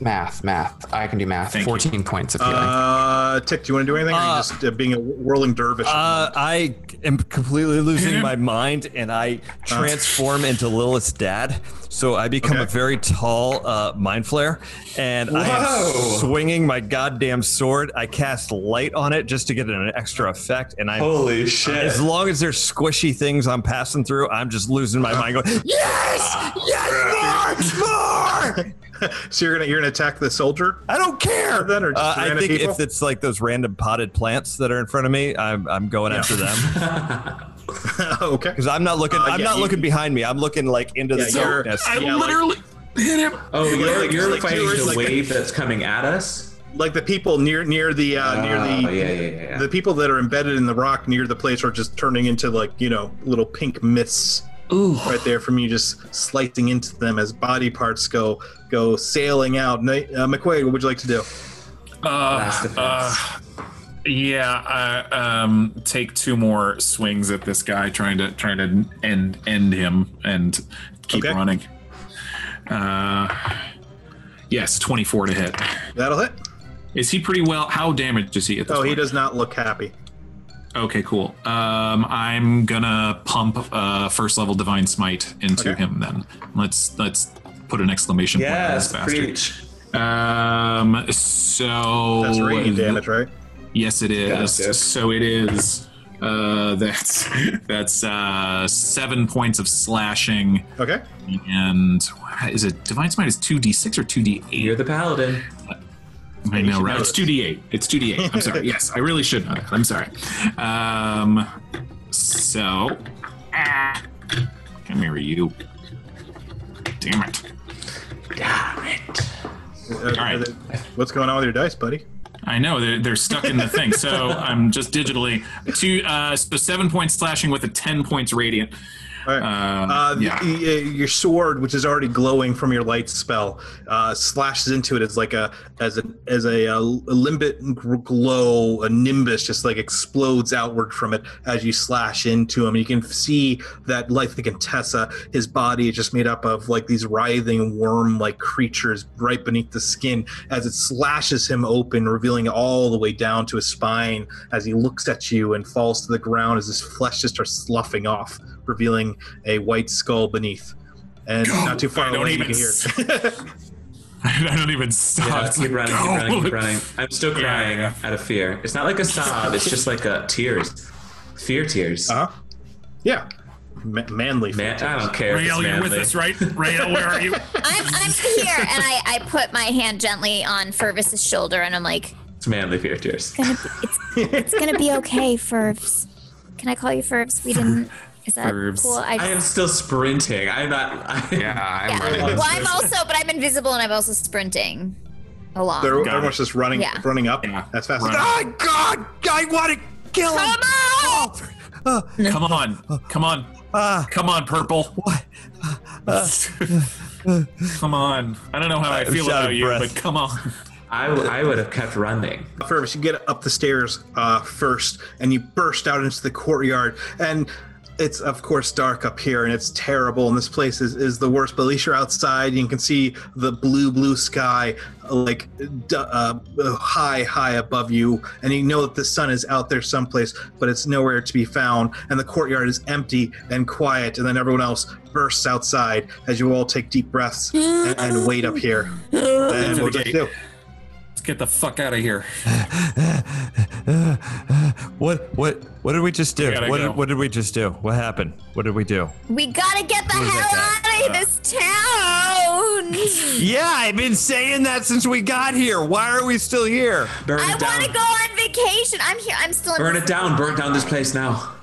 [SPEAKER 7] math, math. I can do math.
[SPEAKER 6] Thank you.
[SPEAKER 7] Fourteen points of healing.
[SPEAKER 1] Uh, Tick, do you want to do anything? or are
[SPEAKER 3] Uh,
[SPEAKER 1] you just uh, being a whirling dervish?
[SPEAKER 2] *laughs*
[SPEAKER 3] Uh, I am completely losing my mind, and I transform into Lilith's dad. So I become a
[SPEAKER 1] Okay.
[SPEAKER 3] very tall uh, mind flare, and I am
[SPEAKER 2] Whoa.
[SPEAKER 3] swinging my goddamn sword. I cast light on it just to get an extra effect, and I. am
[SPEAKER 2] Holy shit!
[SPEAKER 3] As long as there's squishy things I'm passing through, I'm just losing my mind. Going, yes, yes, more, more.
[SPEAKER 1] so you're gonna you're gonna attack the soldier? *laughs*
[SPEAKER 3] I don't care.
[SPEAKER 1] Then or just
[SPEAKER 3] Uh, I
[SPEAKER 1] random
[SPEAKER 3] think
[SPEAKER 1] people?
[SPEAKER 3] if it's like those random potted plants that are in front of me, I'm, I'm going
[SPEAKER 1] Yeah.
[SPEAKER 3] after them.
[SPEAKER 1] okay.
[SPEAKER 3] Because I'm not looking.
[SPEAKER 1] *laughs* Uh,
[SPEAKER 3] I'm
[SPEAKER 1] yeah,
[SPEAKER 3] not
[SPEAKER 1] you-
[SPEAKER 3] looking behind me. I'm looking like into
[SPEAKER 1] Yeah,
[SPEAKER 3] the
[SPEAKER 1] you're-
[SPEAKER 3] darkness.
[SPEAKER 6] I
[SPEAKER 1] Yeah, like-
[SPEAKER 6] literally hit him.
[SPEAKER 2] oh, you're,
[SPEAKER 1] like-
[SPEAKER 2] you're
[SPEAKER 1] like
[SPEAKER 2] fighting
[SPEAKER 1] yours,
[SPEAKER 2] the
[SPEAKER 1] like-
[SPEAKER 2] wave that's coming at us.
[SPEAKER 1] Like the people near near the uh, near the
[SPEAKER 2] Oh, yeah, yeah, yeah, yeah.
[SPEAKER 1] the people that are embedded in the rock near the place are just turning into like you know little pink mists right there from you just slicing into them as body parts go go sailing out. Na- Uh, McQuaid, what would you like to do?
[SPEAKER 6] Uh,
[SPEAKER 1] Oh,
[SPEAKER 2] Last
[SPEAKER 6] uh, yeah, I, um, take two more swings at this guy, trying to trying to end end him and keep
[SPEAKER 1] Okay.
[SPEAKER 6] running. Uh, yes, twenty four to hit.
[SPEAKER 1] That'll hit.
[SPEAKER 6] Is he pretty well? How damaged is he at this
[SPEAKER 1] Oh, he
[SPEAKER 6] point?
[SPEAKER 1] does not look happy.
[SPEAKER 6] Okay, cool. Um, I'm gonna pump uh, first level divine smite into
[SPEAKER 1] Okay.
[SPEAKER 6] him. Then let's let's put an exclamation
[SPEAKER 2] Yes,
[SPEAKER 6] point on this bastard.
[SPEAKER 2] preach.
[SPEAKER 6] Um, so
[SPEAKER 1] That's radiant damage, right?
[SPEAKER 6] Yes, it is.
[SPEAKER 2] Gotcha.
[SPEAKER 6] So it is. Uh, that's *laughs* that's uh, seven points of slashing,
[SPEAKER 1] Okay.
[SPEAKER 6] and what is it divine smite is two d six or two d
[SPEAKER 2] You're
[SPEAKER 6] eight?
[SPEAKER 2] the paladin.
[SPEAKER 6] *laughs* I
[SPEAKER 1] you
[SPEAKER 6] know,
[SPEAKER 1] should
[SPEAKER 6] right?
[SPEAKER 1] know
[SPEAKER 6] It's
[SPEAKER 1] this.
[SPEAKER 6] two d eight. It's two d eight. I'm
[SPEAKER 1] *laughs*
[SPEAKER 6] sorry. Yes, I really should know that. I'm sorry. Um, so ah, come here, you. Damn it.
[SPEAKER 1] Uh,
[SPEAKER 6] right.
[SPEAKER 1] uh, What's going on with your dice, buddy?
[SPEAKER 6] I know they're, they're stuck in the thing.
[SPEAKER 3] *laughs*
[SPEAKER 6] So I'm just digitally two. Uh, so seven points slashing with a ten points radiant.
[SPEAKER 1] All right.
[SPEAKER 6] Um,
[SPEAKER 1] Uh,
[SPEAKER 6] yeah.
[SPEAKER 2] e-
[SPEAKER 1] y- y- your sword, which is already glowing from your light spell, uh, slashes into it as like a as a as a, uh limbit gr- glow, a nimbus just like explodes outward from it as you slash into him. You can see that, like the Contessa, his body is just made up of like these writhing worm-like creatures right beneath the skin as it slashes him open, revealing all the way down to his spine as he looks at you and falls to the ground as his flesh just starts sloughing off, revealing a white skull beneath. And not too far
[SPEAKER 6] I don't
[SPEAKER 1] away,
[SPEAKER 6] even
[SPEAKER 1] you
[SPEAKER 6] s-
[SPEAKER 1] can hear.
[SPEAKER 6] *laughs*
[SPEAKER 1] *laughs*
[SPEAKER 6] I don't
[SPEAKER 2] Yeah,
[SPEAKER 6] even stop.
[SPEAKER 2] keep running, keep running, keep running. I'm still
[SPEAKER 6] Yeah,
[SPEAKER 2] crying
[SPEAKER 6] yeah.
[SPEAKER 2] out of fear.
[SPEAKER 6] Oh.
[SPEAKER 2] It's not like a sob. It's just like a tears, fear tears.
[SPEAKER 1] uh huh. Yeah. ma- manly
[SPEAKER 2] Man, I
[SPEAKER 1] phantoms.
[SPEAKER 2] don't care. if it's
[SPEAKER 6] Rael, you're with
[SPEAKER 2] manly.
[SPEAKER 6] us, right? Rael, where
[SPEAKER 3] *laughs*
[SPEAKER 6] are you?
[SPEAKER 5] I'm, I'm here, and I, I put my hand gently on Fervis's shoulder, and I'm like,
[SPEAKER 2] It's manly fear tears.
[SPEAKER 11] It's gonna be okay, Fervs.
[SPEAKER 5] "Can I call you Fervs? We didn't. Is that
[SPEAKER 7] Fervs.
[SPEAKER 5] cool? I,
[SPEAKER 2] I am still sprinting. I'm not. *laughs* I,
[SPEAKER 7] Yeah, I'm
[SPEAKER 5] yeah.
[SPEAKER 7] running.
[SPEAKER 5] Well, I'm also, but I'm invisible, and I'm also sprinting along.
[SPEAKER 1] They're
[SPEAKER 6] Got
[SPEAKER 1] everyone's just running,
[SPEAKER 5] Yeah.
[SPEAKER 1] running up
[SPEAKER 6] Yeah.
[SPEAKER 1] as fast as
[SPEAKER 6] Run.
[SPEAKER 3] Oh, God! I want to kill him!
[SPEAKER 5] Come on!
[SPEAKER 6] Come on. Come on.
[SPEAKER 3] Ah,
[SPEAKER 6] Come on, purple.
[SPEAKER 3] what?
[SPEAKER 6] *laughs* Come on. I don't know how I
[SPEAKER 3] I'm
[SPEAKER 6] feel
[SPEAKER 3] out
[SPEAKER 6] about
[SPEAKER 3] of
[SPEAKER 6] you,
[SPEAKER 3] breath.
[SPEAKER 6] but come on.
[SPEAKER 2] I, w- I would have kept running.
[SPEAKER 1] Fervus, you get up the stairs uh, first, and you burst out into the courtyard. And it's of course dark up here, and it's terrible. And this place is, is the worst. But at least you're outside, and you can see the blue, blue sky, like d- uh, high, high above you. And you know that the sun is out there someplace, but it's nowhere to be found. And the courtyard is empty and quiet. And then everyone else bursts outside as you all take deep breaths and, and wait up here. And
[SPEAKER 6] the
[SPEAKER 1] what do you
[SPEAKER 6] gate.
[SPEAKER 1] do?
[SPEAKER 6] Let's get the fuck out of here.
[SPEAKER 3] what what what did we just do?
[SPEAKER 6] We gotta
[SPEAKER 3] What
[SPEAKER 6] go.
[SPEAKER 3] did, what did we just do? What happened? What did we do?
[SPEAKER 5] We gotta get the
[SPEAKER 3] Who's
[SPEAKER 5] hell
[SPEAKER 3] that
[SPEAKER 5] out
[SPEAKER 2] Uh.
[SPEAKER 5] of this town.
[SPEAKER 3] Yeah, I've been saying that since we got here. Why are we still here?
[SPEAKER 2] Burn
[SPEAKER 5] I
[SPEAKER 2] it down.
[SPEAKER 5] want to go on vacation. I'm here. I'm still.
[SPEAKER 2] Burn
[SPEAKER 5] In-
[SPEAKER 2] it down. Burn down this place now.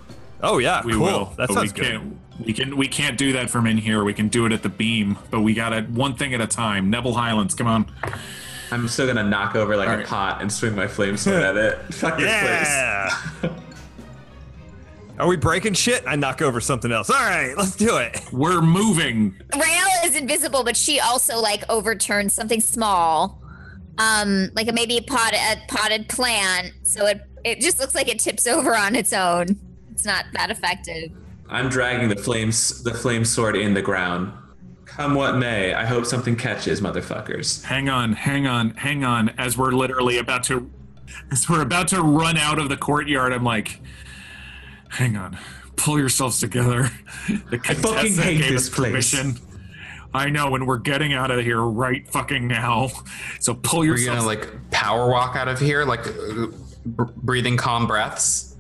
[SPEAKER 3] Oh yeah,
[SPEAKER 6] We
[SPEAKER 3] cool.
[SPEAKER 6] will.
[SPEAKER 3] That
[SPEAKER 6] but
[SPEAKER 3] sounds
[SPEAKER 6] we
[SPEAKER 3] good.
[SPEAKER 6] Can't, we can we can't do that from in here. We can do it at the beam, but we got to one thing at a time. Neville Highlands, come on.
[SPEAKER 2] I'm still gonna knock over like a
[SPEAKER 6] Alright.
[SPEAKER 2] pot and swing my flame sword at
[SPEAKER 6] *laughs*
[SPEAKER 2] it. Fuck this place.
[SPEAKER 3] Yeah. Are we breaking shit? I knock over something else. All right, let's do it.
[SPEAKER 6] We're moving.
[SPEAKER 5] Rail is invisible, but she also like overturned something small, um, like a maybe a pot a potted plant. So it it just looks like it tips over on its own. It's not that effective.
[SPEAKER 2] I'm dragging the flames the flame sword in the ground. Come what may, I hope something catches, motherfuckers.
[SPEAKER 6] Hang on, hang on, hang on. As we're literally about to, as we're about to run out of the courtyard, I'm like, hang on, pull yourselves together. The
[SPEAKER 2] fucking
[SPEAKER 6] contessa
[SPEAKER 2] hate
[SPEAKER 6] gave
[SPEAKER 2] this
[SPEAKER 6] us
[SPEAKER 2] place.
[SPEAKER 6] permission. I know, and we're getting out of here right fucking now. So pull
[SPEAKER 7] We're gonna
[SPEAKER 6] yourself.
[SPEAKER 7] like power walk out of here, like uh, br- breathing calm breaths,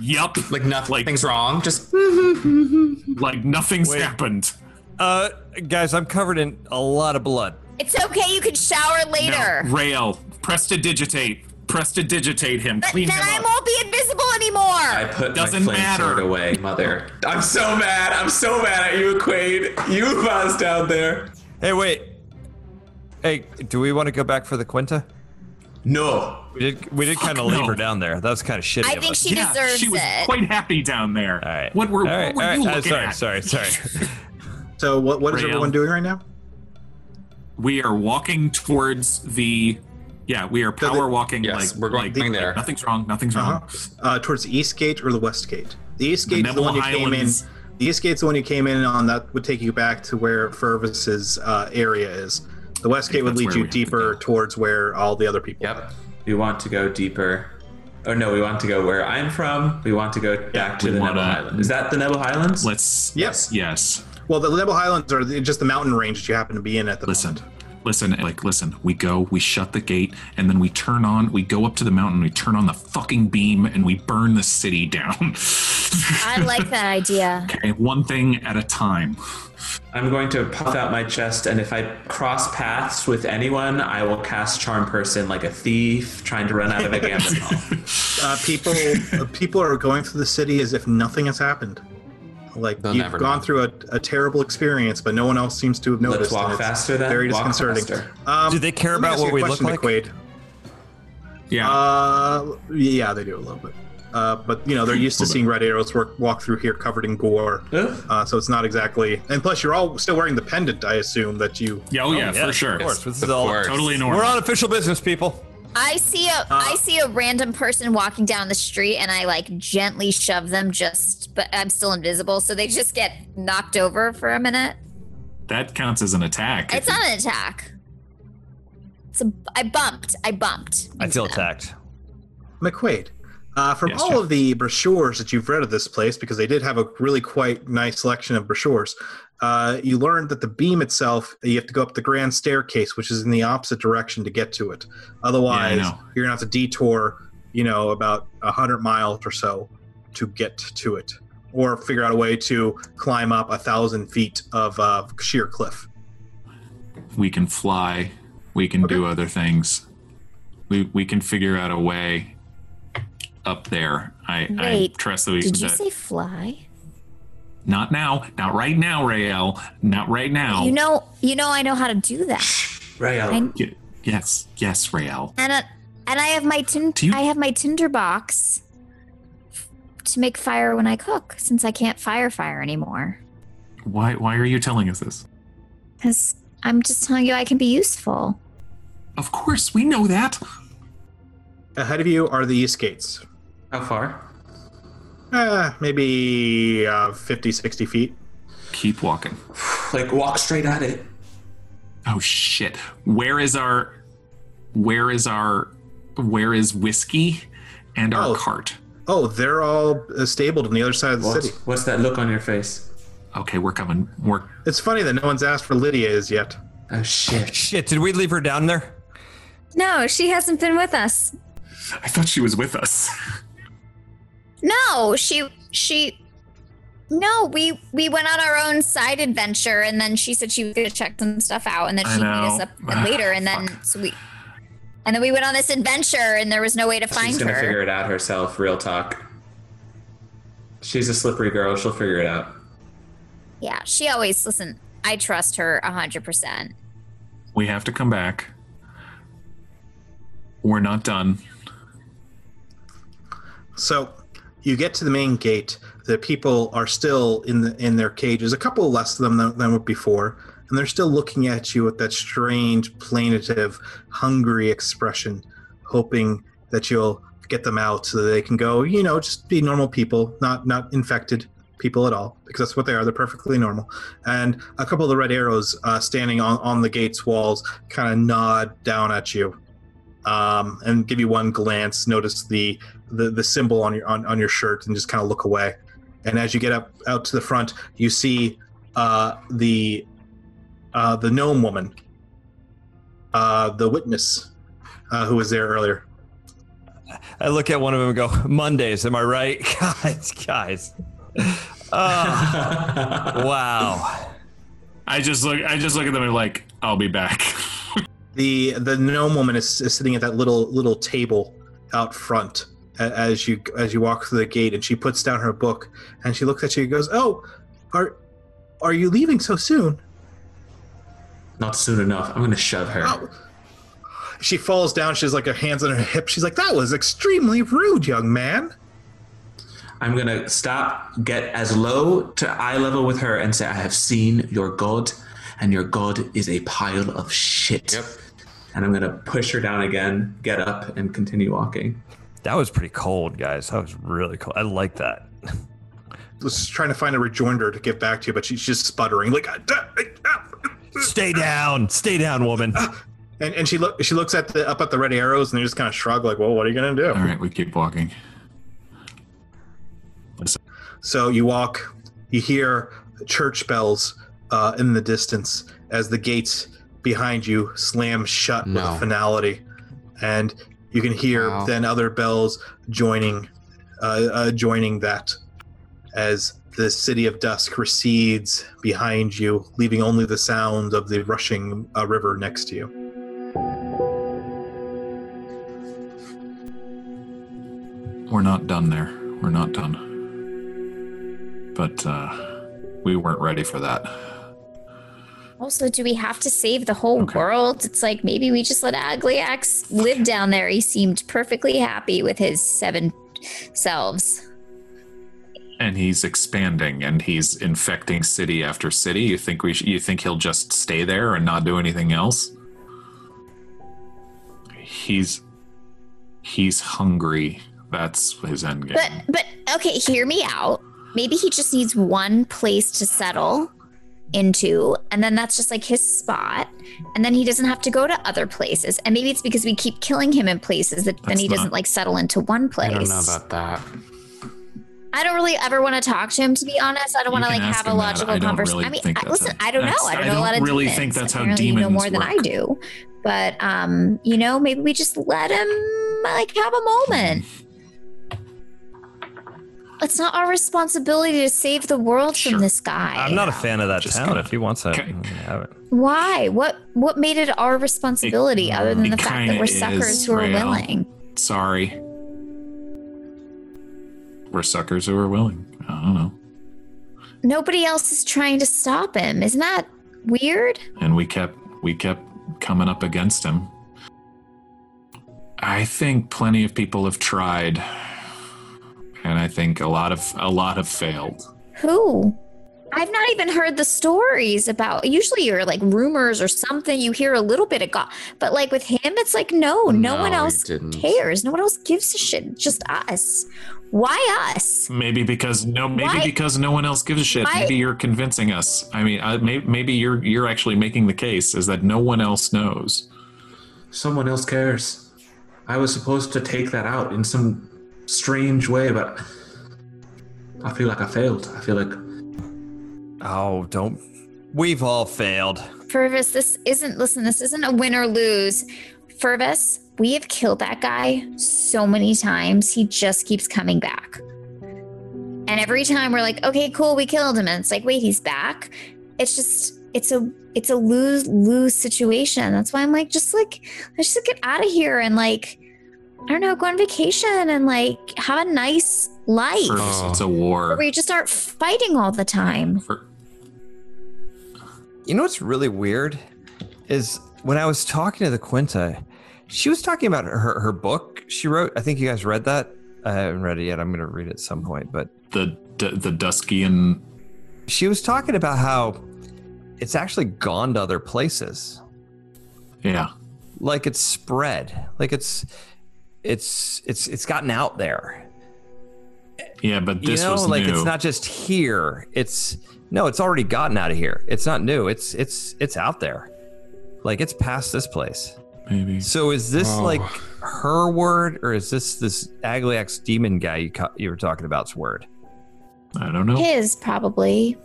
[SPEAKER 6] yup,
[SPEAKER 7] like nothing.
[SPEAKER 6] Like-
[SPEAKER 7] nothing's wrong. Just
[SPEAKER 6] like nothing's
[SPEAKER 3] Wait.
[SPEAKER 6] happened.
[SPEAKER 3] Uh, guys, I'm covered in a lot of blood.
[SPEAKER 5] It's okay. You can shower later.
[SPEAKER 6] No, Rail, press to digitate. Press to digitate him.
[SPEAKER 5] but
[SPEAKER 6] Clean
[SPEAKER 5] then
[SPEAKER 6] him
[SPEAKER 5] I
[SPEAKER 6] up.
[SPEAKER 5] won't be invisible anymore.
[SPEAKER 2] I put my
[SPEAKER 6] Doesn't
[SPEAKER 2] flame
[SPEAKER 6] matter.
[SPEAKER 2] sword away, mother. I'm so mad. I'm so mad at you, Quaid. You buzzed down there.
[SPEAKER 3] Hey, wait. Hey, do we want to go back for the Quinta?
[SPEAKER 2] No.
[SPEAKER 3] We did. We did
[SPEAKER 6] Fuck
[SPEAKER 3] kind of leave
[SPEAKER 6] no.
[SPEAKER 3] her down there. That was kind of shitty.
[SPEAKER 5] I
[SPEAKER 3] of
[SPEAKER 5] think
[SPEAKER 3] us.
[SPEAKER 5] she deserves
[SPEAKER 6] she was
[SPEAKER 5] it.
[SPEAKER 6] quite happy down there.
[SPEAKER 3] All right.
[SPEAKER 6] What were,
[SPEAKER 3] All right,
[SPEAKER 6] what were
[SPEAKER 3] all
[SPEAKER 6] you
[SPEAKER 3] right. Uh,
[SPEAKER 6] looking at?
[SPEAKER 3] sorry, Sorry.
[SPEAKER 6] *laughs*
[SPEAKER 3] Sorry.
[SPEAKER 1] So what, what is
[SPEAKER 6] Rail.
[SPEAKER 1] everyone doing right now?
[SPEAKER 6] We are walking towards the. Yeah, we are power walking.
[SPEAKER 7] Yes,
[SPEAKER 6] like
[SPEAKER 7] we're going
[SPEAKER 6] like,
[SPEAKER 7] there.
[SPEAKER 6] Nothing's wrong. Nothing's wrong.
[SPEAKER 1] Uh, towards the east gate or the west gate? The east
[SPEAKER 6] The
[SPEAKER 1] gate's the, one you
[SPEAKER 6] Nebula
[SPEAKER 1] came in.
[SPEAKER 6] Highlands.
[SPEAKER 1] The east gate's the one you came in on. That would take you back to where Fervis's uh, area is. The west gate would
[SPEAKER 6] that's
[SPEAKER 1] lead
[SPEAKER 6] where we
[SPEAKER 1] you
[SPEAKER 6] have to
[SPEAKER 1] deeper
[SPEAKER 6] go.
[SPEAKER 1] towards where all the other people.
[SPEAKER 2] Yep. We want to go deeper. Oh no, we want to go where I'm from. We want to go back to
[SPEAKER 6] we
[SPEAKER 2] the
[SPEAKER 6] wanna-
[SPEAKER 2] Nebel Highlands. Is that the Nebel Highlands?
[SPEAKER 6] Let's.
[SPEAKER 1] Yes.
[SPEAKER 6] Yes.
[SPEAKER 1] Well, the Nebel Highlands are the- just the mountain range that you happen to be in at the
[SPEAKER 6] Listen.
[SPEAKER 1] moment.
[SPEAKER 6] Listen, like, listen, we go, we shut the gate, and then we turn on, we go up to the mountain, we turn on the fucking beam, and we burn the city down. *laughs*
[SPEAKER 5] I like that idea.
[SPEAKER 6] okay, one thing at a time.
[SPEAKER 2] I'm going to puff out my chest, and if I cross paths with anyone, I will cast Charm Person like a thief trying to run out of a
[SPEAKER 5] *laughs*
[SPEAKER 2] gambling hall.
[SPEAKER 1] Uh, people, uh, people are going through the city as if nothing has happened. Like
[SPEAKER 7] They'll
[SPEAKER 1] you've
[SPEAKER 7] never
[SPEAKER 1] gone
[SPEAKER 7] know.
[SPEAKER 1] through a, a terrible experience, but no one else seems to have noticed.
[SPEAKER 2] Let's walk
[SPEAKER 1] and it's
[SPEAKER 2] faster then.
[SPEAKER 1] Very
[SPEAKER 2] Walk
[SPEAKER 1] disconcerting.
[SPEAKER 2] faster.
[SPEAKER 1] Um,
[SPEAKER 3] Do they care
[SPEAKER 1] let me
[SPEAKER 3] about
[SPEAKER 1] ask
[SPEAKER 3] what
[SPEAKER 1] you a
[SPEAKER 3] we
[SPEAKER 1] question
[SPEAKER 3] look
[SPEAKER 1] to Quaid.
[SPEAKER 6] Yeah.
[SPEAKER 1] Uh, yeah, they do a little bit. Uh, but you know they're used to seeing red arrows work, walk through here covered in gore,
[SPEAKER 2] Ooh.
[SPEAKER 1] uh, so it's not exactly. And plus, you're all still wearing the pendant, I assume that you.
[SPEAKER 6] yeah, oh, yeah, for sure.
[SPEAKER 3] Of course. This is
[SPEAKER 7] Of
[SPEAKER 3] all.
[SPEAKER 7] course.
[SPEAKER 6] Totally normal.
[SPEAKER 3] We're on official business, people.
[SPEAKER 5] *laughs* I see
[SPEAKER 6] Uh,
[SPEAKER 5] a I see a random person walking down the street and I like gently shove them just but I'm still invisible so they just get knocked over for a minute.
[SPEAKER 6] That counts as an attack.
[SPEAKER 5] It's not an attack. It's a, I bumped. I bumped.
[SPEAKER 3] I feel
[SPEAKER 5] into them.
[SPEAKER 3] attacked.
[SPEAKER 1] McQuaid. Uh, from
[SPEAKER 6] Yes,
[SPEAKER 1] all
[SPEAKER 6] Jeff.
[SPEAKER 1] of the brochures that you've read of this place, because they did have a really quite nice selection of brochures, uh, you learned that the beam itself, you have to go up the grand staircase, which is in the opposite direction to get to it. Otherwise,
[SPEAKER 6] know.
[SPEAKER 1] you're going to have to detour, you know, about 100 miles or so to get to it. or figure out a way to climb up a thousand feet of uh, sheer cliff.
[SPEAKER 6] We can fly. We can do other things. We we can figure out a way up there. I, I
[SPEAKER 8] Wait,
[SPEAKER 6] trust that we
[SPEAKER 8] Did you
[SPEAKER 6] that-
[SPEAKER 8] say fly?
[SPEAKER 6] not now, not right now, Rael. Not right now.
[SPEAKER 9] You know, you know, I know how to do that.
[SPEAKER 2] Rael.
[SPEAKER 9] I-
[SPEAKER 6] Y- yes, yes, Rael.
[SPEAKER 9] And uh, and I have my tin.
[SPEAKER 6] Do you-
[SPEAKER 9] I have my tinder box to make fire when I cook, since I can't fire fire anymore.
[SPEAKER 6] Why why are you telling us this?
[SPEAKER 9] Because I'm just telling you, I can be useful.
[SPEAKER 6] Of course, we know that.
[SPEAKER 1] Ahead of you are the east gates.
[SPEAKER 2] How far?
[SPEAKER 1] Uh, maybe uh, 50, 60 feet.
[SPEAKER 6] Keep walking.
[SPEAKER 2] Like walk straight at it.
[SPEAKER 6] Oh shit. Where is our where is our where is whiskey and our
[SPEAKER 1] Oh.
[SPEAKER 6] cart?
[SPEAKER 1] Oh, they're all uh, stabled on the other side of the
[SPEAKER 2] What's,
[SPEAKER 1] city.
[SPEAKER 2] what's that look on your face?
[SPEAKER 6] Okay, we're coming. We're
[SPEAKER 1] It's funny that no one's asked for Lydia as yet.
[SPEAKER 2] Oh shit.
[SPEAKER 4] Shit, did we leave her down there?
[SPEAKER 9] No, she hasn't been with us.
[SPEAKER 6] I thought she was with us. *laughs*
[SPEAKER 9] No, she she
[SPEAKER 5] No, we we went on our own side adventure, and then she said she was gonna check some stuff out, and then
[SPEAKER 6] I
[SPEAKER 5] she
[SPEAKER 6] know.
[SPEAKER 5] meet us up later, and then
[SPEAKER 6] Fuck.
[SPEAKER 5] so we, and then we went on this adventure, and there was no way to find
[SPEAKER 2] She's gonna
[SPEAKER 5] her.
[SPEAKER 2] figure it out herself, real talk. She's a slippery girl, she'll figure it out.
[SPEAKER 5] Yeah, she always listen. I trust her hundred percent.
[SPEAKER 6] We have to come back. We're not done.
[SPEAKER 1] So you get to the main gate. The people are still in the, in their cages. A couple less of them than, than before, and they're still looking at you with that strange, plaintive, hungry expression, hoping that you'll get them out so that they can go. You know, just be normal people, not not infected people at all, because that's what they are. They're perfectly normal. And a couple of the red arrows uh, standing on on the gate's walls kind of nod down at you, um, and give you one glance. Notice the the, the symbol on your on, on your shirt and just kind of look away. And as you get up out to the front, you see uh, the uh, the gnome woman, uh, the witness uh, who was there earlier.
[SPEAKER 3] I look at one of them and go, Mondays, am I right? *laughs* Guys, guys. Oh, wow.
[SPEAKER 6] I just look I just look at them and like, I'll be back. *laughs*
[SPEAKER 1] the The gnome woman is, is sitting at that little little table out front a- as you as you walk through the gate, and she puts down her book and she looks at you and goes, "Oh, are are you leaving so soon?"
[SPEAKER 2] Not soon enough. I'm gonna shove her.
[SPEAKER 1] Oh. She falls down. She's like her hands on her hip. She's like, "That was extremely rude, young man."
[SPEAKER 2] I'm gonna stop, get as low to eye level with her, and say, I have seen your god, and your god is a pile of shit.
[SPEAKER 7] Yep.
[SPEAKER 2] And I'm gonna push her down again, get up, and continue walking.
[SPEAKER 3] That was pretty cold, guys. That was really cold. I like that.
[SPEAKER 1] was trying to find a rejoinder to give back to you, but she's just sputtering, like, "Ah, ah, ah, ah."
[SPEAKER 3] Stay down. Stay down, woman.
[SPEAKER 1] and and she look she looks at the up at the red arrows, and they just kind of shrug, like, "Well, what are you gonna do?"
[SPEAKER 6] Alright, we keep walking.
[SPEAKER 1] So you walk, you hear church bells uh, in the distance as the gates behind you slam shut
[SPEAKER 7] No.
[SPEAKER 1] with a finality, and you can hear
[SPEAKER 7] Wow.
[SPEAKER 1] then other bells joining, uh, uh, joining that, as the city of dusk recedes behind you, leaving only the sound of the rushing uh, river next to you.
[SPEAKER 6] We're not done there. We're not done. But uh we weren't ready for that.
[SPEAKER 9] Also, do we have to save the whole
[SPEAKER 6] Okay.
[SPEAKER 9] world? It's like maybe we just let Agliax live down there. He seemed perfectly happy with his seven selves.
[SPEAKER 6] and he's expanding and he's infecting city after city. You think we sh- you think he'll just stay there and not do anything else? He's he's hungry. That's his end game.
[SPEAKER 9] But but okay, hear me out.
[SPEAKER 5] Maybe he just needs one place to settle into, and then that's just like his spot, and then he doesn't have to go to other places. And maybe it's because we keep killing him in places that then
[SPEAKER 6] That's
[SPEAKER 5] he doesn't
[SPEAKER 6] not-
[SPEAKER 5] like settle into one
[SPEAKER 7] I
[SPEAKER 5] place.
[SPEAKER 7] don't know about that.
[SPEAKER 5] I don't really ever want to talk to him, to be honest. I don't
[SPEAKER 6] You
[SPEAKER 5] want to
[SPEAKER 6] can
[SPEAKER 5] like
[SPEAKER 6] ask
[SPEAKER 5] have a
[SPEAKER 6] him that.
[SPEAKER 5] logical
[SPEAKER 6] I don't
[SPEAKER 5] conversation.
[SPEAKER 6] really
[SPEAKER 5] I mean,
[SPEAKER 6] think
[SPEAKER 5] I,
[SPEAKER 6] that's
[SPEAKER 5] listen,
[SPEAKER 6] a-
[SPEAKER 5] I don't know.
[SPEAKER 6] that's-
[SPEAKER 5] I don't
[SPEAKER 6] I
[SPEAKER 5] know a lot
[SPEAKER 6] don't
[SPEAKER 5] of
[SPEAKER 6] really
[SPEAKER 5] demons.
[SPEAKER 6] think that's how
[SPEAKER 5] Apparently you know more
[SPEAKER 6] demons
[SPEAKER 5] than I
[SPEAKER 6] work.
[SPEAKER 5] do. But um, you know, maybe we just let him like have a moment. It's not our responsibility to save the world
[SPEAKER 6] Sure.
[SPEAKER 5] from this guy.
[SPEAKER 3] I'm not a fan of that
[SPEAKER 6] Just
[SPEAKER 3] town.
[SPEAKER 6] kinda-
[SPEAKER 3] If he wants it,
[SPEAKER 6] Okay.
[SPEAKER 3] have it.
[SPEAKER 5] Why? What what made it our responsibility other than
[SPEAKER 6] it
[SPEAKER 5] the fact
[SPEAKER 6] kinda
[SPEAKER 5] that we're
[SPEAKER 6] is,
[SPEAKER 5] suckers who are
[SPEAKER 6] Rael.
[SPEAKER 5] willing?
[SPEAKER 6] Sorry. We're suckers who are willing. I don't know.
[SPEAKER 5] Nobody else is trying to stop him. Isn't that weird?
[SPEAKER 6] and we kept we kept coming up against him. I think plenty of people have tried, and I think a lot of a lot have failed.
[SPEAKER 5] Who? I've not even heard the stories about. Usually, you're like rumors or something. You hear a little bit of God, but like with him, it's like no, no, one
[SPEAKER 7] you
[SPEAKER 5] else
[SPEAKER 7] didn't.
[SPEAKER 5] cares. No one else gives a shit. Just us. Why us?
[SPEAKER 6] Maybe because no, maybe
[SPEAKER 5] Why-
[SPEAKER 6] because no one else gives a shit.
[SPEAKER 5] Why-
[SPEAKER 6] maybe you're convincing us. I mean, I, may, maybe you're you're actually making the case is that no one else knows.
[SPEAKER 2] Someone else cares. I was supposed to take that out in some strange way, but I feel like I failed. I feel like
[SPEAKER 3] Oh, don't. We've all failed.
[SPEAKER 5] Fervis, this isn't. Listen, this isn't a win or lose. Fervis, we have killed that guy so many times. He just keeps coming back. And every time we're like, okay, cool, we killed him. And it's like, wait, he's back. It's just, it's a, it's a lose lose situation. That's why I'm like, just like, let's just get out of here and like, I don't know, go on vacation and like have a nice life
[SPEAKER 6] Purpose, it's a war.
[SPEAKER 5] where you just aren't fighting all the time.
[SPEAKER 6] For-
[SPEAKER 3] You know what's really weird is when I was talking to the Quinta, she was talking about her her book she wrote. I think you guys read that. I haven't read it yet. I'm going to read it at some point, but
[SPEAKER 6] the d- the dusky and
[SPEAKER 3] she was talking about how it's actually gone to other places.
[SPEAKER 6] yeah,
[SPEAKER 3] Like it's spread. Like it's it's it's it's gotten out there.
[SPEAKER 6] yeah. But
[SPEAKER 3] You
[SPEAKER 6] this
[SPEAKER 3] know,
[SPEAKER 6] was
[SPEAKER 3] like
[SPEAKER 6] new.
[SPEAKER 3] it's not just here. It's no, it's already gotten out of here. It's not new. It's it's it's out there. Like it's past this place.
[SPEAKER 6] maybe
[SPEAKER 3] So is this
[SPEAKER 7] Oh.
[SPEAKER 3] like her word, or is this this Agliax demon guy you ca- you were talking about's word?
[SPEAKER 6] I don't know.
[SPEAKER 5] His probably.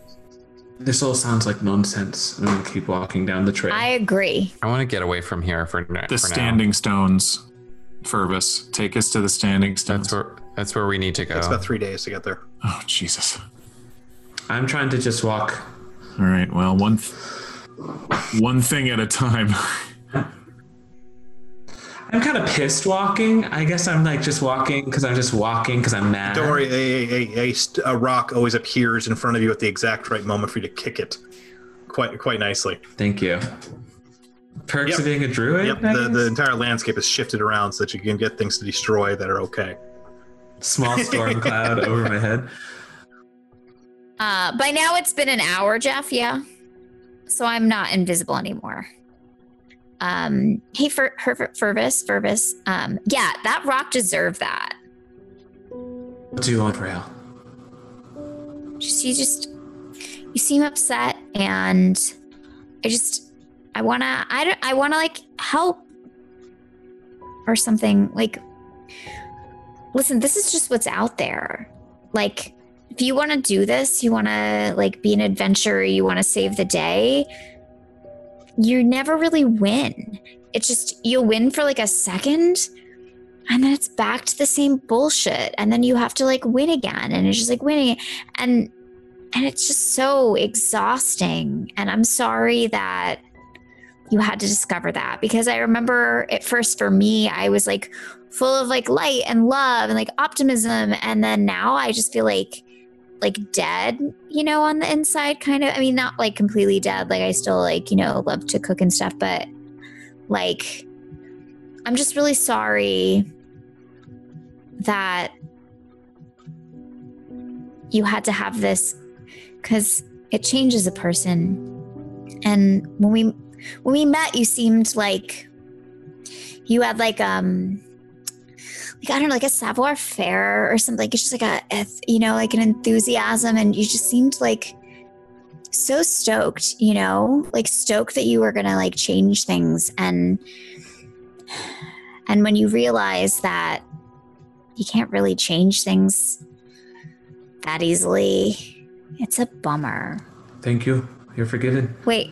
[SPEAKER 2] this all sounds like nonsense. I'm gonna keep walking down the trail.
[SPEAKER 5] I agree.
[SPEAKER 7] I want to get away from here for, n-
[SPEAKER 6] the
[SPEAKER 7] for now.
[SPEAKER 6] standing stones Fervus, take us to the standing stones
[SPEAKER 7] That's where that's where we need to go.
[SPEAKER 1] It's about three days to get there.
[SPEAKER 6] oh jesus
[SPEAKER 2] I'm trying to just walk.
[SPEAKER 6] all right well one th- one thing at a time *laughs*
[SPEAKER 2] I'm kind of pissed walking. I guess I'm like just walking because I'm just walking because I'm mad.
[SPEAKER 1] Don't worry, a, a, a, a, st- a rock always appears in front of you at the exact right moment for you to kick it. Quite quite nicely.
[SPEAKER 2] Thank you. Perks
[SPEAKER 1] Yep.
[SPEAKER 2] of being a druid.
[SPEAKER 1] Yep,
[SPEAKER 2] I
[SPEAKER 1] the, the
[SPEAKER 2] guess?
[SPEAKER 1] entire landscape is shifted around so that you can get things to destroy that are okay.
[SPEAKER 2] small
[SPEAKER 1] *laughs*
[SPEAKER 2] storm cloud over my head.
[SPEAKER 12] Uh, by now it's been an hour, Jeff. Yeah,
[SPEAKER 5] so I'm not invisible anymore. Um, hey, Fer- Her- Fer- Fervis, Fervis, um, yeah, that rock deserved that.
[SPEAKER 2] What do you want, Rail?
[SPEAKER 5] Just you, just you seem upset, and I just I wanna I don't I wanna like help or something. Like, listen, this is just what's out there. Like, if you wanna do this, you wanna like be an adventurer, you wanna save the day. You never really win. It's just you'll win for like a second, and then it's back to the same bullshit and then you have to like win again and it's just like winning and and it's just so exhausting and i'm sorry that you had to discover that because i remember at first for me i was like full of like light and love and like optimism and then now i just feel like like dead you know on the inside kind of i mean not like completely dead like i still like you know love to cook and stuff but like I'm just really sorry that you had to have this because it changes a person. And when we when we met, you seemed like you had like um like I don't know like a savoir faire or something. Like it's just like a eth- you know like an enthusiasm, and you just seemed like so stoked, you know, like stoked that you were gonna like change things and and when you realize that you can't really change things that easily, it's a bummer.
[SPEAKER 2] Thank you. You're forgiven.
[SPEAKER 12] Wait,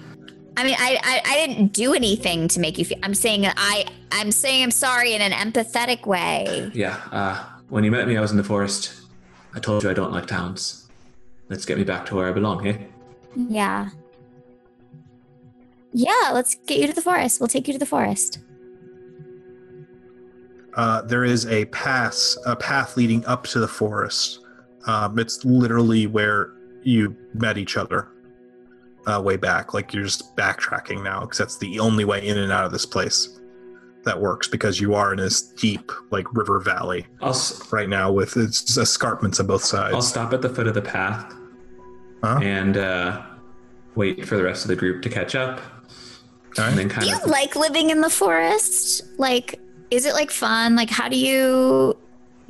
[SPEAKER 12] I mean, I, I I didn't do anything to make you feel. I'm saying I I'm saying I'm sorry in an empathetic way.
[SPEAKER 2] Yeah. Uh, when you met me, I was in the forest. I told you I don't like towns. Let's get me back to where I belong, eh?
[SPEAKER 5] Yeah. Yeah, let's get you to the forest. We'll take you to the forest.
[SPEAKER 1] Uh, there is a pass, a path leading up to the forest. Um, it's literally where you met each other uh, way back. Like you're just backtracking now because that's the only way in and out of this place that works because you are in this deep, like river valley
[SPEAKER 2] I'll, s-
[SPEAKER 1] right now with its just escarpments on both sides.
[SPEAKER 2] I'll stop at the foot of the path
[SPEAKER 1] Huh?
[SPEAKER 2] and uh, wait for the rest of the group to catch up. And then kind
[SPEAKER 5] Do you
[SPEAKER 2] of
[SPEAKER 5] like living in the forest? Like, is it like fun? Like, how do you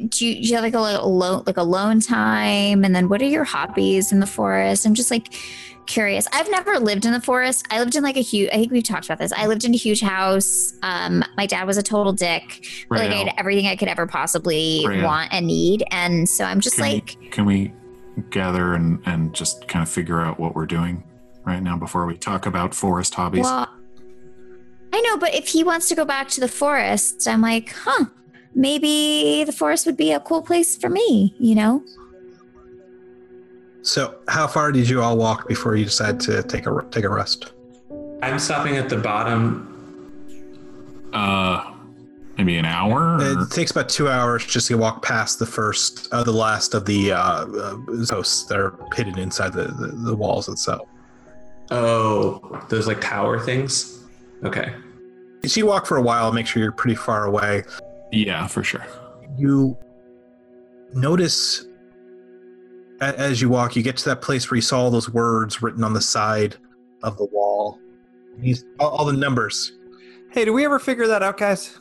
[SPEAKER 5] do? You, do you have like a little alone, like alone time? And then, what are your hobbies in the forest? I'm just like curious. I've never lived in the forest. I lived in like a huge. I think we've talked about this. I lived in a huge house. Um, my dad was a total dick. Like, I
[SPEAKER 6] Rael,
[SPEAKER 5] had everything I could ever possibly
[SPEAKER 6] Right.
[SPEAKER 5] want and need. And so I'm just
[SPEAKER 6] Can we-
[SPEAKER 5] like,
[SPEAKER 6] can we gather and, and just kind of figure out what we're doing right now before we talk about forest hobbies?
[SPEAKER 5] Well, I know, but if he wants to go back to the forest, I'm like, huh, maybe the forest would be a cool place for me, you know?
[SPEAKER 1] So, how far did you all walk before you decide to take a take a rest?
[SPEAKER 2] I'm stopping at the bottom.
[SPEAKER 6] uh, maybe an hour? or-
[SPEAKER 1] It takes about two hours just to walk past the first, uh, the last of the uh, uh, posts that are hidden inside the, the, the walls itself.
[SPEAKER 2] Oh, those like tower things. Okay.
[SPEAKER 1] So you walk for a while, make sure you're pretty far away.
[SPEAKER 6] yeah, for sure.
[SPEAKER 1] You notice a- as you walk, you get to that place where you saw all those words written on the side of the wall. These, all, all the numbers.
[SPEAKER 3] Hey, do we ever figure that out, guys?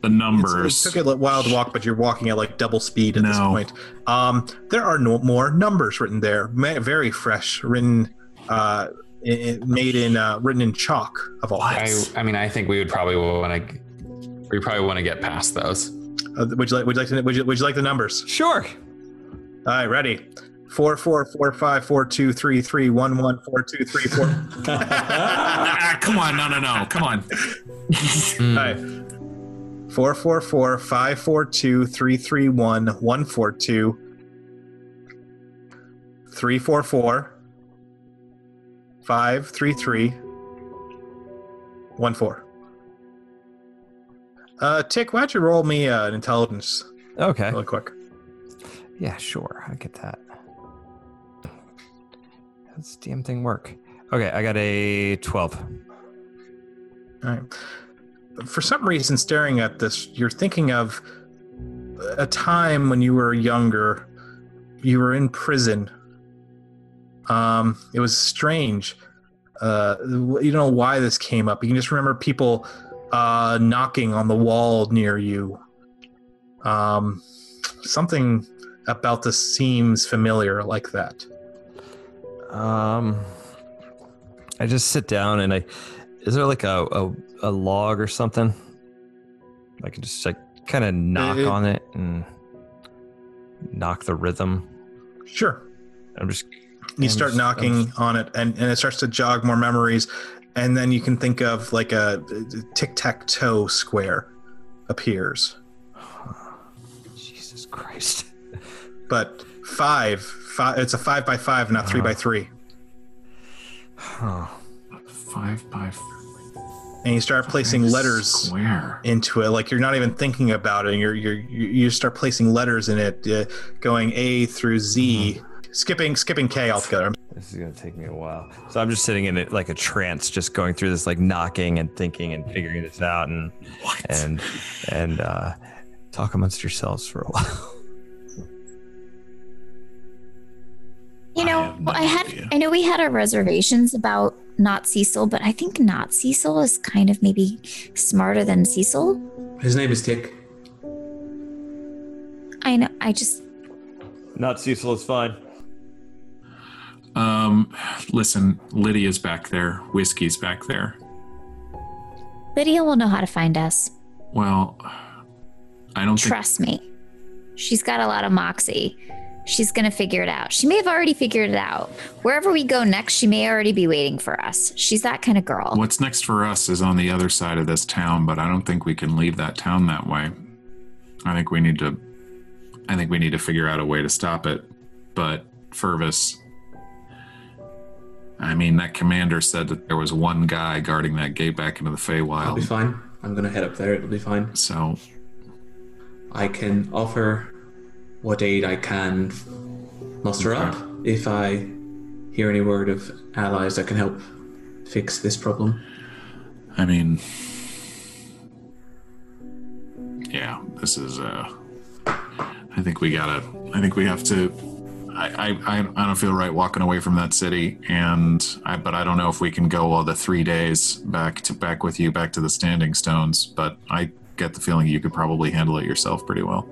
[SPEAKER 6] The
[SPEAKER 1] It's-
[SPEAKER 6] numbers.
[SPEAKER 1] It took a li- while to walk, but you're walking at like double speed at this
[SPEAKER 6] No.
[SPEAKER 1] point. Um, there are no more numbers written there. Ma- very fresh, written, uh, i- i- made in uh, written in chalk of all
[SPEAKER 7] I,
[SPEAKER 1] things.
[SPEAKER 7] I mean, I think we would probably want to. We probably want to get past those.
[SPEAKER 1] Uh, would you like? Would you like? To, would, you, would you like the numbers?
[SPEAKER 3] Sure.
[SPEAKER 1] All right, ready. Four four four five four two three three one one four two three four.
[SPEAKER 6] *laughs* Ah, come on, no, no, no, come on.
[SPEAKER 1] All right. Four four four five four two three three one one four two three four four five three three one four. Uh, Tick, why don't you roll me uh, an intelligence
[SPEAKER 3] Okay.
[SPEAKER 1] really quick?
[SPEAKER 3] Yeah, sure. I get that. How does this damn thing work? Okay, I got a 12.
[SPEAKER 1] All right. For some reason, staring at this, you're thinking of a time when you were younger. You were in prison. Um, it was strange. Uh, you don't know why this came up. You can just remember people uh, knocking on the wall near you. Um, something about this seems familiar, like that.
[SPEAKER 3] Um, I just sit down and I. Is there like a, a, a log or something? I can just like kind of knock
[SPEAKER 1] Uh,
[SPEAKER 3] on it and knock the rhythm.
[SPEAKER 1] Sure.
[SPEAKER 3] I'm just
[SPEAKER 1] you
[SPEAKER 3] I'm
[SPEAKER 1] start
[SPEAKER 3] just- I'm
[SPEAKER 1] knocking on it and, and it starts to jog more memories and then you can think of like a tic-tac-toe square appears
[SPEAKER 3] Jesus Christ.
[SPEAKER 1] but five, five it's a five by five not three by three
[SPEAKER 3] Huh.
[SPEAKER 6] Five by f-
[SPEAKER 1] and you start placing letters
[SPEAKER 6] Square.
[SPEAKER 1] into it like you're not even thinking about it and you're, you're you you start placing letters in it uh, going a through z skipping skipping k altogether
[SPEAKER 3] This is gonna take me a while. So I'm just sitting in it like a trance, just going through this like knocking and thinking and figuring this out and and and uh, talk amongst yourselves for a while. *laughs*
[SPEAKER 5] You
[SPEAKER 6] I
[SPEAKER 5] know,
[SPEAKER 6] have no
[SPEAKER 5] I had,
[SPEAKER 6] idea.
[SPEAKER 5] I know we had our reservations about not Cecil, but I think not Cecil is kind of maybe smarter than Cecil.
[SPEAKER 2] His name is Tick.
[SPEAKER 5] I know, I just,
[SPEAKER 3] Not Cecil is fine.
[SPEAKER 6] Um, listen, Lydia's back there. Whiskey's back there.
[SPEAKER 5] Lydia will know how to find us.
[SPEAKER 6] Hmm. Well, I don't think
[SPEAKER 5] Trust me. She's got a lot of moxie. She's going to figure it out. She may have already figured it out. Wherever we go next, she may already be waiting for us. She's that kind of girl.
[SPEAKER 6] what's next for us is on the other side of this town, but I don't think we can leave that town that way. I think we need to I think we need to figure out a way to stop it. But Fervus, I mean, that commander said that there was one guy guarding that gate back into the
[SPEAKER 2] I'll be
[SPEAKER 6] Feywild.
[SPEAKER 2] fine. I'm gonna head up there. It'll be fine.
[SPEAKER 6] So
[SPEAKER 2] I can offer what aid I can muster up. If I hear any word of allies that can help fix this problem,
[SPEAKER 6] I mean, yeah, this is. Uh, I think we gotta. I think we have to. I, I, I I don't feel right walking away from that city, and I but I don't know if we can go all the three days back to back with you back to the Standing Stones. But I get the feeling you could probably handle it yourself pretty well.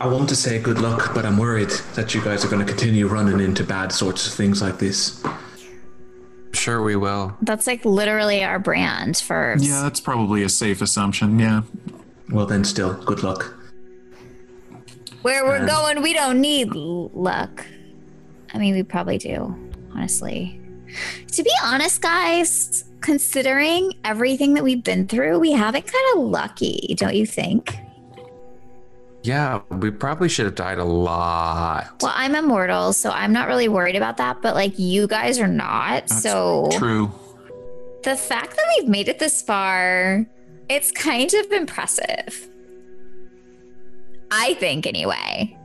[SPEAKER 2] I want to say good luck, but I'm worried that you guys are going to continue running into bad sorts of things like this.
[SPEAKER 7] Sure, we will.
[SPEAKER 13] That's like literally our brand for
[SPEAKER 6] Yeah, that's probably a safe assumption. Yeah,
[SPEAKER 2] Well, then, still, good luck.
[SPEAKER 13] where we're going. We don't need l- luck. I mean, we probably do, honestly.
[SPEAKER 5] To be honest, guys, considering everything that we've been through, we haven't kind of lucky, don't you think?
[SPEAKER 7] Yeah, we probably should have died a lot.
[SPEAKER 5] Well, I'm immortal, so I'm not really worried about that, but like you guys are not.
[SPEAKER 6] That's
[SPEAKER 5] so
[SPEAKER 6] true.
[SPEAKER 5] the fact that we've made it this far, it's kind of impressive.
[SPEAKER 13] I think, anyway.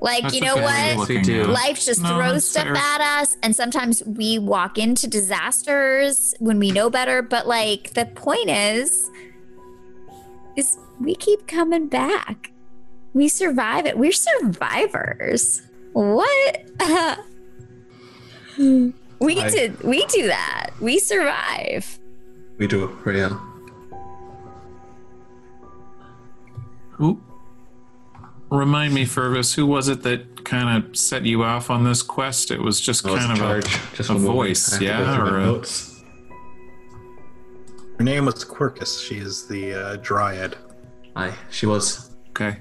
[SPEAKER 13] Like,
[SPEAKER 6] That's
[SPEAKER 13] you
[SPEAKER 6] a
[SPEAKER 13] know
[SPEAKER 6] good way
[SPEAKER 13] what?
[SPEAKER 6] of
[SPEAKER 7] Yes, we
[SPEAKER 6] looking
[SPEAKER 7] do.
[SPEAKER 6] at it.
[SPEAKER 13] Life just
[SPEAKER 6] No,
[SPEAKER 13] throws
[SPEAKER 6] that's
[SPEAKER 13] stuff
[SPEAKER 6] fair.
[SPEAKER 13] at us, and sometimes we walk into disasters when we know better. But like, the point is,
[SPEAKER 5] Is we keep coming back. We survive it. We're survivors. What? *laughs*
[SPEAKER 13] we
[SPEAKER 2] I-
[SPEAKER 13] did, we do that. We survive.
[SPEAKER 2] We do it, Rael.
[SPEAKER 6] Who? Remind me, Fergus, who was it that kind of set you off on this quest? It was just kind of a, a voice, yeah, or a,
[SPEAKER 1] Her name was Quirkus. She is the uh, dryad.
[SPEAKER 2] Aye, she was.
[SPEAKER 6] okay.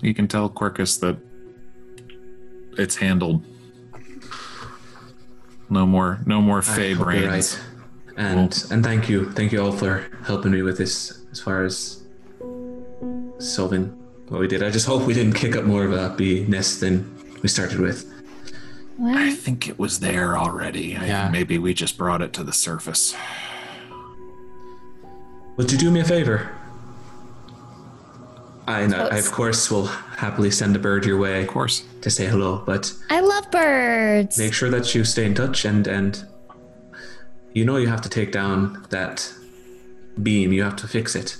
[SPEAKER 6] You can tell Quirkus that it's handled. No more, no more
[SPEAKER 2] I
[SPEAKER 6] Fey
[SPEAKER 2] hope you're
[SPEAKER 6] brains.
[SPEAKER 2] right. And and thank you, thank you all for helping me with this as far as solving what we did. I just hope we didn't kick up more of a bee nest than we started with.
[SPEAKER 6] I think it was there already. I-
[SPEAKER 7] Yeah.
[SPEAKER 6] maybe we just brought it to the surface.
[SPEAKER 2] Would you do me a favor? I, and I, I of course will happily send a bird your way
[SPEAKER 6] Of course.
[SPEAKER 2] to say hello, but
[SPEAKER 5] I love birds.
[SPEAKER 2] make sure that you stay in touch and and you know you have to take down that beam. You have to fix it.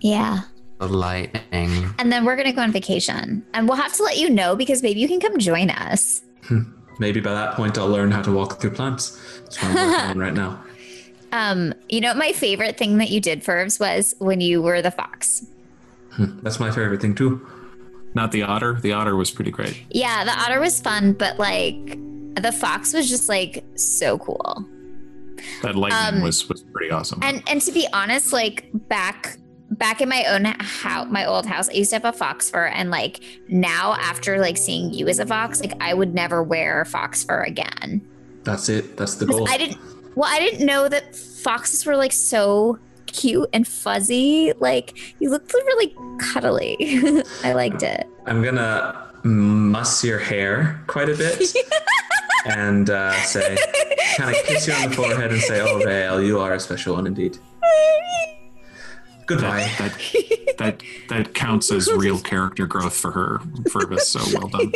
[SPEAKER 5] Yeah.
[SPEAKER 7] The lightning.
[SPEAKER 5] And then we're going to go on vacation. And we'll have to let you know because maybe you can come join us.
[SPEAKER 2] Maybe by that point I'll learn how to walk through plants. That's what I'm working on right now.
[SPEAKER 5] Um, you know, my favorite thing that you did, Fervs, was when you were the fox.
[SPEAKER 2] That's my favorite thing too.
[SPEAKER 6] Not the otter. The otter was pretty great.
[SPEAKER 5] Yeah, the otter was fun, but like the fox was just like so cool.
[SPEAKER 6] That lightning
[SPEAKER 5] Um,
[SPEAKER 6] was was pretty awesome.
[SPEAKER 5] And and to be honest, like back back in my own house, my old house, I used to have a fox fur, and like now after like seeing you as a fox, like I would never wear fox fur again.
[SPEAKER 2] That's it. That's the goal.
[SPEAKER 5] I didn't. Well, I didn't know that foxes were like so cute and fuzzy. Like you looked really cuddly. *laughs* I liked it. *laughs*
[SPEAKER 2] I'm gonna muss your hair quite a
[SPEAKER 5] *laughs*
[SPEAKER 2] bit and uh, say, kind of kiss you on the forehead and say, "Oh, Vale, you are a special one indeed." Goodbye.
[SPEAKER 6] that, that, that that counts as real character growth for her, Fergus. So well done.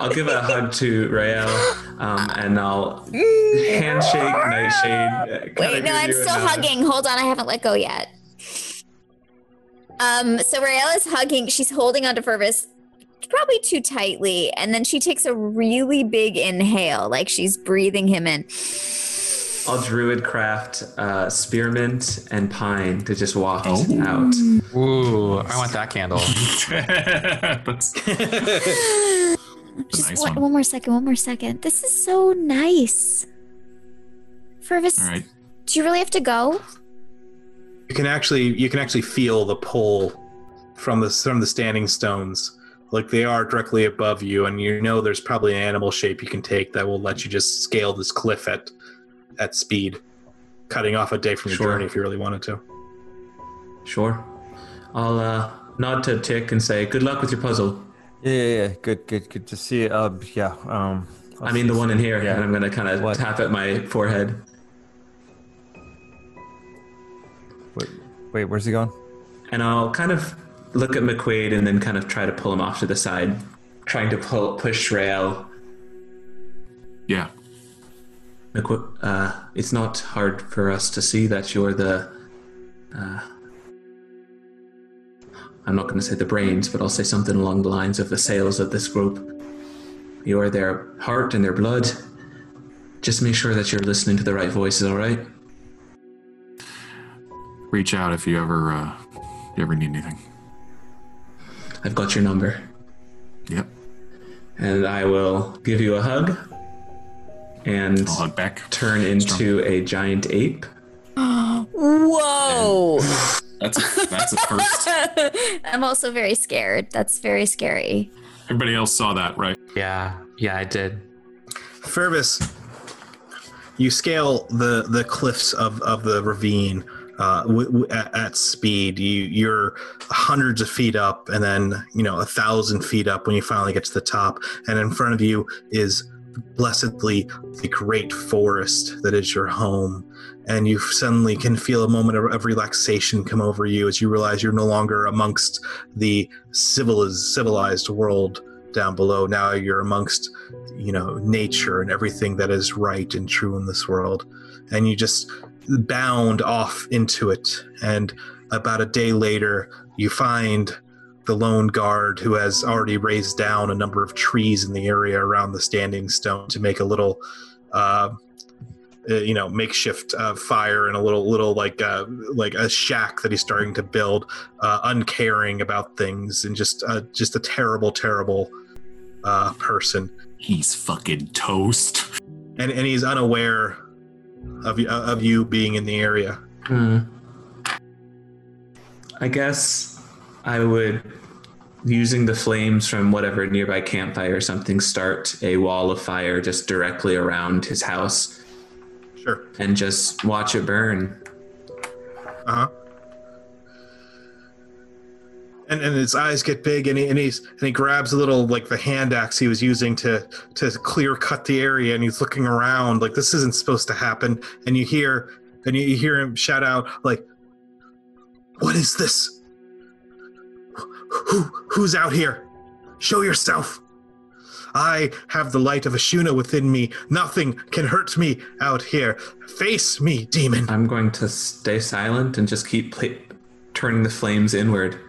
[SPEAKER 2] I'll give a hug to Rael, um, and I'll *laughs* handshake
[SPEAKER 6] *laughs*
[SPEAKER 2] Nightshade. uh,
[SPEAKER 5] Wait, no, I'm
[SPEAKER 6] uh,
[SPEAKER 5] still hugging. Hold on, I haven't let go yet.
[SPEAKER 13] Um, so Rael is hugging, she's holding onto Fervus probably too tightly, and then she takes a really big inhale, like she's breathing him in.
[SPEAKER 2] I'll druid craft uh, spearmint and pine to just waft out.
[SPEAKER 7] Ooh, I want that candle.
[SPEAKER 6] That's
[SPEAKER 5] Just
[SPEAKER 6] nice
[SPEAKER 5] one,
[SPEAKER 6] one.
[SPEAKER 5] one more second. One more second. This is so nice. Fervus,
[SPEAKER 6] All right.
[SPEAKER 5] do you really have to go?
[SPEAKER 1] You can actually you can actually feel the pull from the from the standing stones. Like they are directly above you, and you know there's probably an animal shape you can take that will let you just scale this cliff at at speed, cutting off a day from your
[SPEAKER 2] Sure.
[SPEAKER 1] journey if you really wanted to.
[SPEAKER 2] Sure. I'll uh, nod to Tick and say, good luck with your puzzle.
[SPEAKER 3] Yeah, yeah, yeah. Good, good, good to see you. Um, yeah. Um, I'll
[SPEAKER 2] I mean,
[SPEAKER 3] see
[SPEAKER 2] the
[SPEAKER 3] you
[SPEAKER 2] one in
[SPEAKER 3] soon.
[SPEAKER 2] here. And I'm going to kind
[SPEAKER 3] What?
[SPEAKER 2] of tap at my forehead.
[SPEAKER 3] Wait, wait, where's he going?
[SPEAKER 2] And I'll kind of look at McQuaid and then kind of try to pull him off to the side, trying to pull push Rael.
[SPEAKER 6] Yeah.
[SPEAKER 2] McQu- uh, it's not hard for us to see that you're the. Uh, I'm not going to say the brains, but I'll say something along the lines of the sales of this group. You are their heart and their blood. Just make sure that you're listening to the right voices, all right?
[SPEAKER 6] Reach out if you ever uh, you ever need anything.
[SPEAKER 2] I've got your number.
[SPEAKER 6] Yep.
[SPEAKER 2] And I will give you a hug. And
[SPEAKER 6] I'll hug back.
[SPEAKER 2] turn into a giant ape.
[SPEAKER 5] *laughs*
[SPEAKER 8] Whoa!
[SPEAKER 6] That's a, that's a first.
[SPEAKER 8] I'm also very scared. That's very scary.
[SPEAKER 6] Everybody else saw that, right?
[SPEAKER 7] Yeah, yeah, I did.
[SPEAKER 1] Fervus, you scale the the cliffs of of the ravine uh, w- w- at, at speed. You you're hundreds of feet up, and then you know a thousand feet up when you finally get to the top. And in front of you is blessedly the great forest that is your home. And you suddenly can feel a moment of, of relaxation come over you as you realize you're no longer amongst the civiliz- civilized world down below. Now you're amongst you know nature and everything that is right and true in this world and you just bound off into it and about a day later you find the lone guard who has already raised down a number of trees in the area around the standing stone to make a little uh, uh, you know makeshift uh, fire and a little little like uh, like a shack that he's starting to build uh, uncaring about things and just uh, just a terrible terrible uh, person
[SPEAKER 6] He's fucking toast.
[SPEAKER 1] and, and he's unaware of you, of you being in the area.
[SPEAKER 2] Hmm. I guess I would, using the flames from whatever nearby campfire or something, start a wall of fire just directly around his house
[SPEAKER 1] Sure.
[SPEAKER 2] and just watch it burn.
[SPEAKER 1] Uh huh. And, and his eyes get big, and he and he's and he grabs a little like the hand axe he was using to to clear cut the area, and he's looking around like this isn't supposed to happen. And you hear and you hear him shout out like, "What is this? Who who's out here? Show yourself!" I have the light of Ashuna within me. Nothing can hurt me out here. Face me, demon.
[SPEAKER 2] I'm going to stay silent and just keep pla turning the flames inward.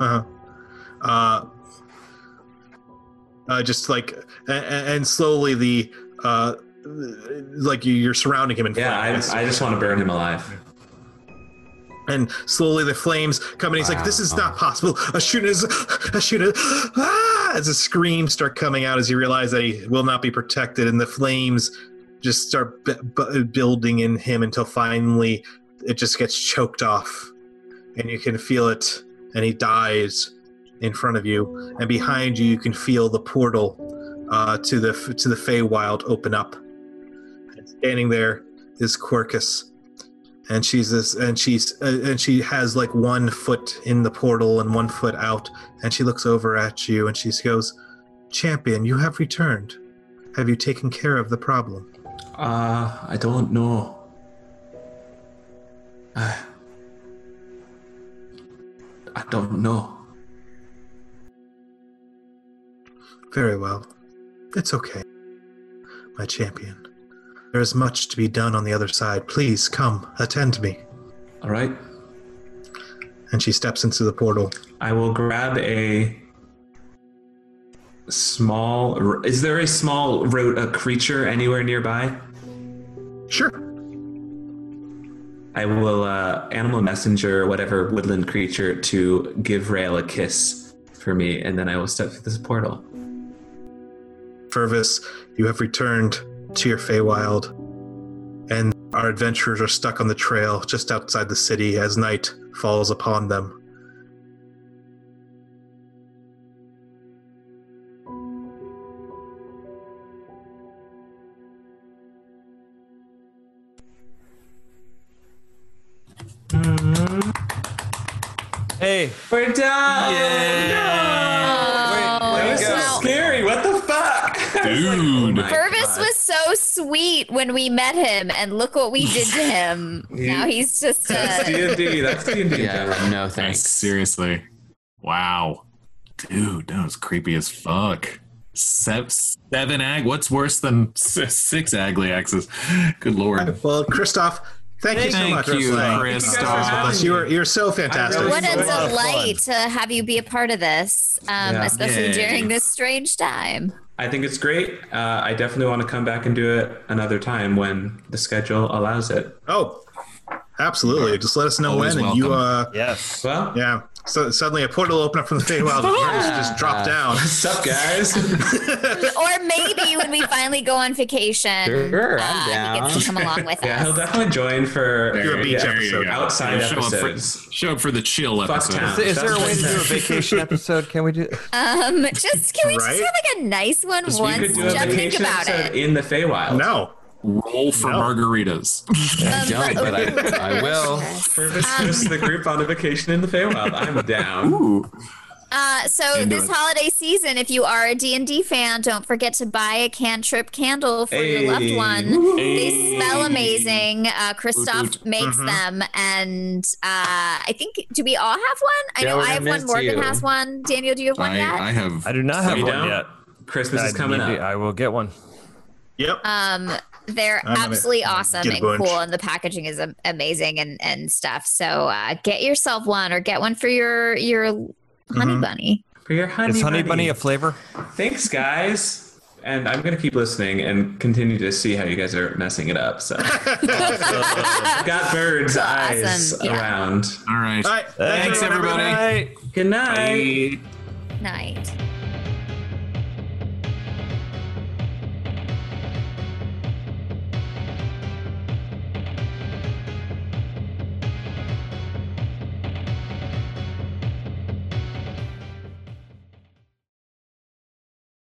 [SPEAKER 1] Uh-huh. Uh, uh, just like and, and slowly the uh, like you, you're surrounding him in
[SPEAKER 2] Yeah,
[SPEAKER 1] flames,
[SPEAKER 2] I, I just want to burn him alive.
[SPEAKER 1] and slowly the flames come, and he's like, "This is not possible." Ashuna's Ashuna, ah! as the screams start coming out as you realize that he will not be protected, and the flames just start b- b- building in him until finally it just gets choked off, and you can feel it, and he dies in front of you. and behind you, you can feel the portal uh, to the to the Feywild open up. And standing there is Quirkus, and she's this, and she's uh, and she has like one foot in the portal and one foot out, and she looks over at you and she goes, "Champion, you have returned. Have you taken care of the problem?"
[SPEAKER 2] Uh, I don't know. Uh, I don't know.
[SPEAKER 1] Very well. It's okay, my champion. There is much to be done on the other side. Please come, attend me.
[SPEAKER 2] All right.
[SPEAKER 1] And she steps into the portal.
[SPEAKER 2] I will grab a small. Is there a small ro- a creature anywhere nearby?
[SPEAKER 1] Sure.
[SPEAKER 2] I will uh, animal messenger whatever woodland creature to give Rail a kiss for me, and then I will step through this portal.
[SPEAKER 1] Fervus, you have returned to your Feywild, and our adventurers are stuck on the trail just outside the city as night falls upon them.
[SPEAKER 3] Hey,
[SPEAKER 2] We're done.
[SPEAKER 3] way
[SPEAKER 5] Oh,
[SPEAKER 2] That was
[SPEAKER 3] to
[SPEAKER 2] so
[SPEAKER 3] go.
[SPEAKER 2] scary. What the fuck?
[SPEAKER 6] Dude.
[SPEAKER 2] my
[SPEAKER 5] Purvis
[SPEAKER 2] God.
[SPEAKER 5] was so sweet when we met him, and look what we did to him. now he's just
[SPEAKER 2] That's
[SPEAKER 5] a.
[SPEAKER 2] D&D. That's D&D.
[SPEAKER 7] Yeah, no thanks.
[SPEAKER 6] Seriously. Wow. Dude, that was creepy as fuck. Seven, seven ag. What's worse than six, six agliaxes? Good lord.
[SPEAKER 1] Well, Christoph, thank you so
[SPEAKER 6] Thank
[SPEAKER 1] much.
[SPEAKER 6] you,
[SPEAKER 1] for playing.
[SPEAKER 6] Chris.
[SPEAKER 1] Thank you guys for
[SPEAKER 6] Stop.
[SPEAKER 1] having us. You're you're so fantastic.
[SPEAKER 5] uh, What a
[SPEAKER 3] It's a lot of fun.
[SPEAKER 5] delight to have you be a part of this, um,
[SPEAKER 2] Yeah.
[SPEAKER 5] especially
[SPEAKER 6] Yay.
[SPEAKER 5] during this strange time.
[SPEAKER 2] I think it's great. Uh, I definitely want to come back and do it another time when the schedule allows it.
[SPEAKER 1] oh, absolutely. Just let us know
[SPEAKER 6] Always
[SPEAKER 1] when, and you. Uh,
[SPEAKER 3] yes.
[SPEAKER 2] Well,
[SPEAKER 1] yeah. So suddenly a portal opened up from the Feywild. and Darius just dropped down.
[SPEAKER 2] what's up, guys?
[SPEAKER 5] Or maybe when we finally go on vacation,
[SPEAKER 7] Sure,
[SPEAKER 5] uh,
[SPEAKER 7] I'm
[SPEAKER 5] he gets to come along with
[SPEAKER 2] yeah, he'll
[SPEAKER 5] us.
[SPEAKER 2] definitely join for
[SPEAKER 1] Do a beach
[SPEAKER 2] yeah,
[SPEAKER 1] episode.
[SPEAKER 6] go.
[SPEAKER 2] outside
[SPEAKER 6] Yeah, show up for-
[SPEAKER 2] episodes.
[SPEAKER 6] Show up for the chill
[SPEAKER 2] Fuck
[SPEAKER 6] episode.
[SPEAKER 2] town.
[SPEAKER 3] Is, is there a way to do a vacation episode? Can we do?
[SPEAKER 5] Um, just can we
[SPEAKER 1] Right?
[SPEAKER 5] just have like a nice one
[SPEAKER 2] Because we
[SPEAKER 5] once?
[SPEAKER 2] could do a
[SPEAKER 5] Jeff, think
[SPEAKER 2] vacation
[SPEAKER 5] about
[SPEAKER 2] episode
[SPEAKER 5] it.
[SPEAKER 2] in the Feywild.
[SPEAKER 1] No.
[SPEAKER 6] Roll for
[SPEAKER 1] No.
[SPEAKER 6] margaritas.
[SPEAKER 1] *laughs*
[SPEAKER 5] Um,
[SPEAKER 7] I don't, but I, I
[SPEAKER 6] *laughs*
[SPEAKER 7] will.
[SPEAKER 2] Purvis hosts the group on a vacation in the Feywild. I'm down.
[SPEAKER 6] *laughs*
[SPEAKER 5] Uh, so
[SPEAKER 6] Into
[SPEAKER 5] this
[SPEAKER 6] it.
[SPEAKER 5] holiday season, if you are a D&D fan, don't forget to buy a cantrip candle for your loved
[SPEAKER 2] Hey.
[SPEAKER 5] one. They
[SPEAKER 6] Hey.
[SPEAKER 5] smell amazing. Uh, Christoph
[SPEAKER 6] Oot, oot.
[SPEAKER 5] makes
[SPEAKER 1] Mhm.
[SPEAKER 5] them, and uh, I think do we all have one? I
[SPEAKER 7] Yeah,
[SPEAKER 5] know
[SPEAKER 7] we're
[SPEAKER 5] I
[SPEAKER 7] gonna
[SPEAKER 5] have one.
[SPEAKER 7] miss
[SPEAKER 5] Morgan
[SPEAKER 7] you.
[SPEAKER 5] has one. Daniel, do you have one yet?
[SPEAKER 6] I, I have.
[SPEAKER 3] I do not have
[SPEAKER 2] You
[SPEAKER 3] one
[SPEAKER 2] don't?
[SPEAKER 3] yet.
[SPEAKER 2] Christmas
[SPEAKER 3] I
[SPEAKER 2] is coming
[SPEAKER 3] need to-
[SPEAKER 2] up.
[SPEAKER 3] I will get one.
[SPEAKER 1] Yep.
[SPEAKER 5] Um, they're
[SPEAKER 1] I'm gonna
[SPEAKER 5] absolutely awesome
[SPEAKER 1] get a
[SPEAKER 5] and
[SPEAKER 1] bunch.
[SPEAKER 5] cool, and the packaging is am- amazing and and stuff. So uh, get yourself one, or get one for your your honey
[SPEAKER 1] Mhm.
[SPEAKER 5] bunny.
[SPEAKER 2] For your honey,
[SPEAKER 3] Is honey bunny a flavor?
[SPEAKER 2] Thanks, guys. And I'm gonna keep listening and continue to see how you guys are messing it up.
[SPEAKER 5] *laughs*
[SPEAKER 2] So I've got birds' eyes
[SPEAKER 5] Awesome, yeah.
[SPEAKER 2] around.
[SPEAKER 6] All right.
[SPEAKER 1] All right.
[SPEAKER 3] Thanks,
[SPEAKER 6] everybody.
[SPEAKER 2] Good night.
[SPEAKER 5] Night.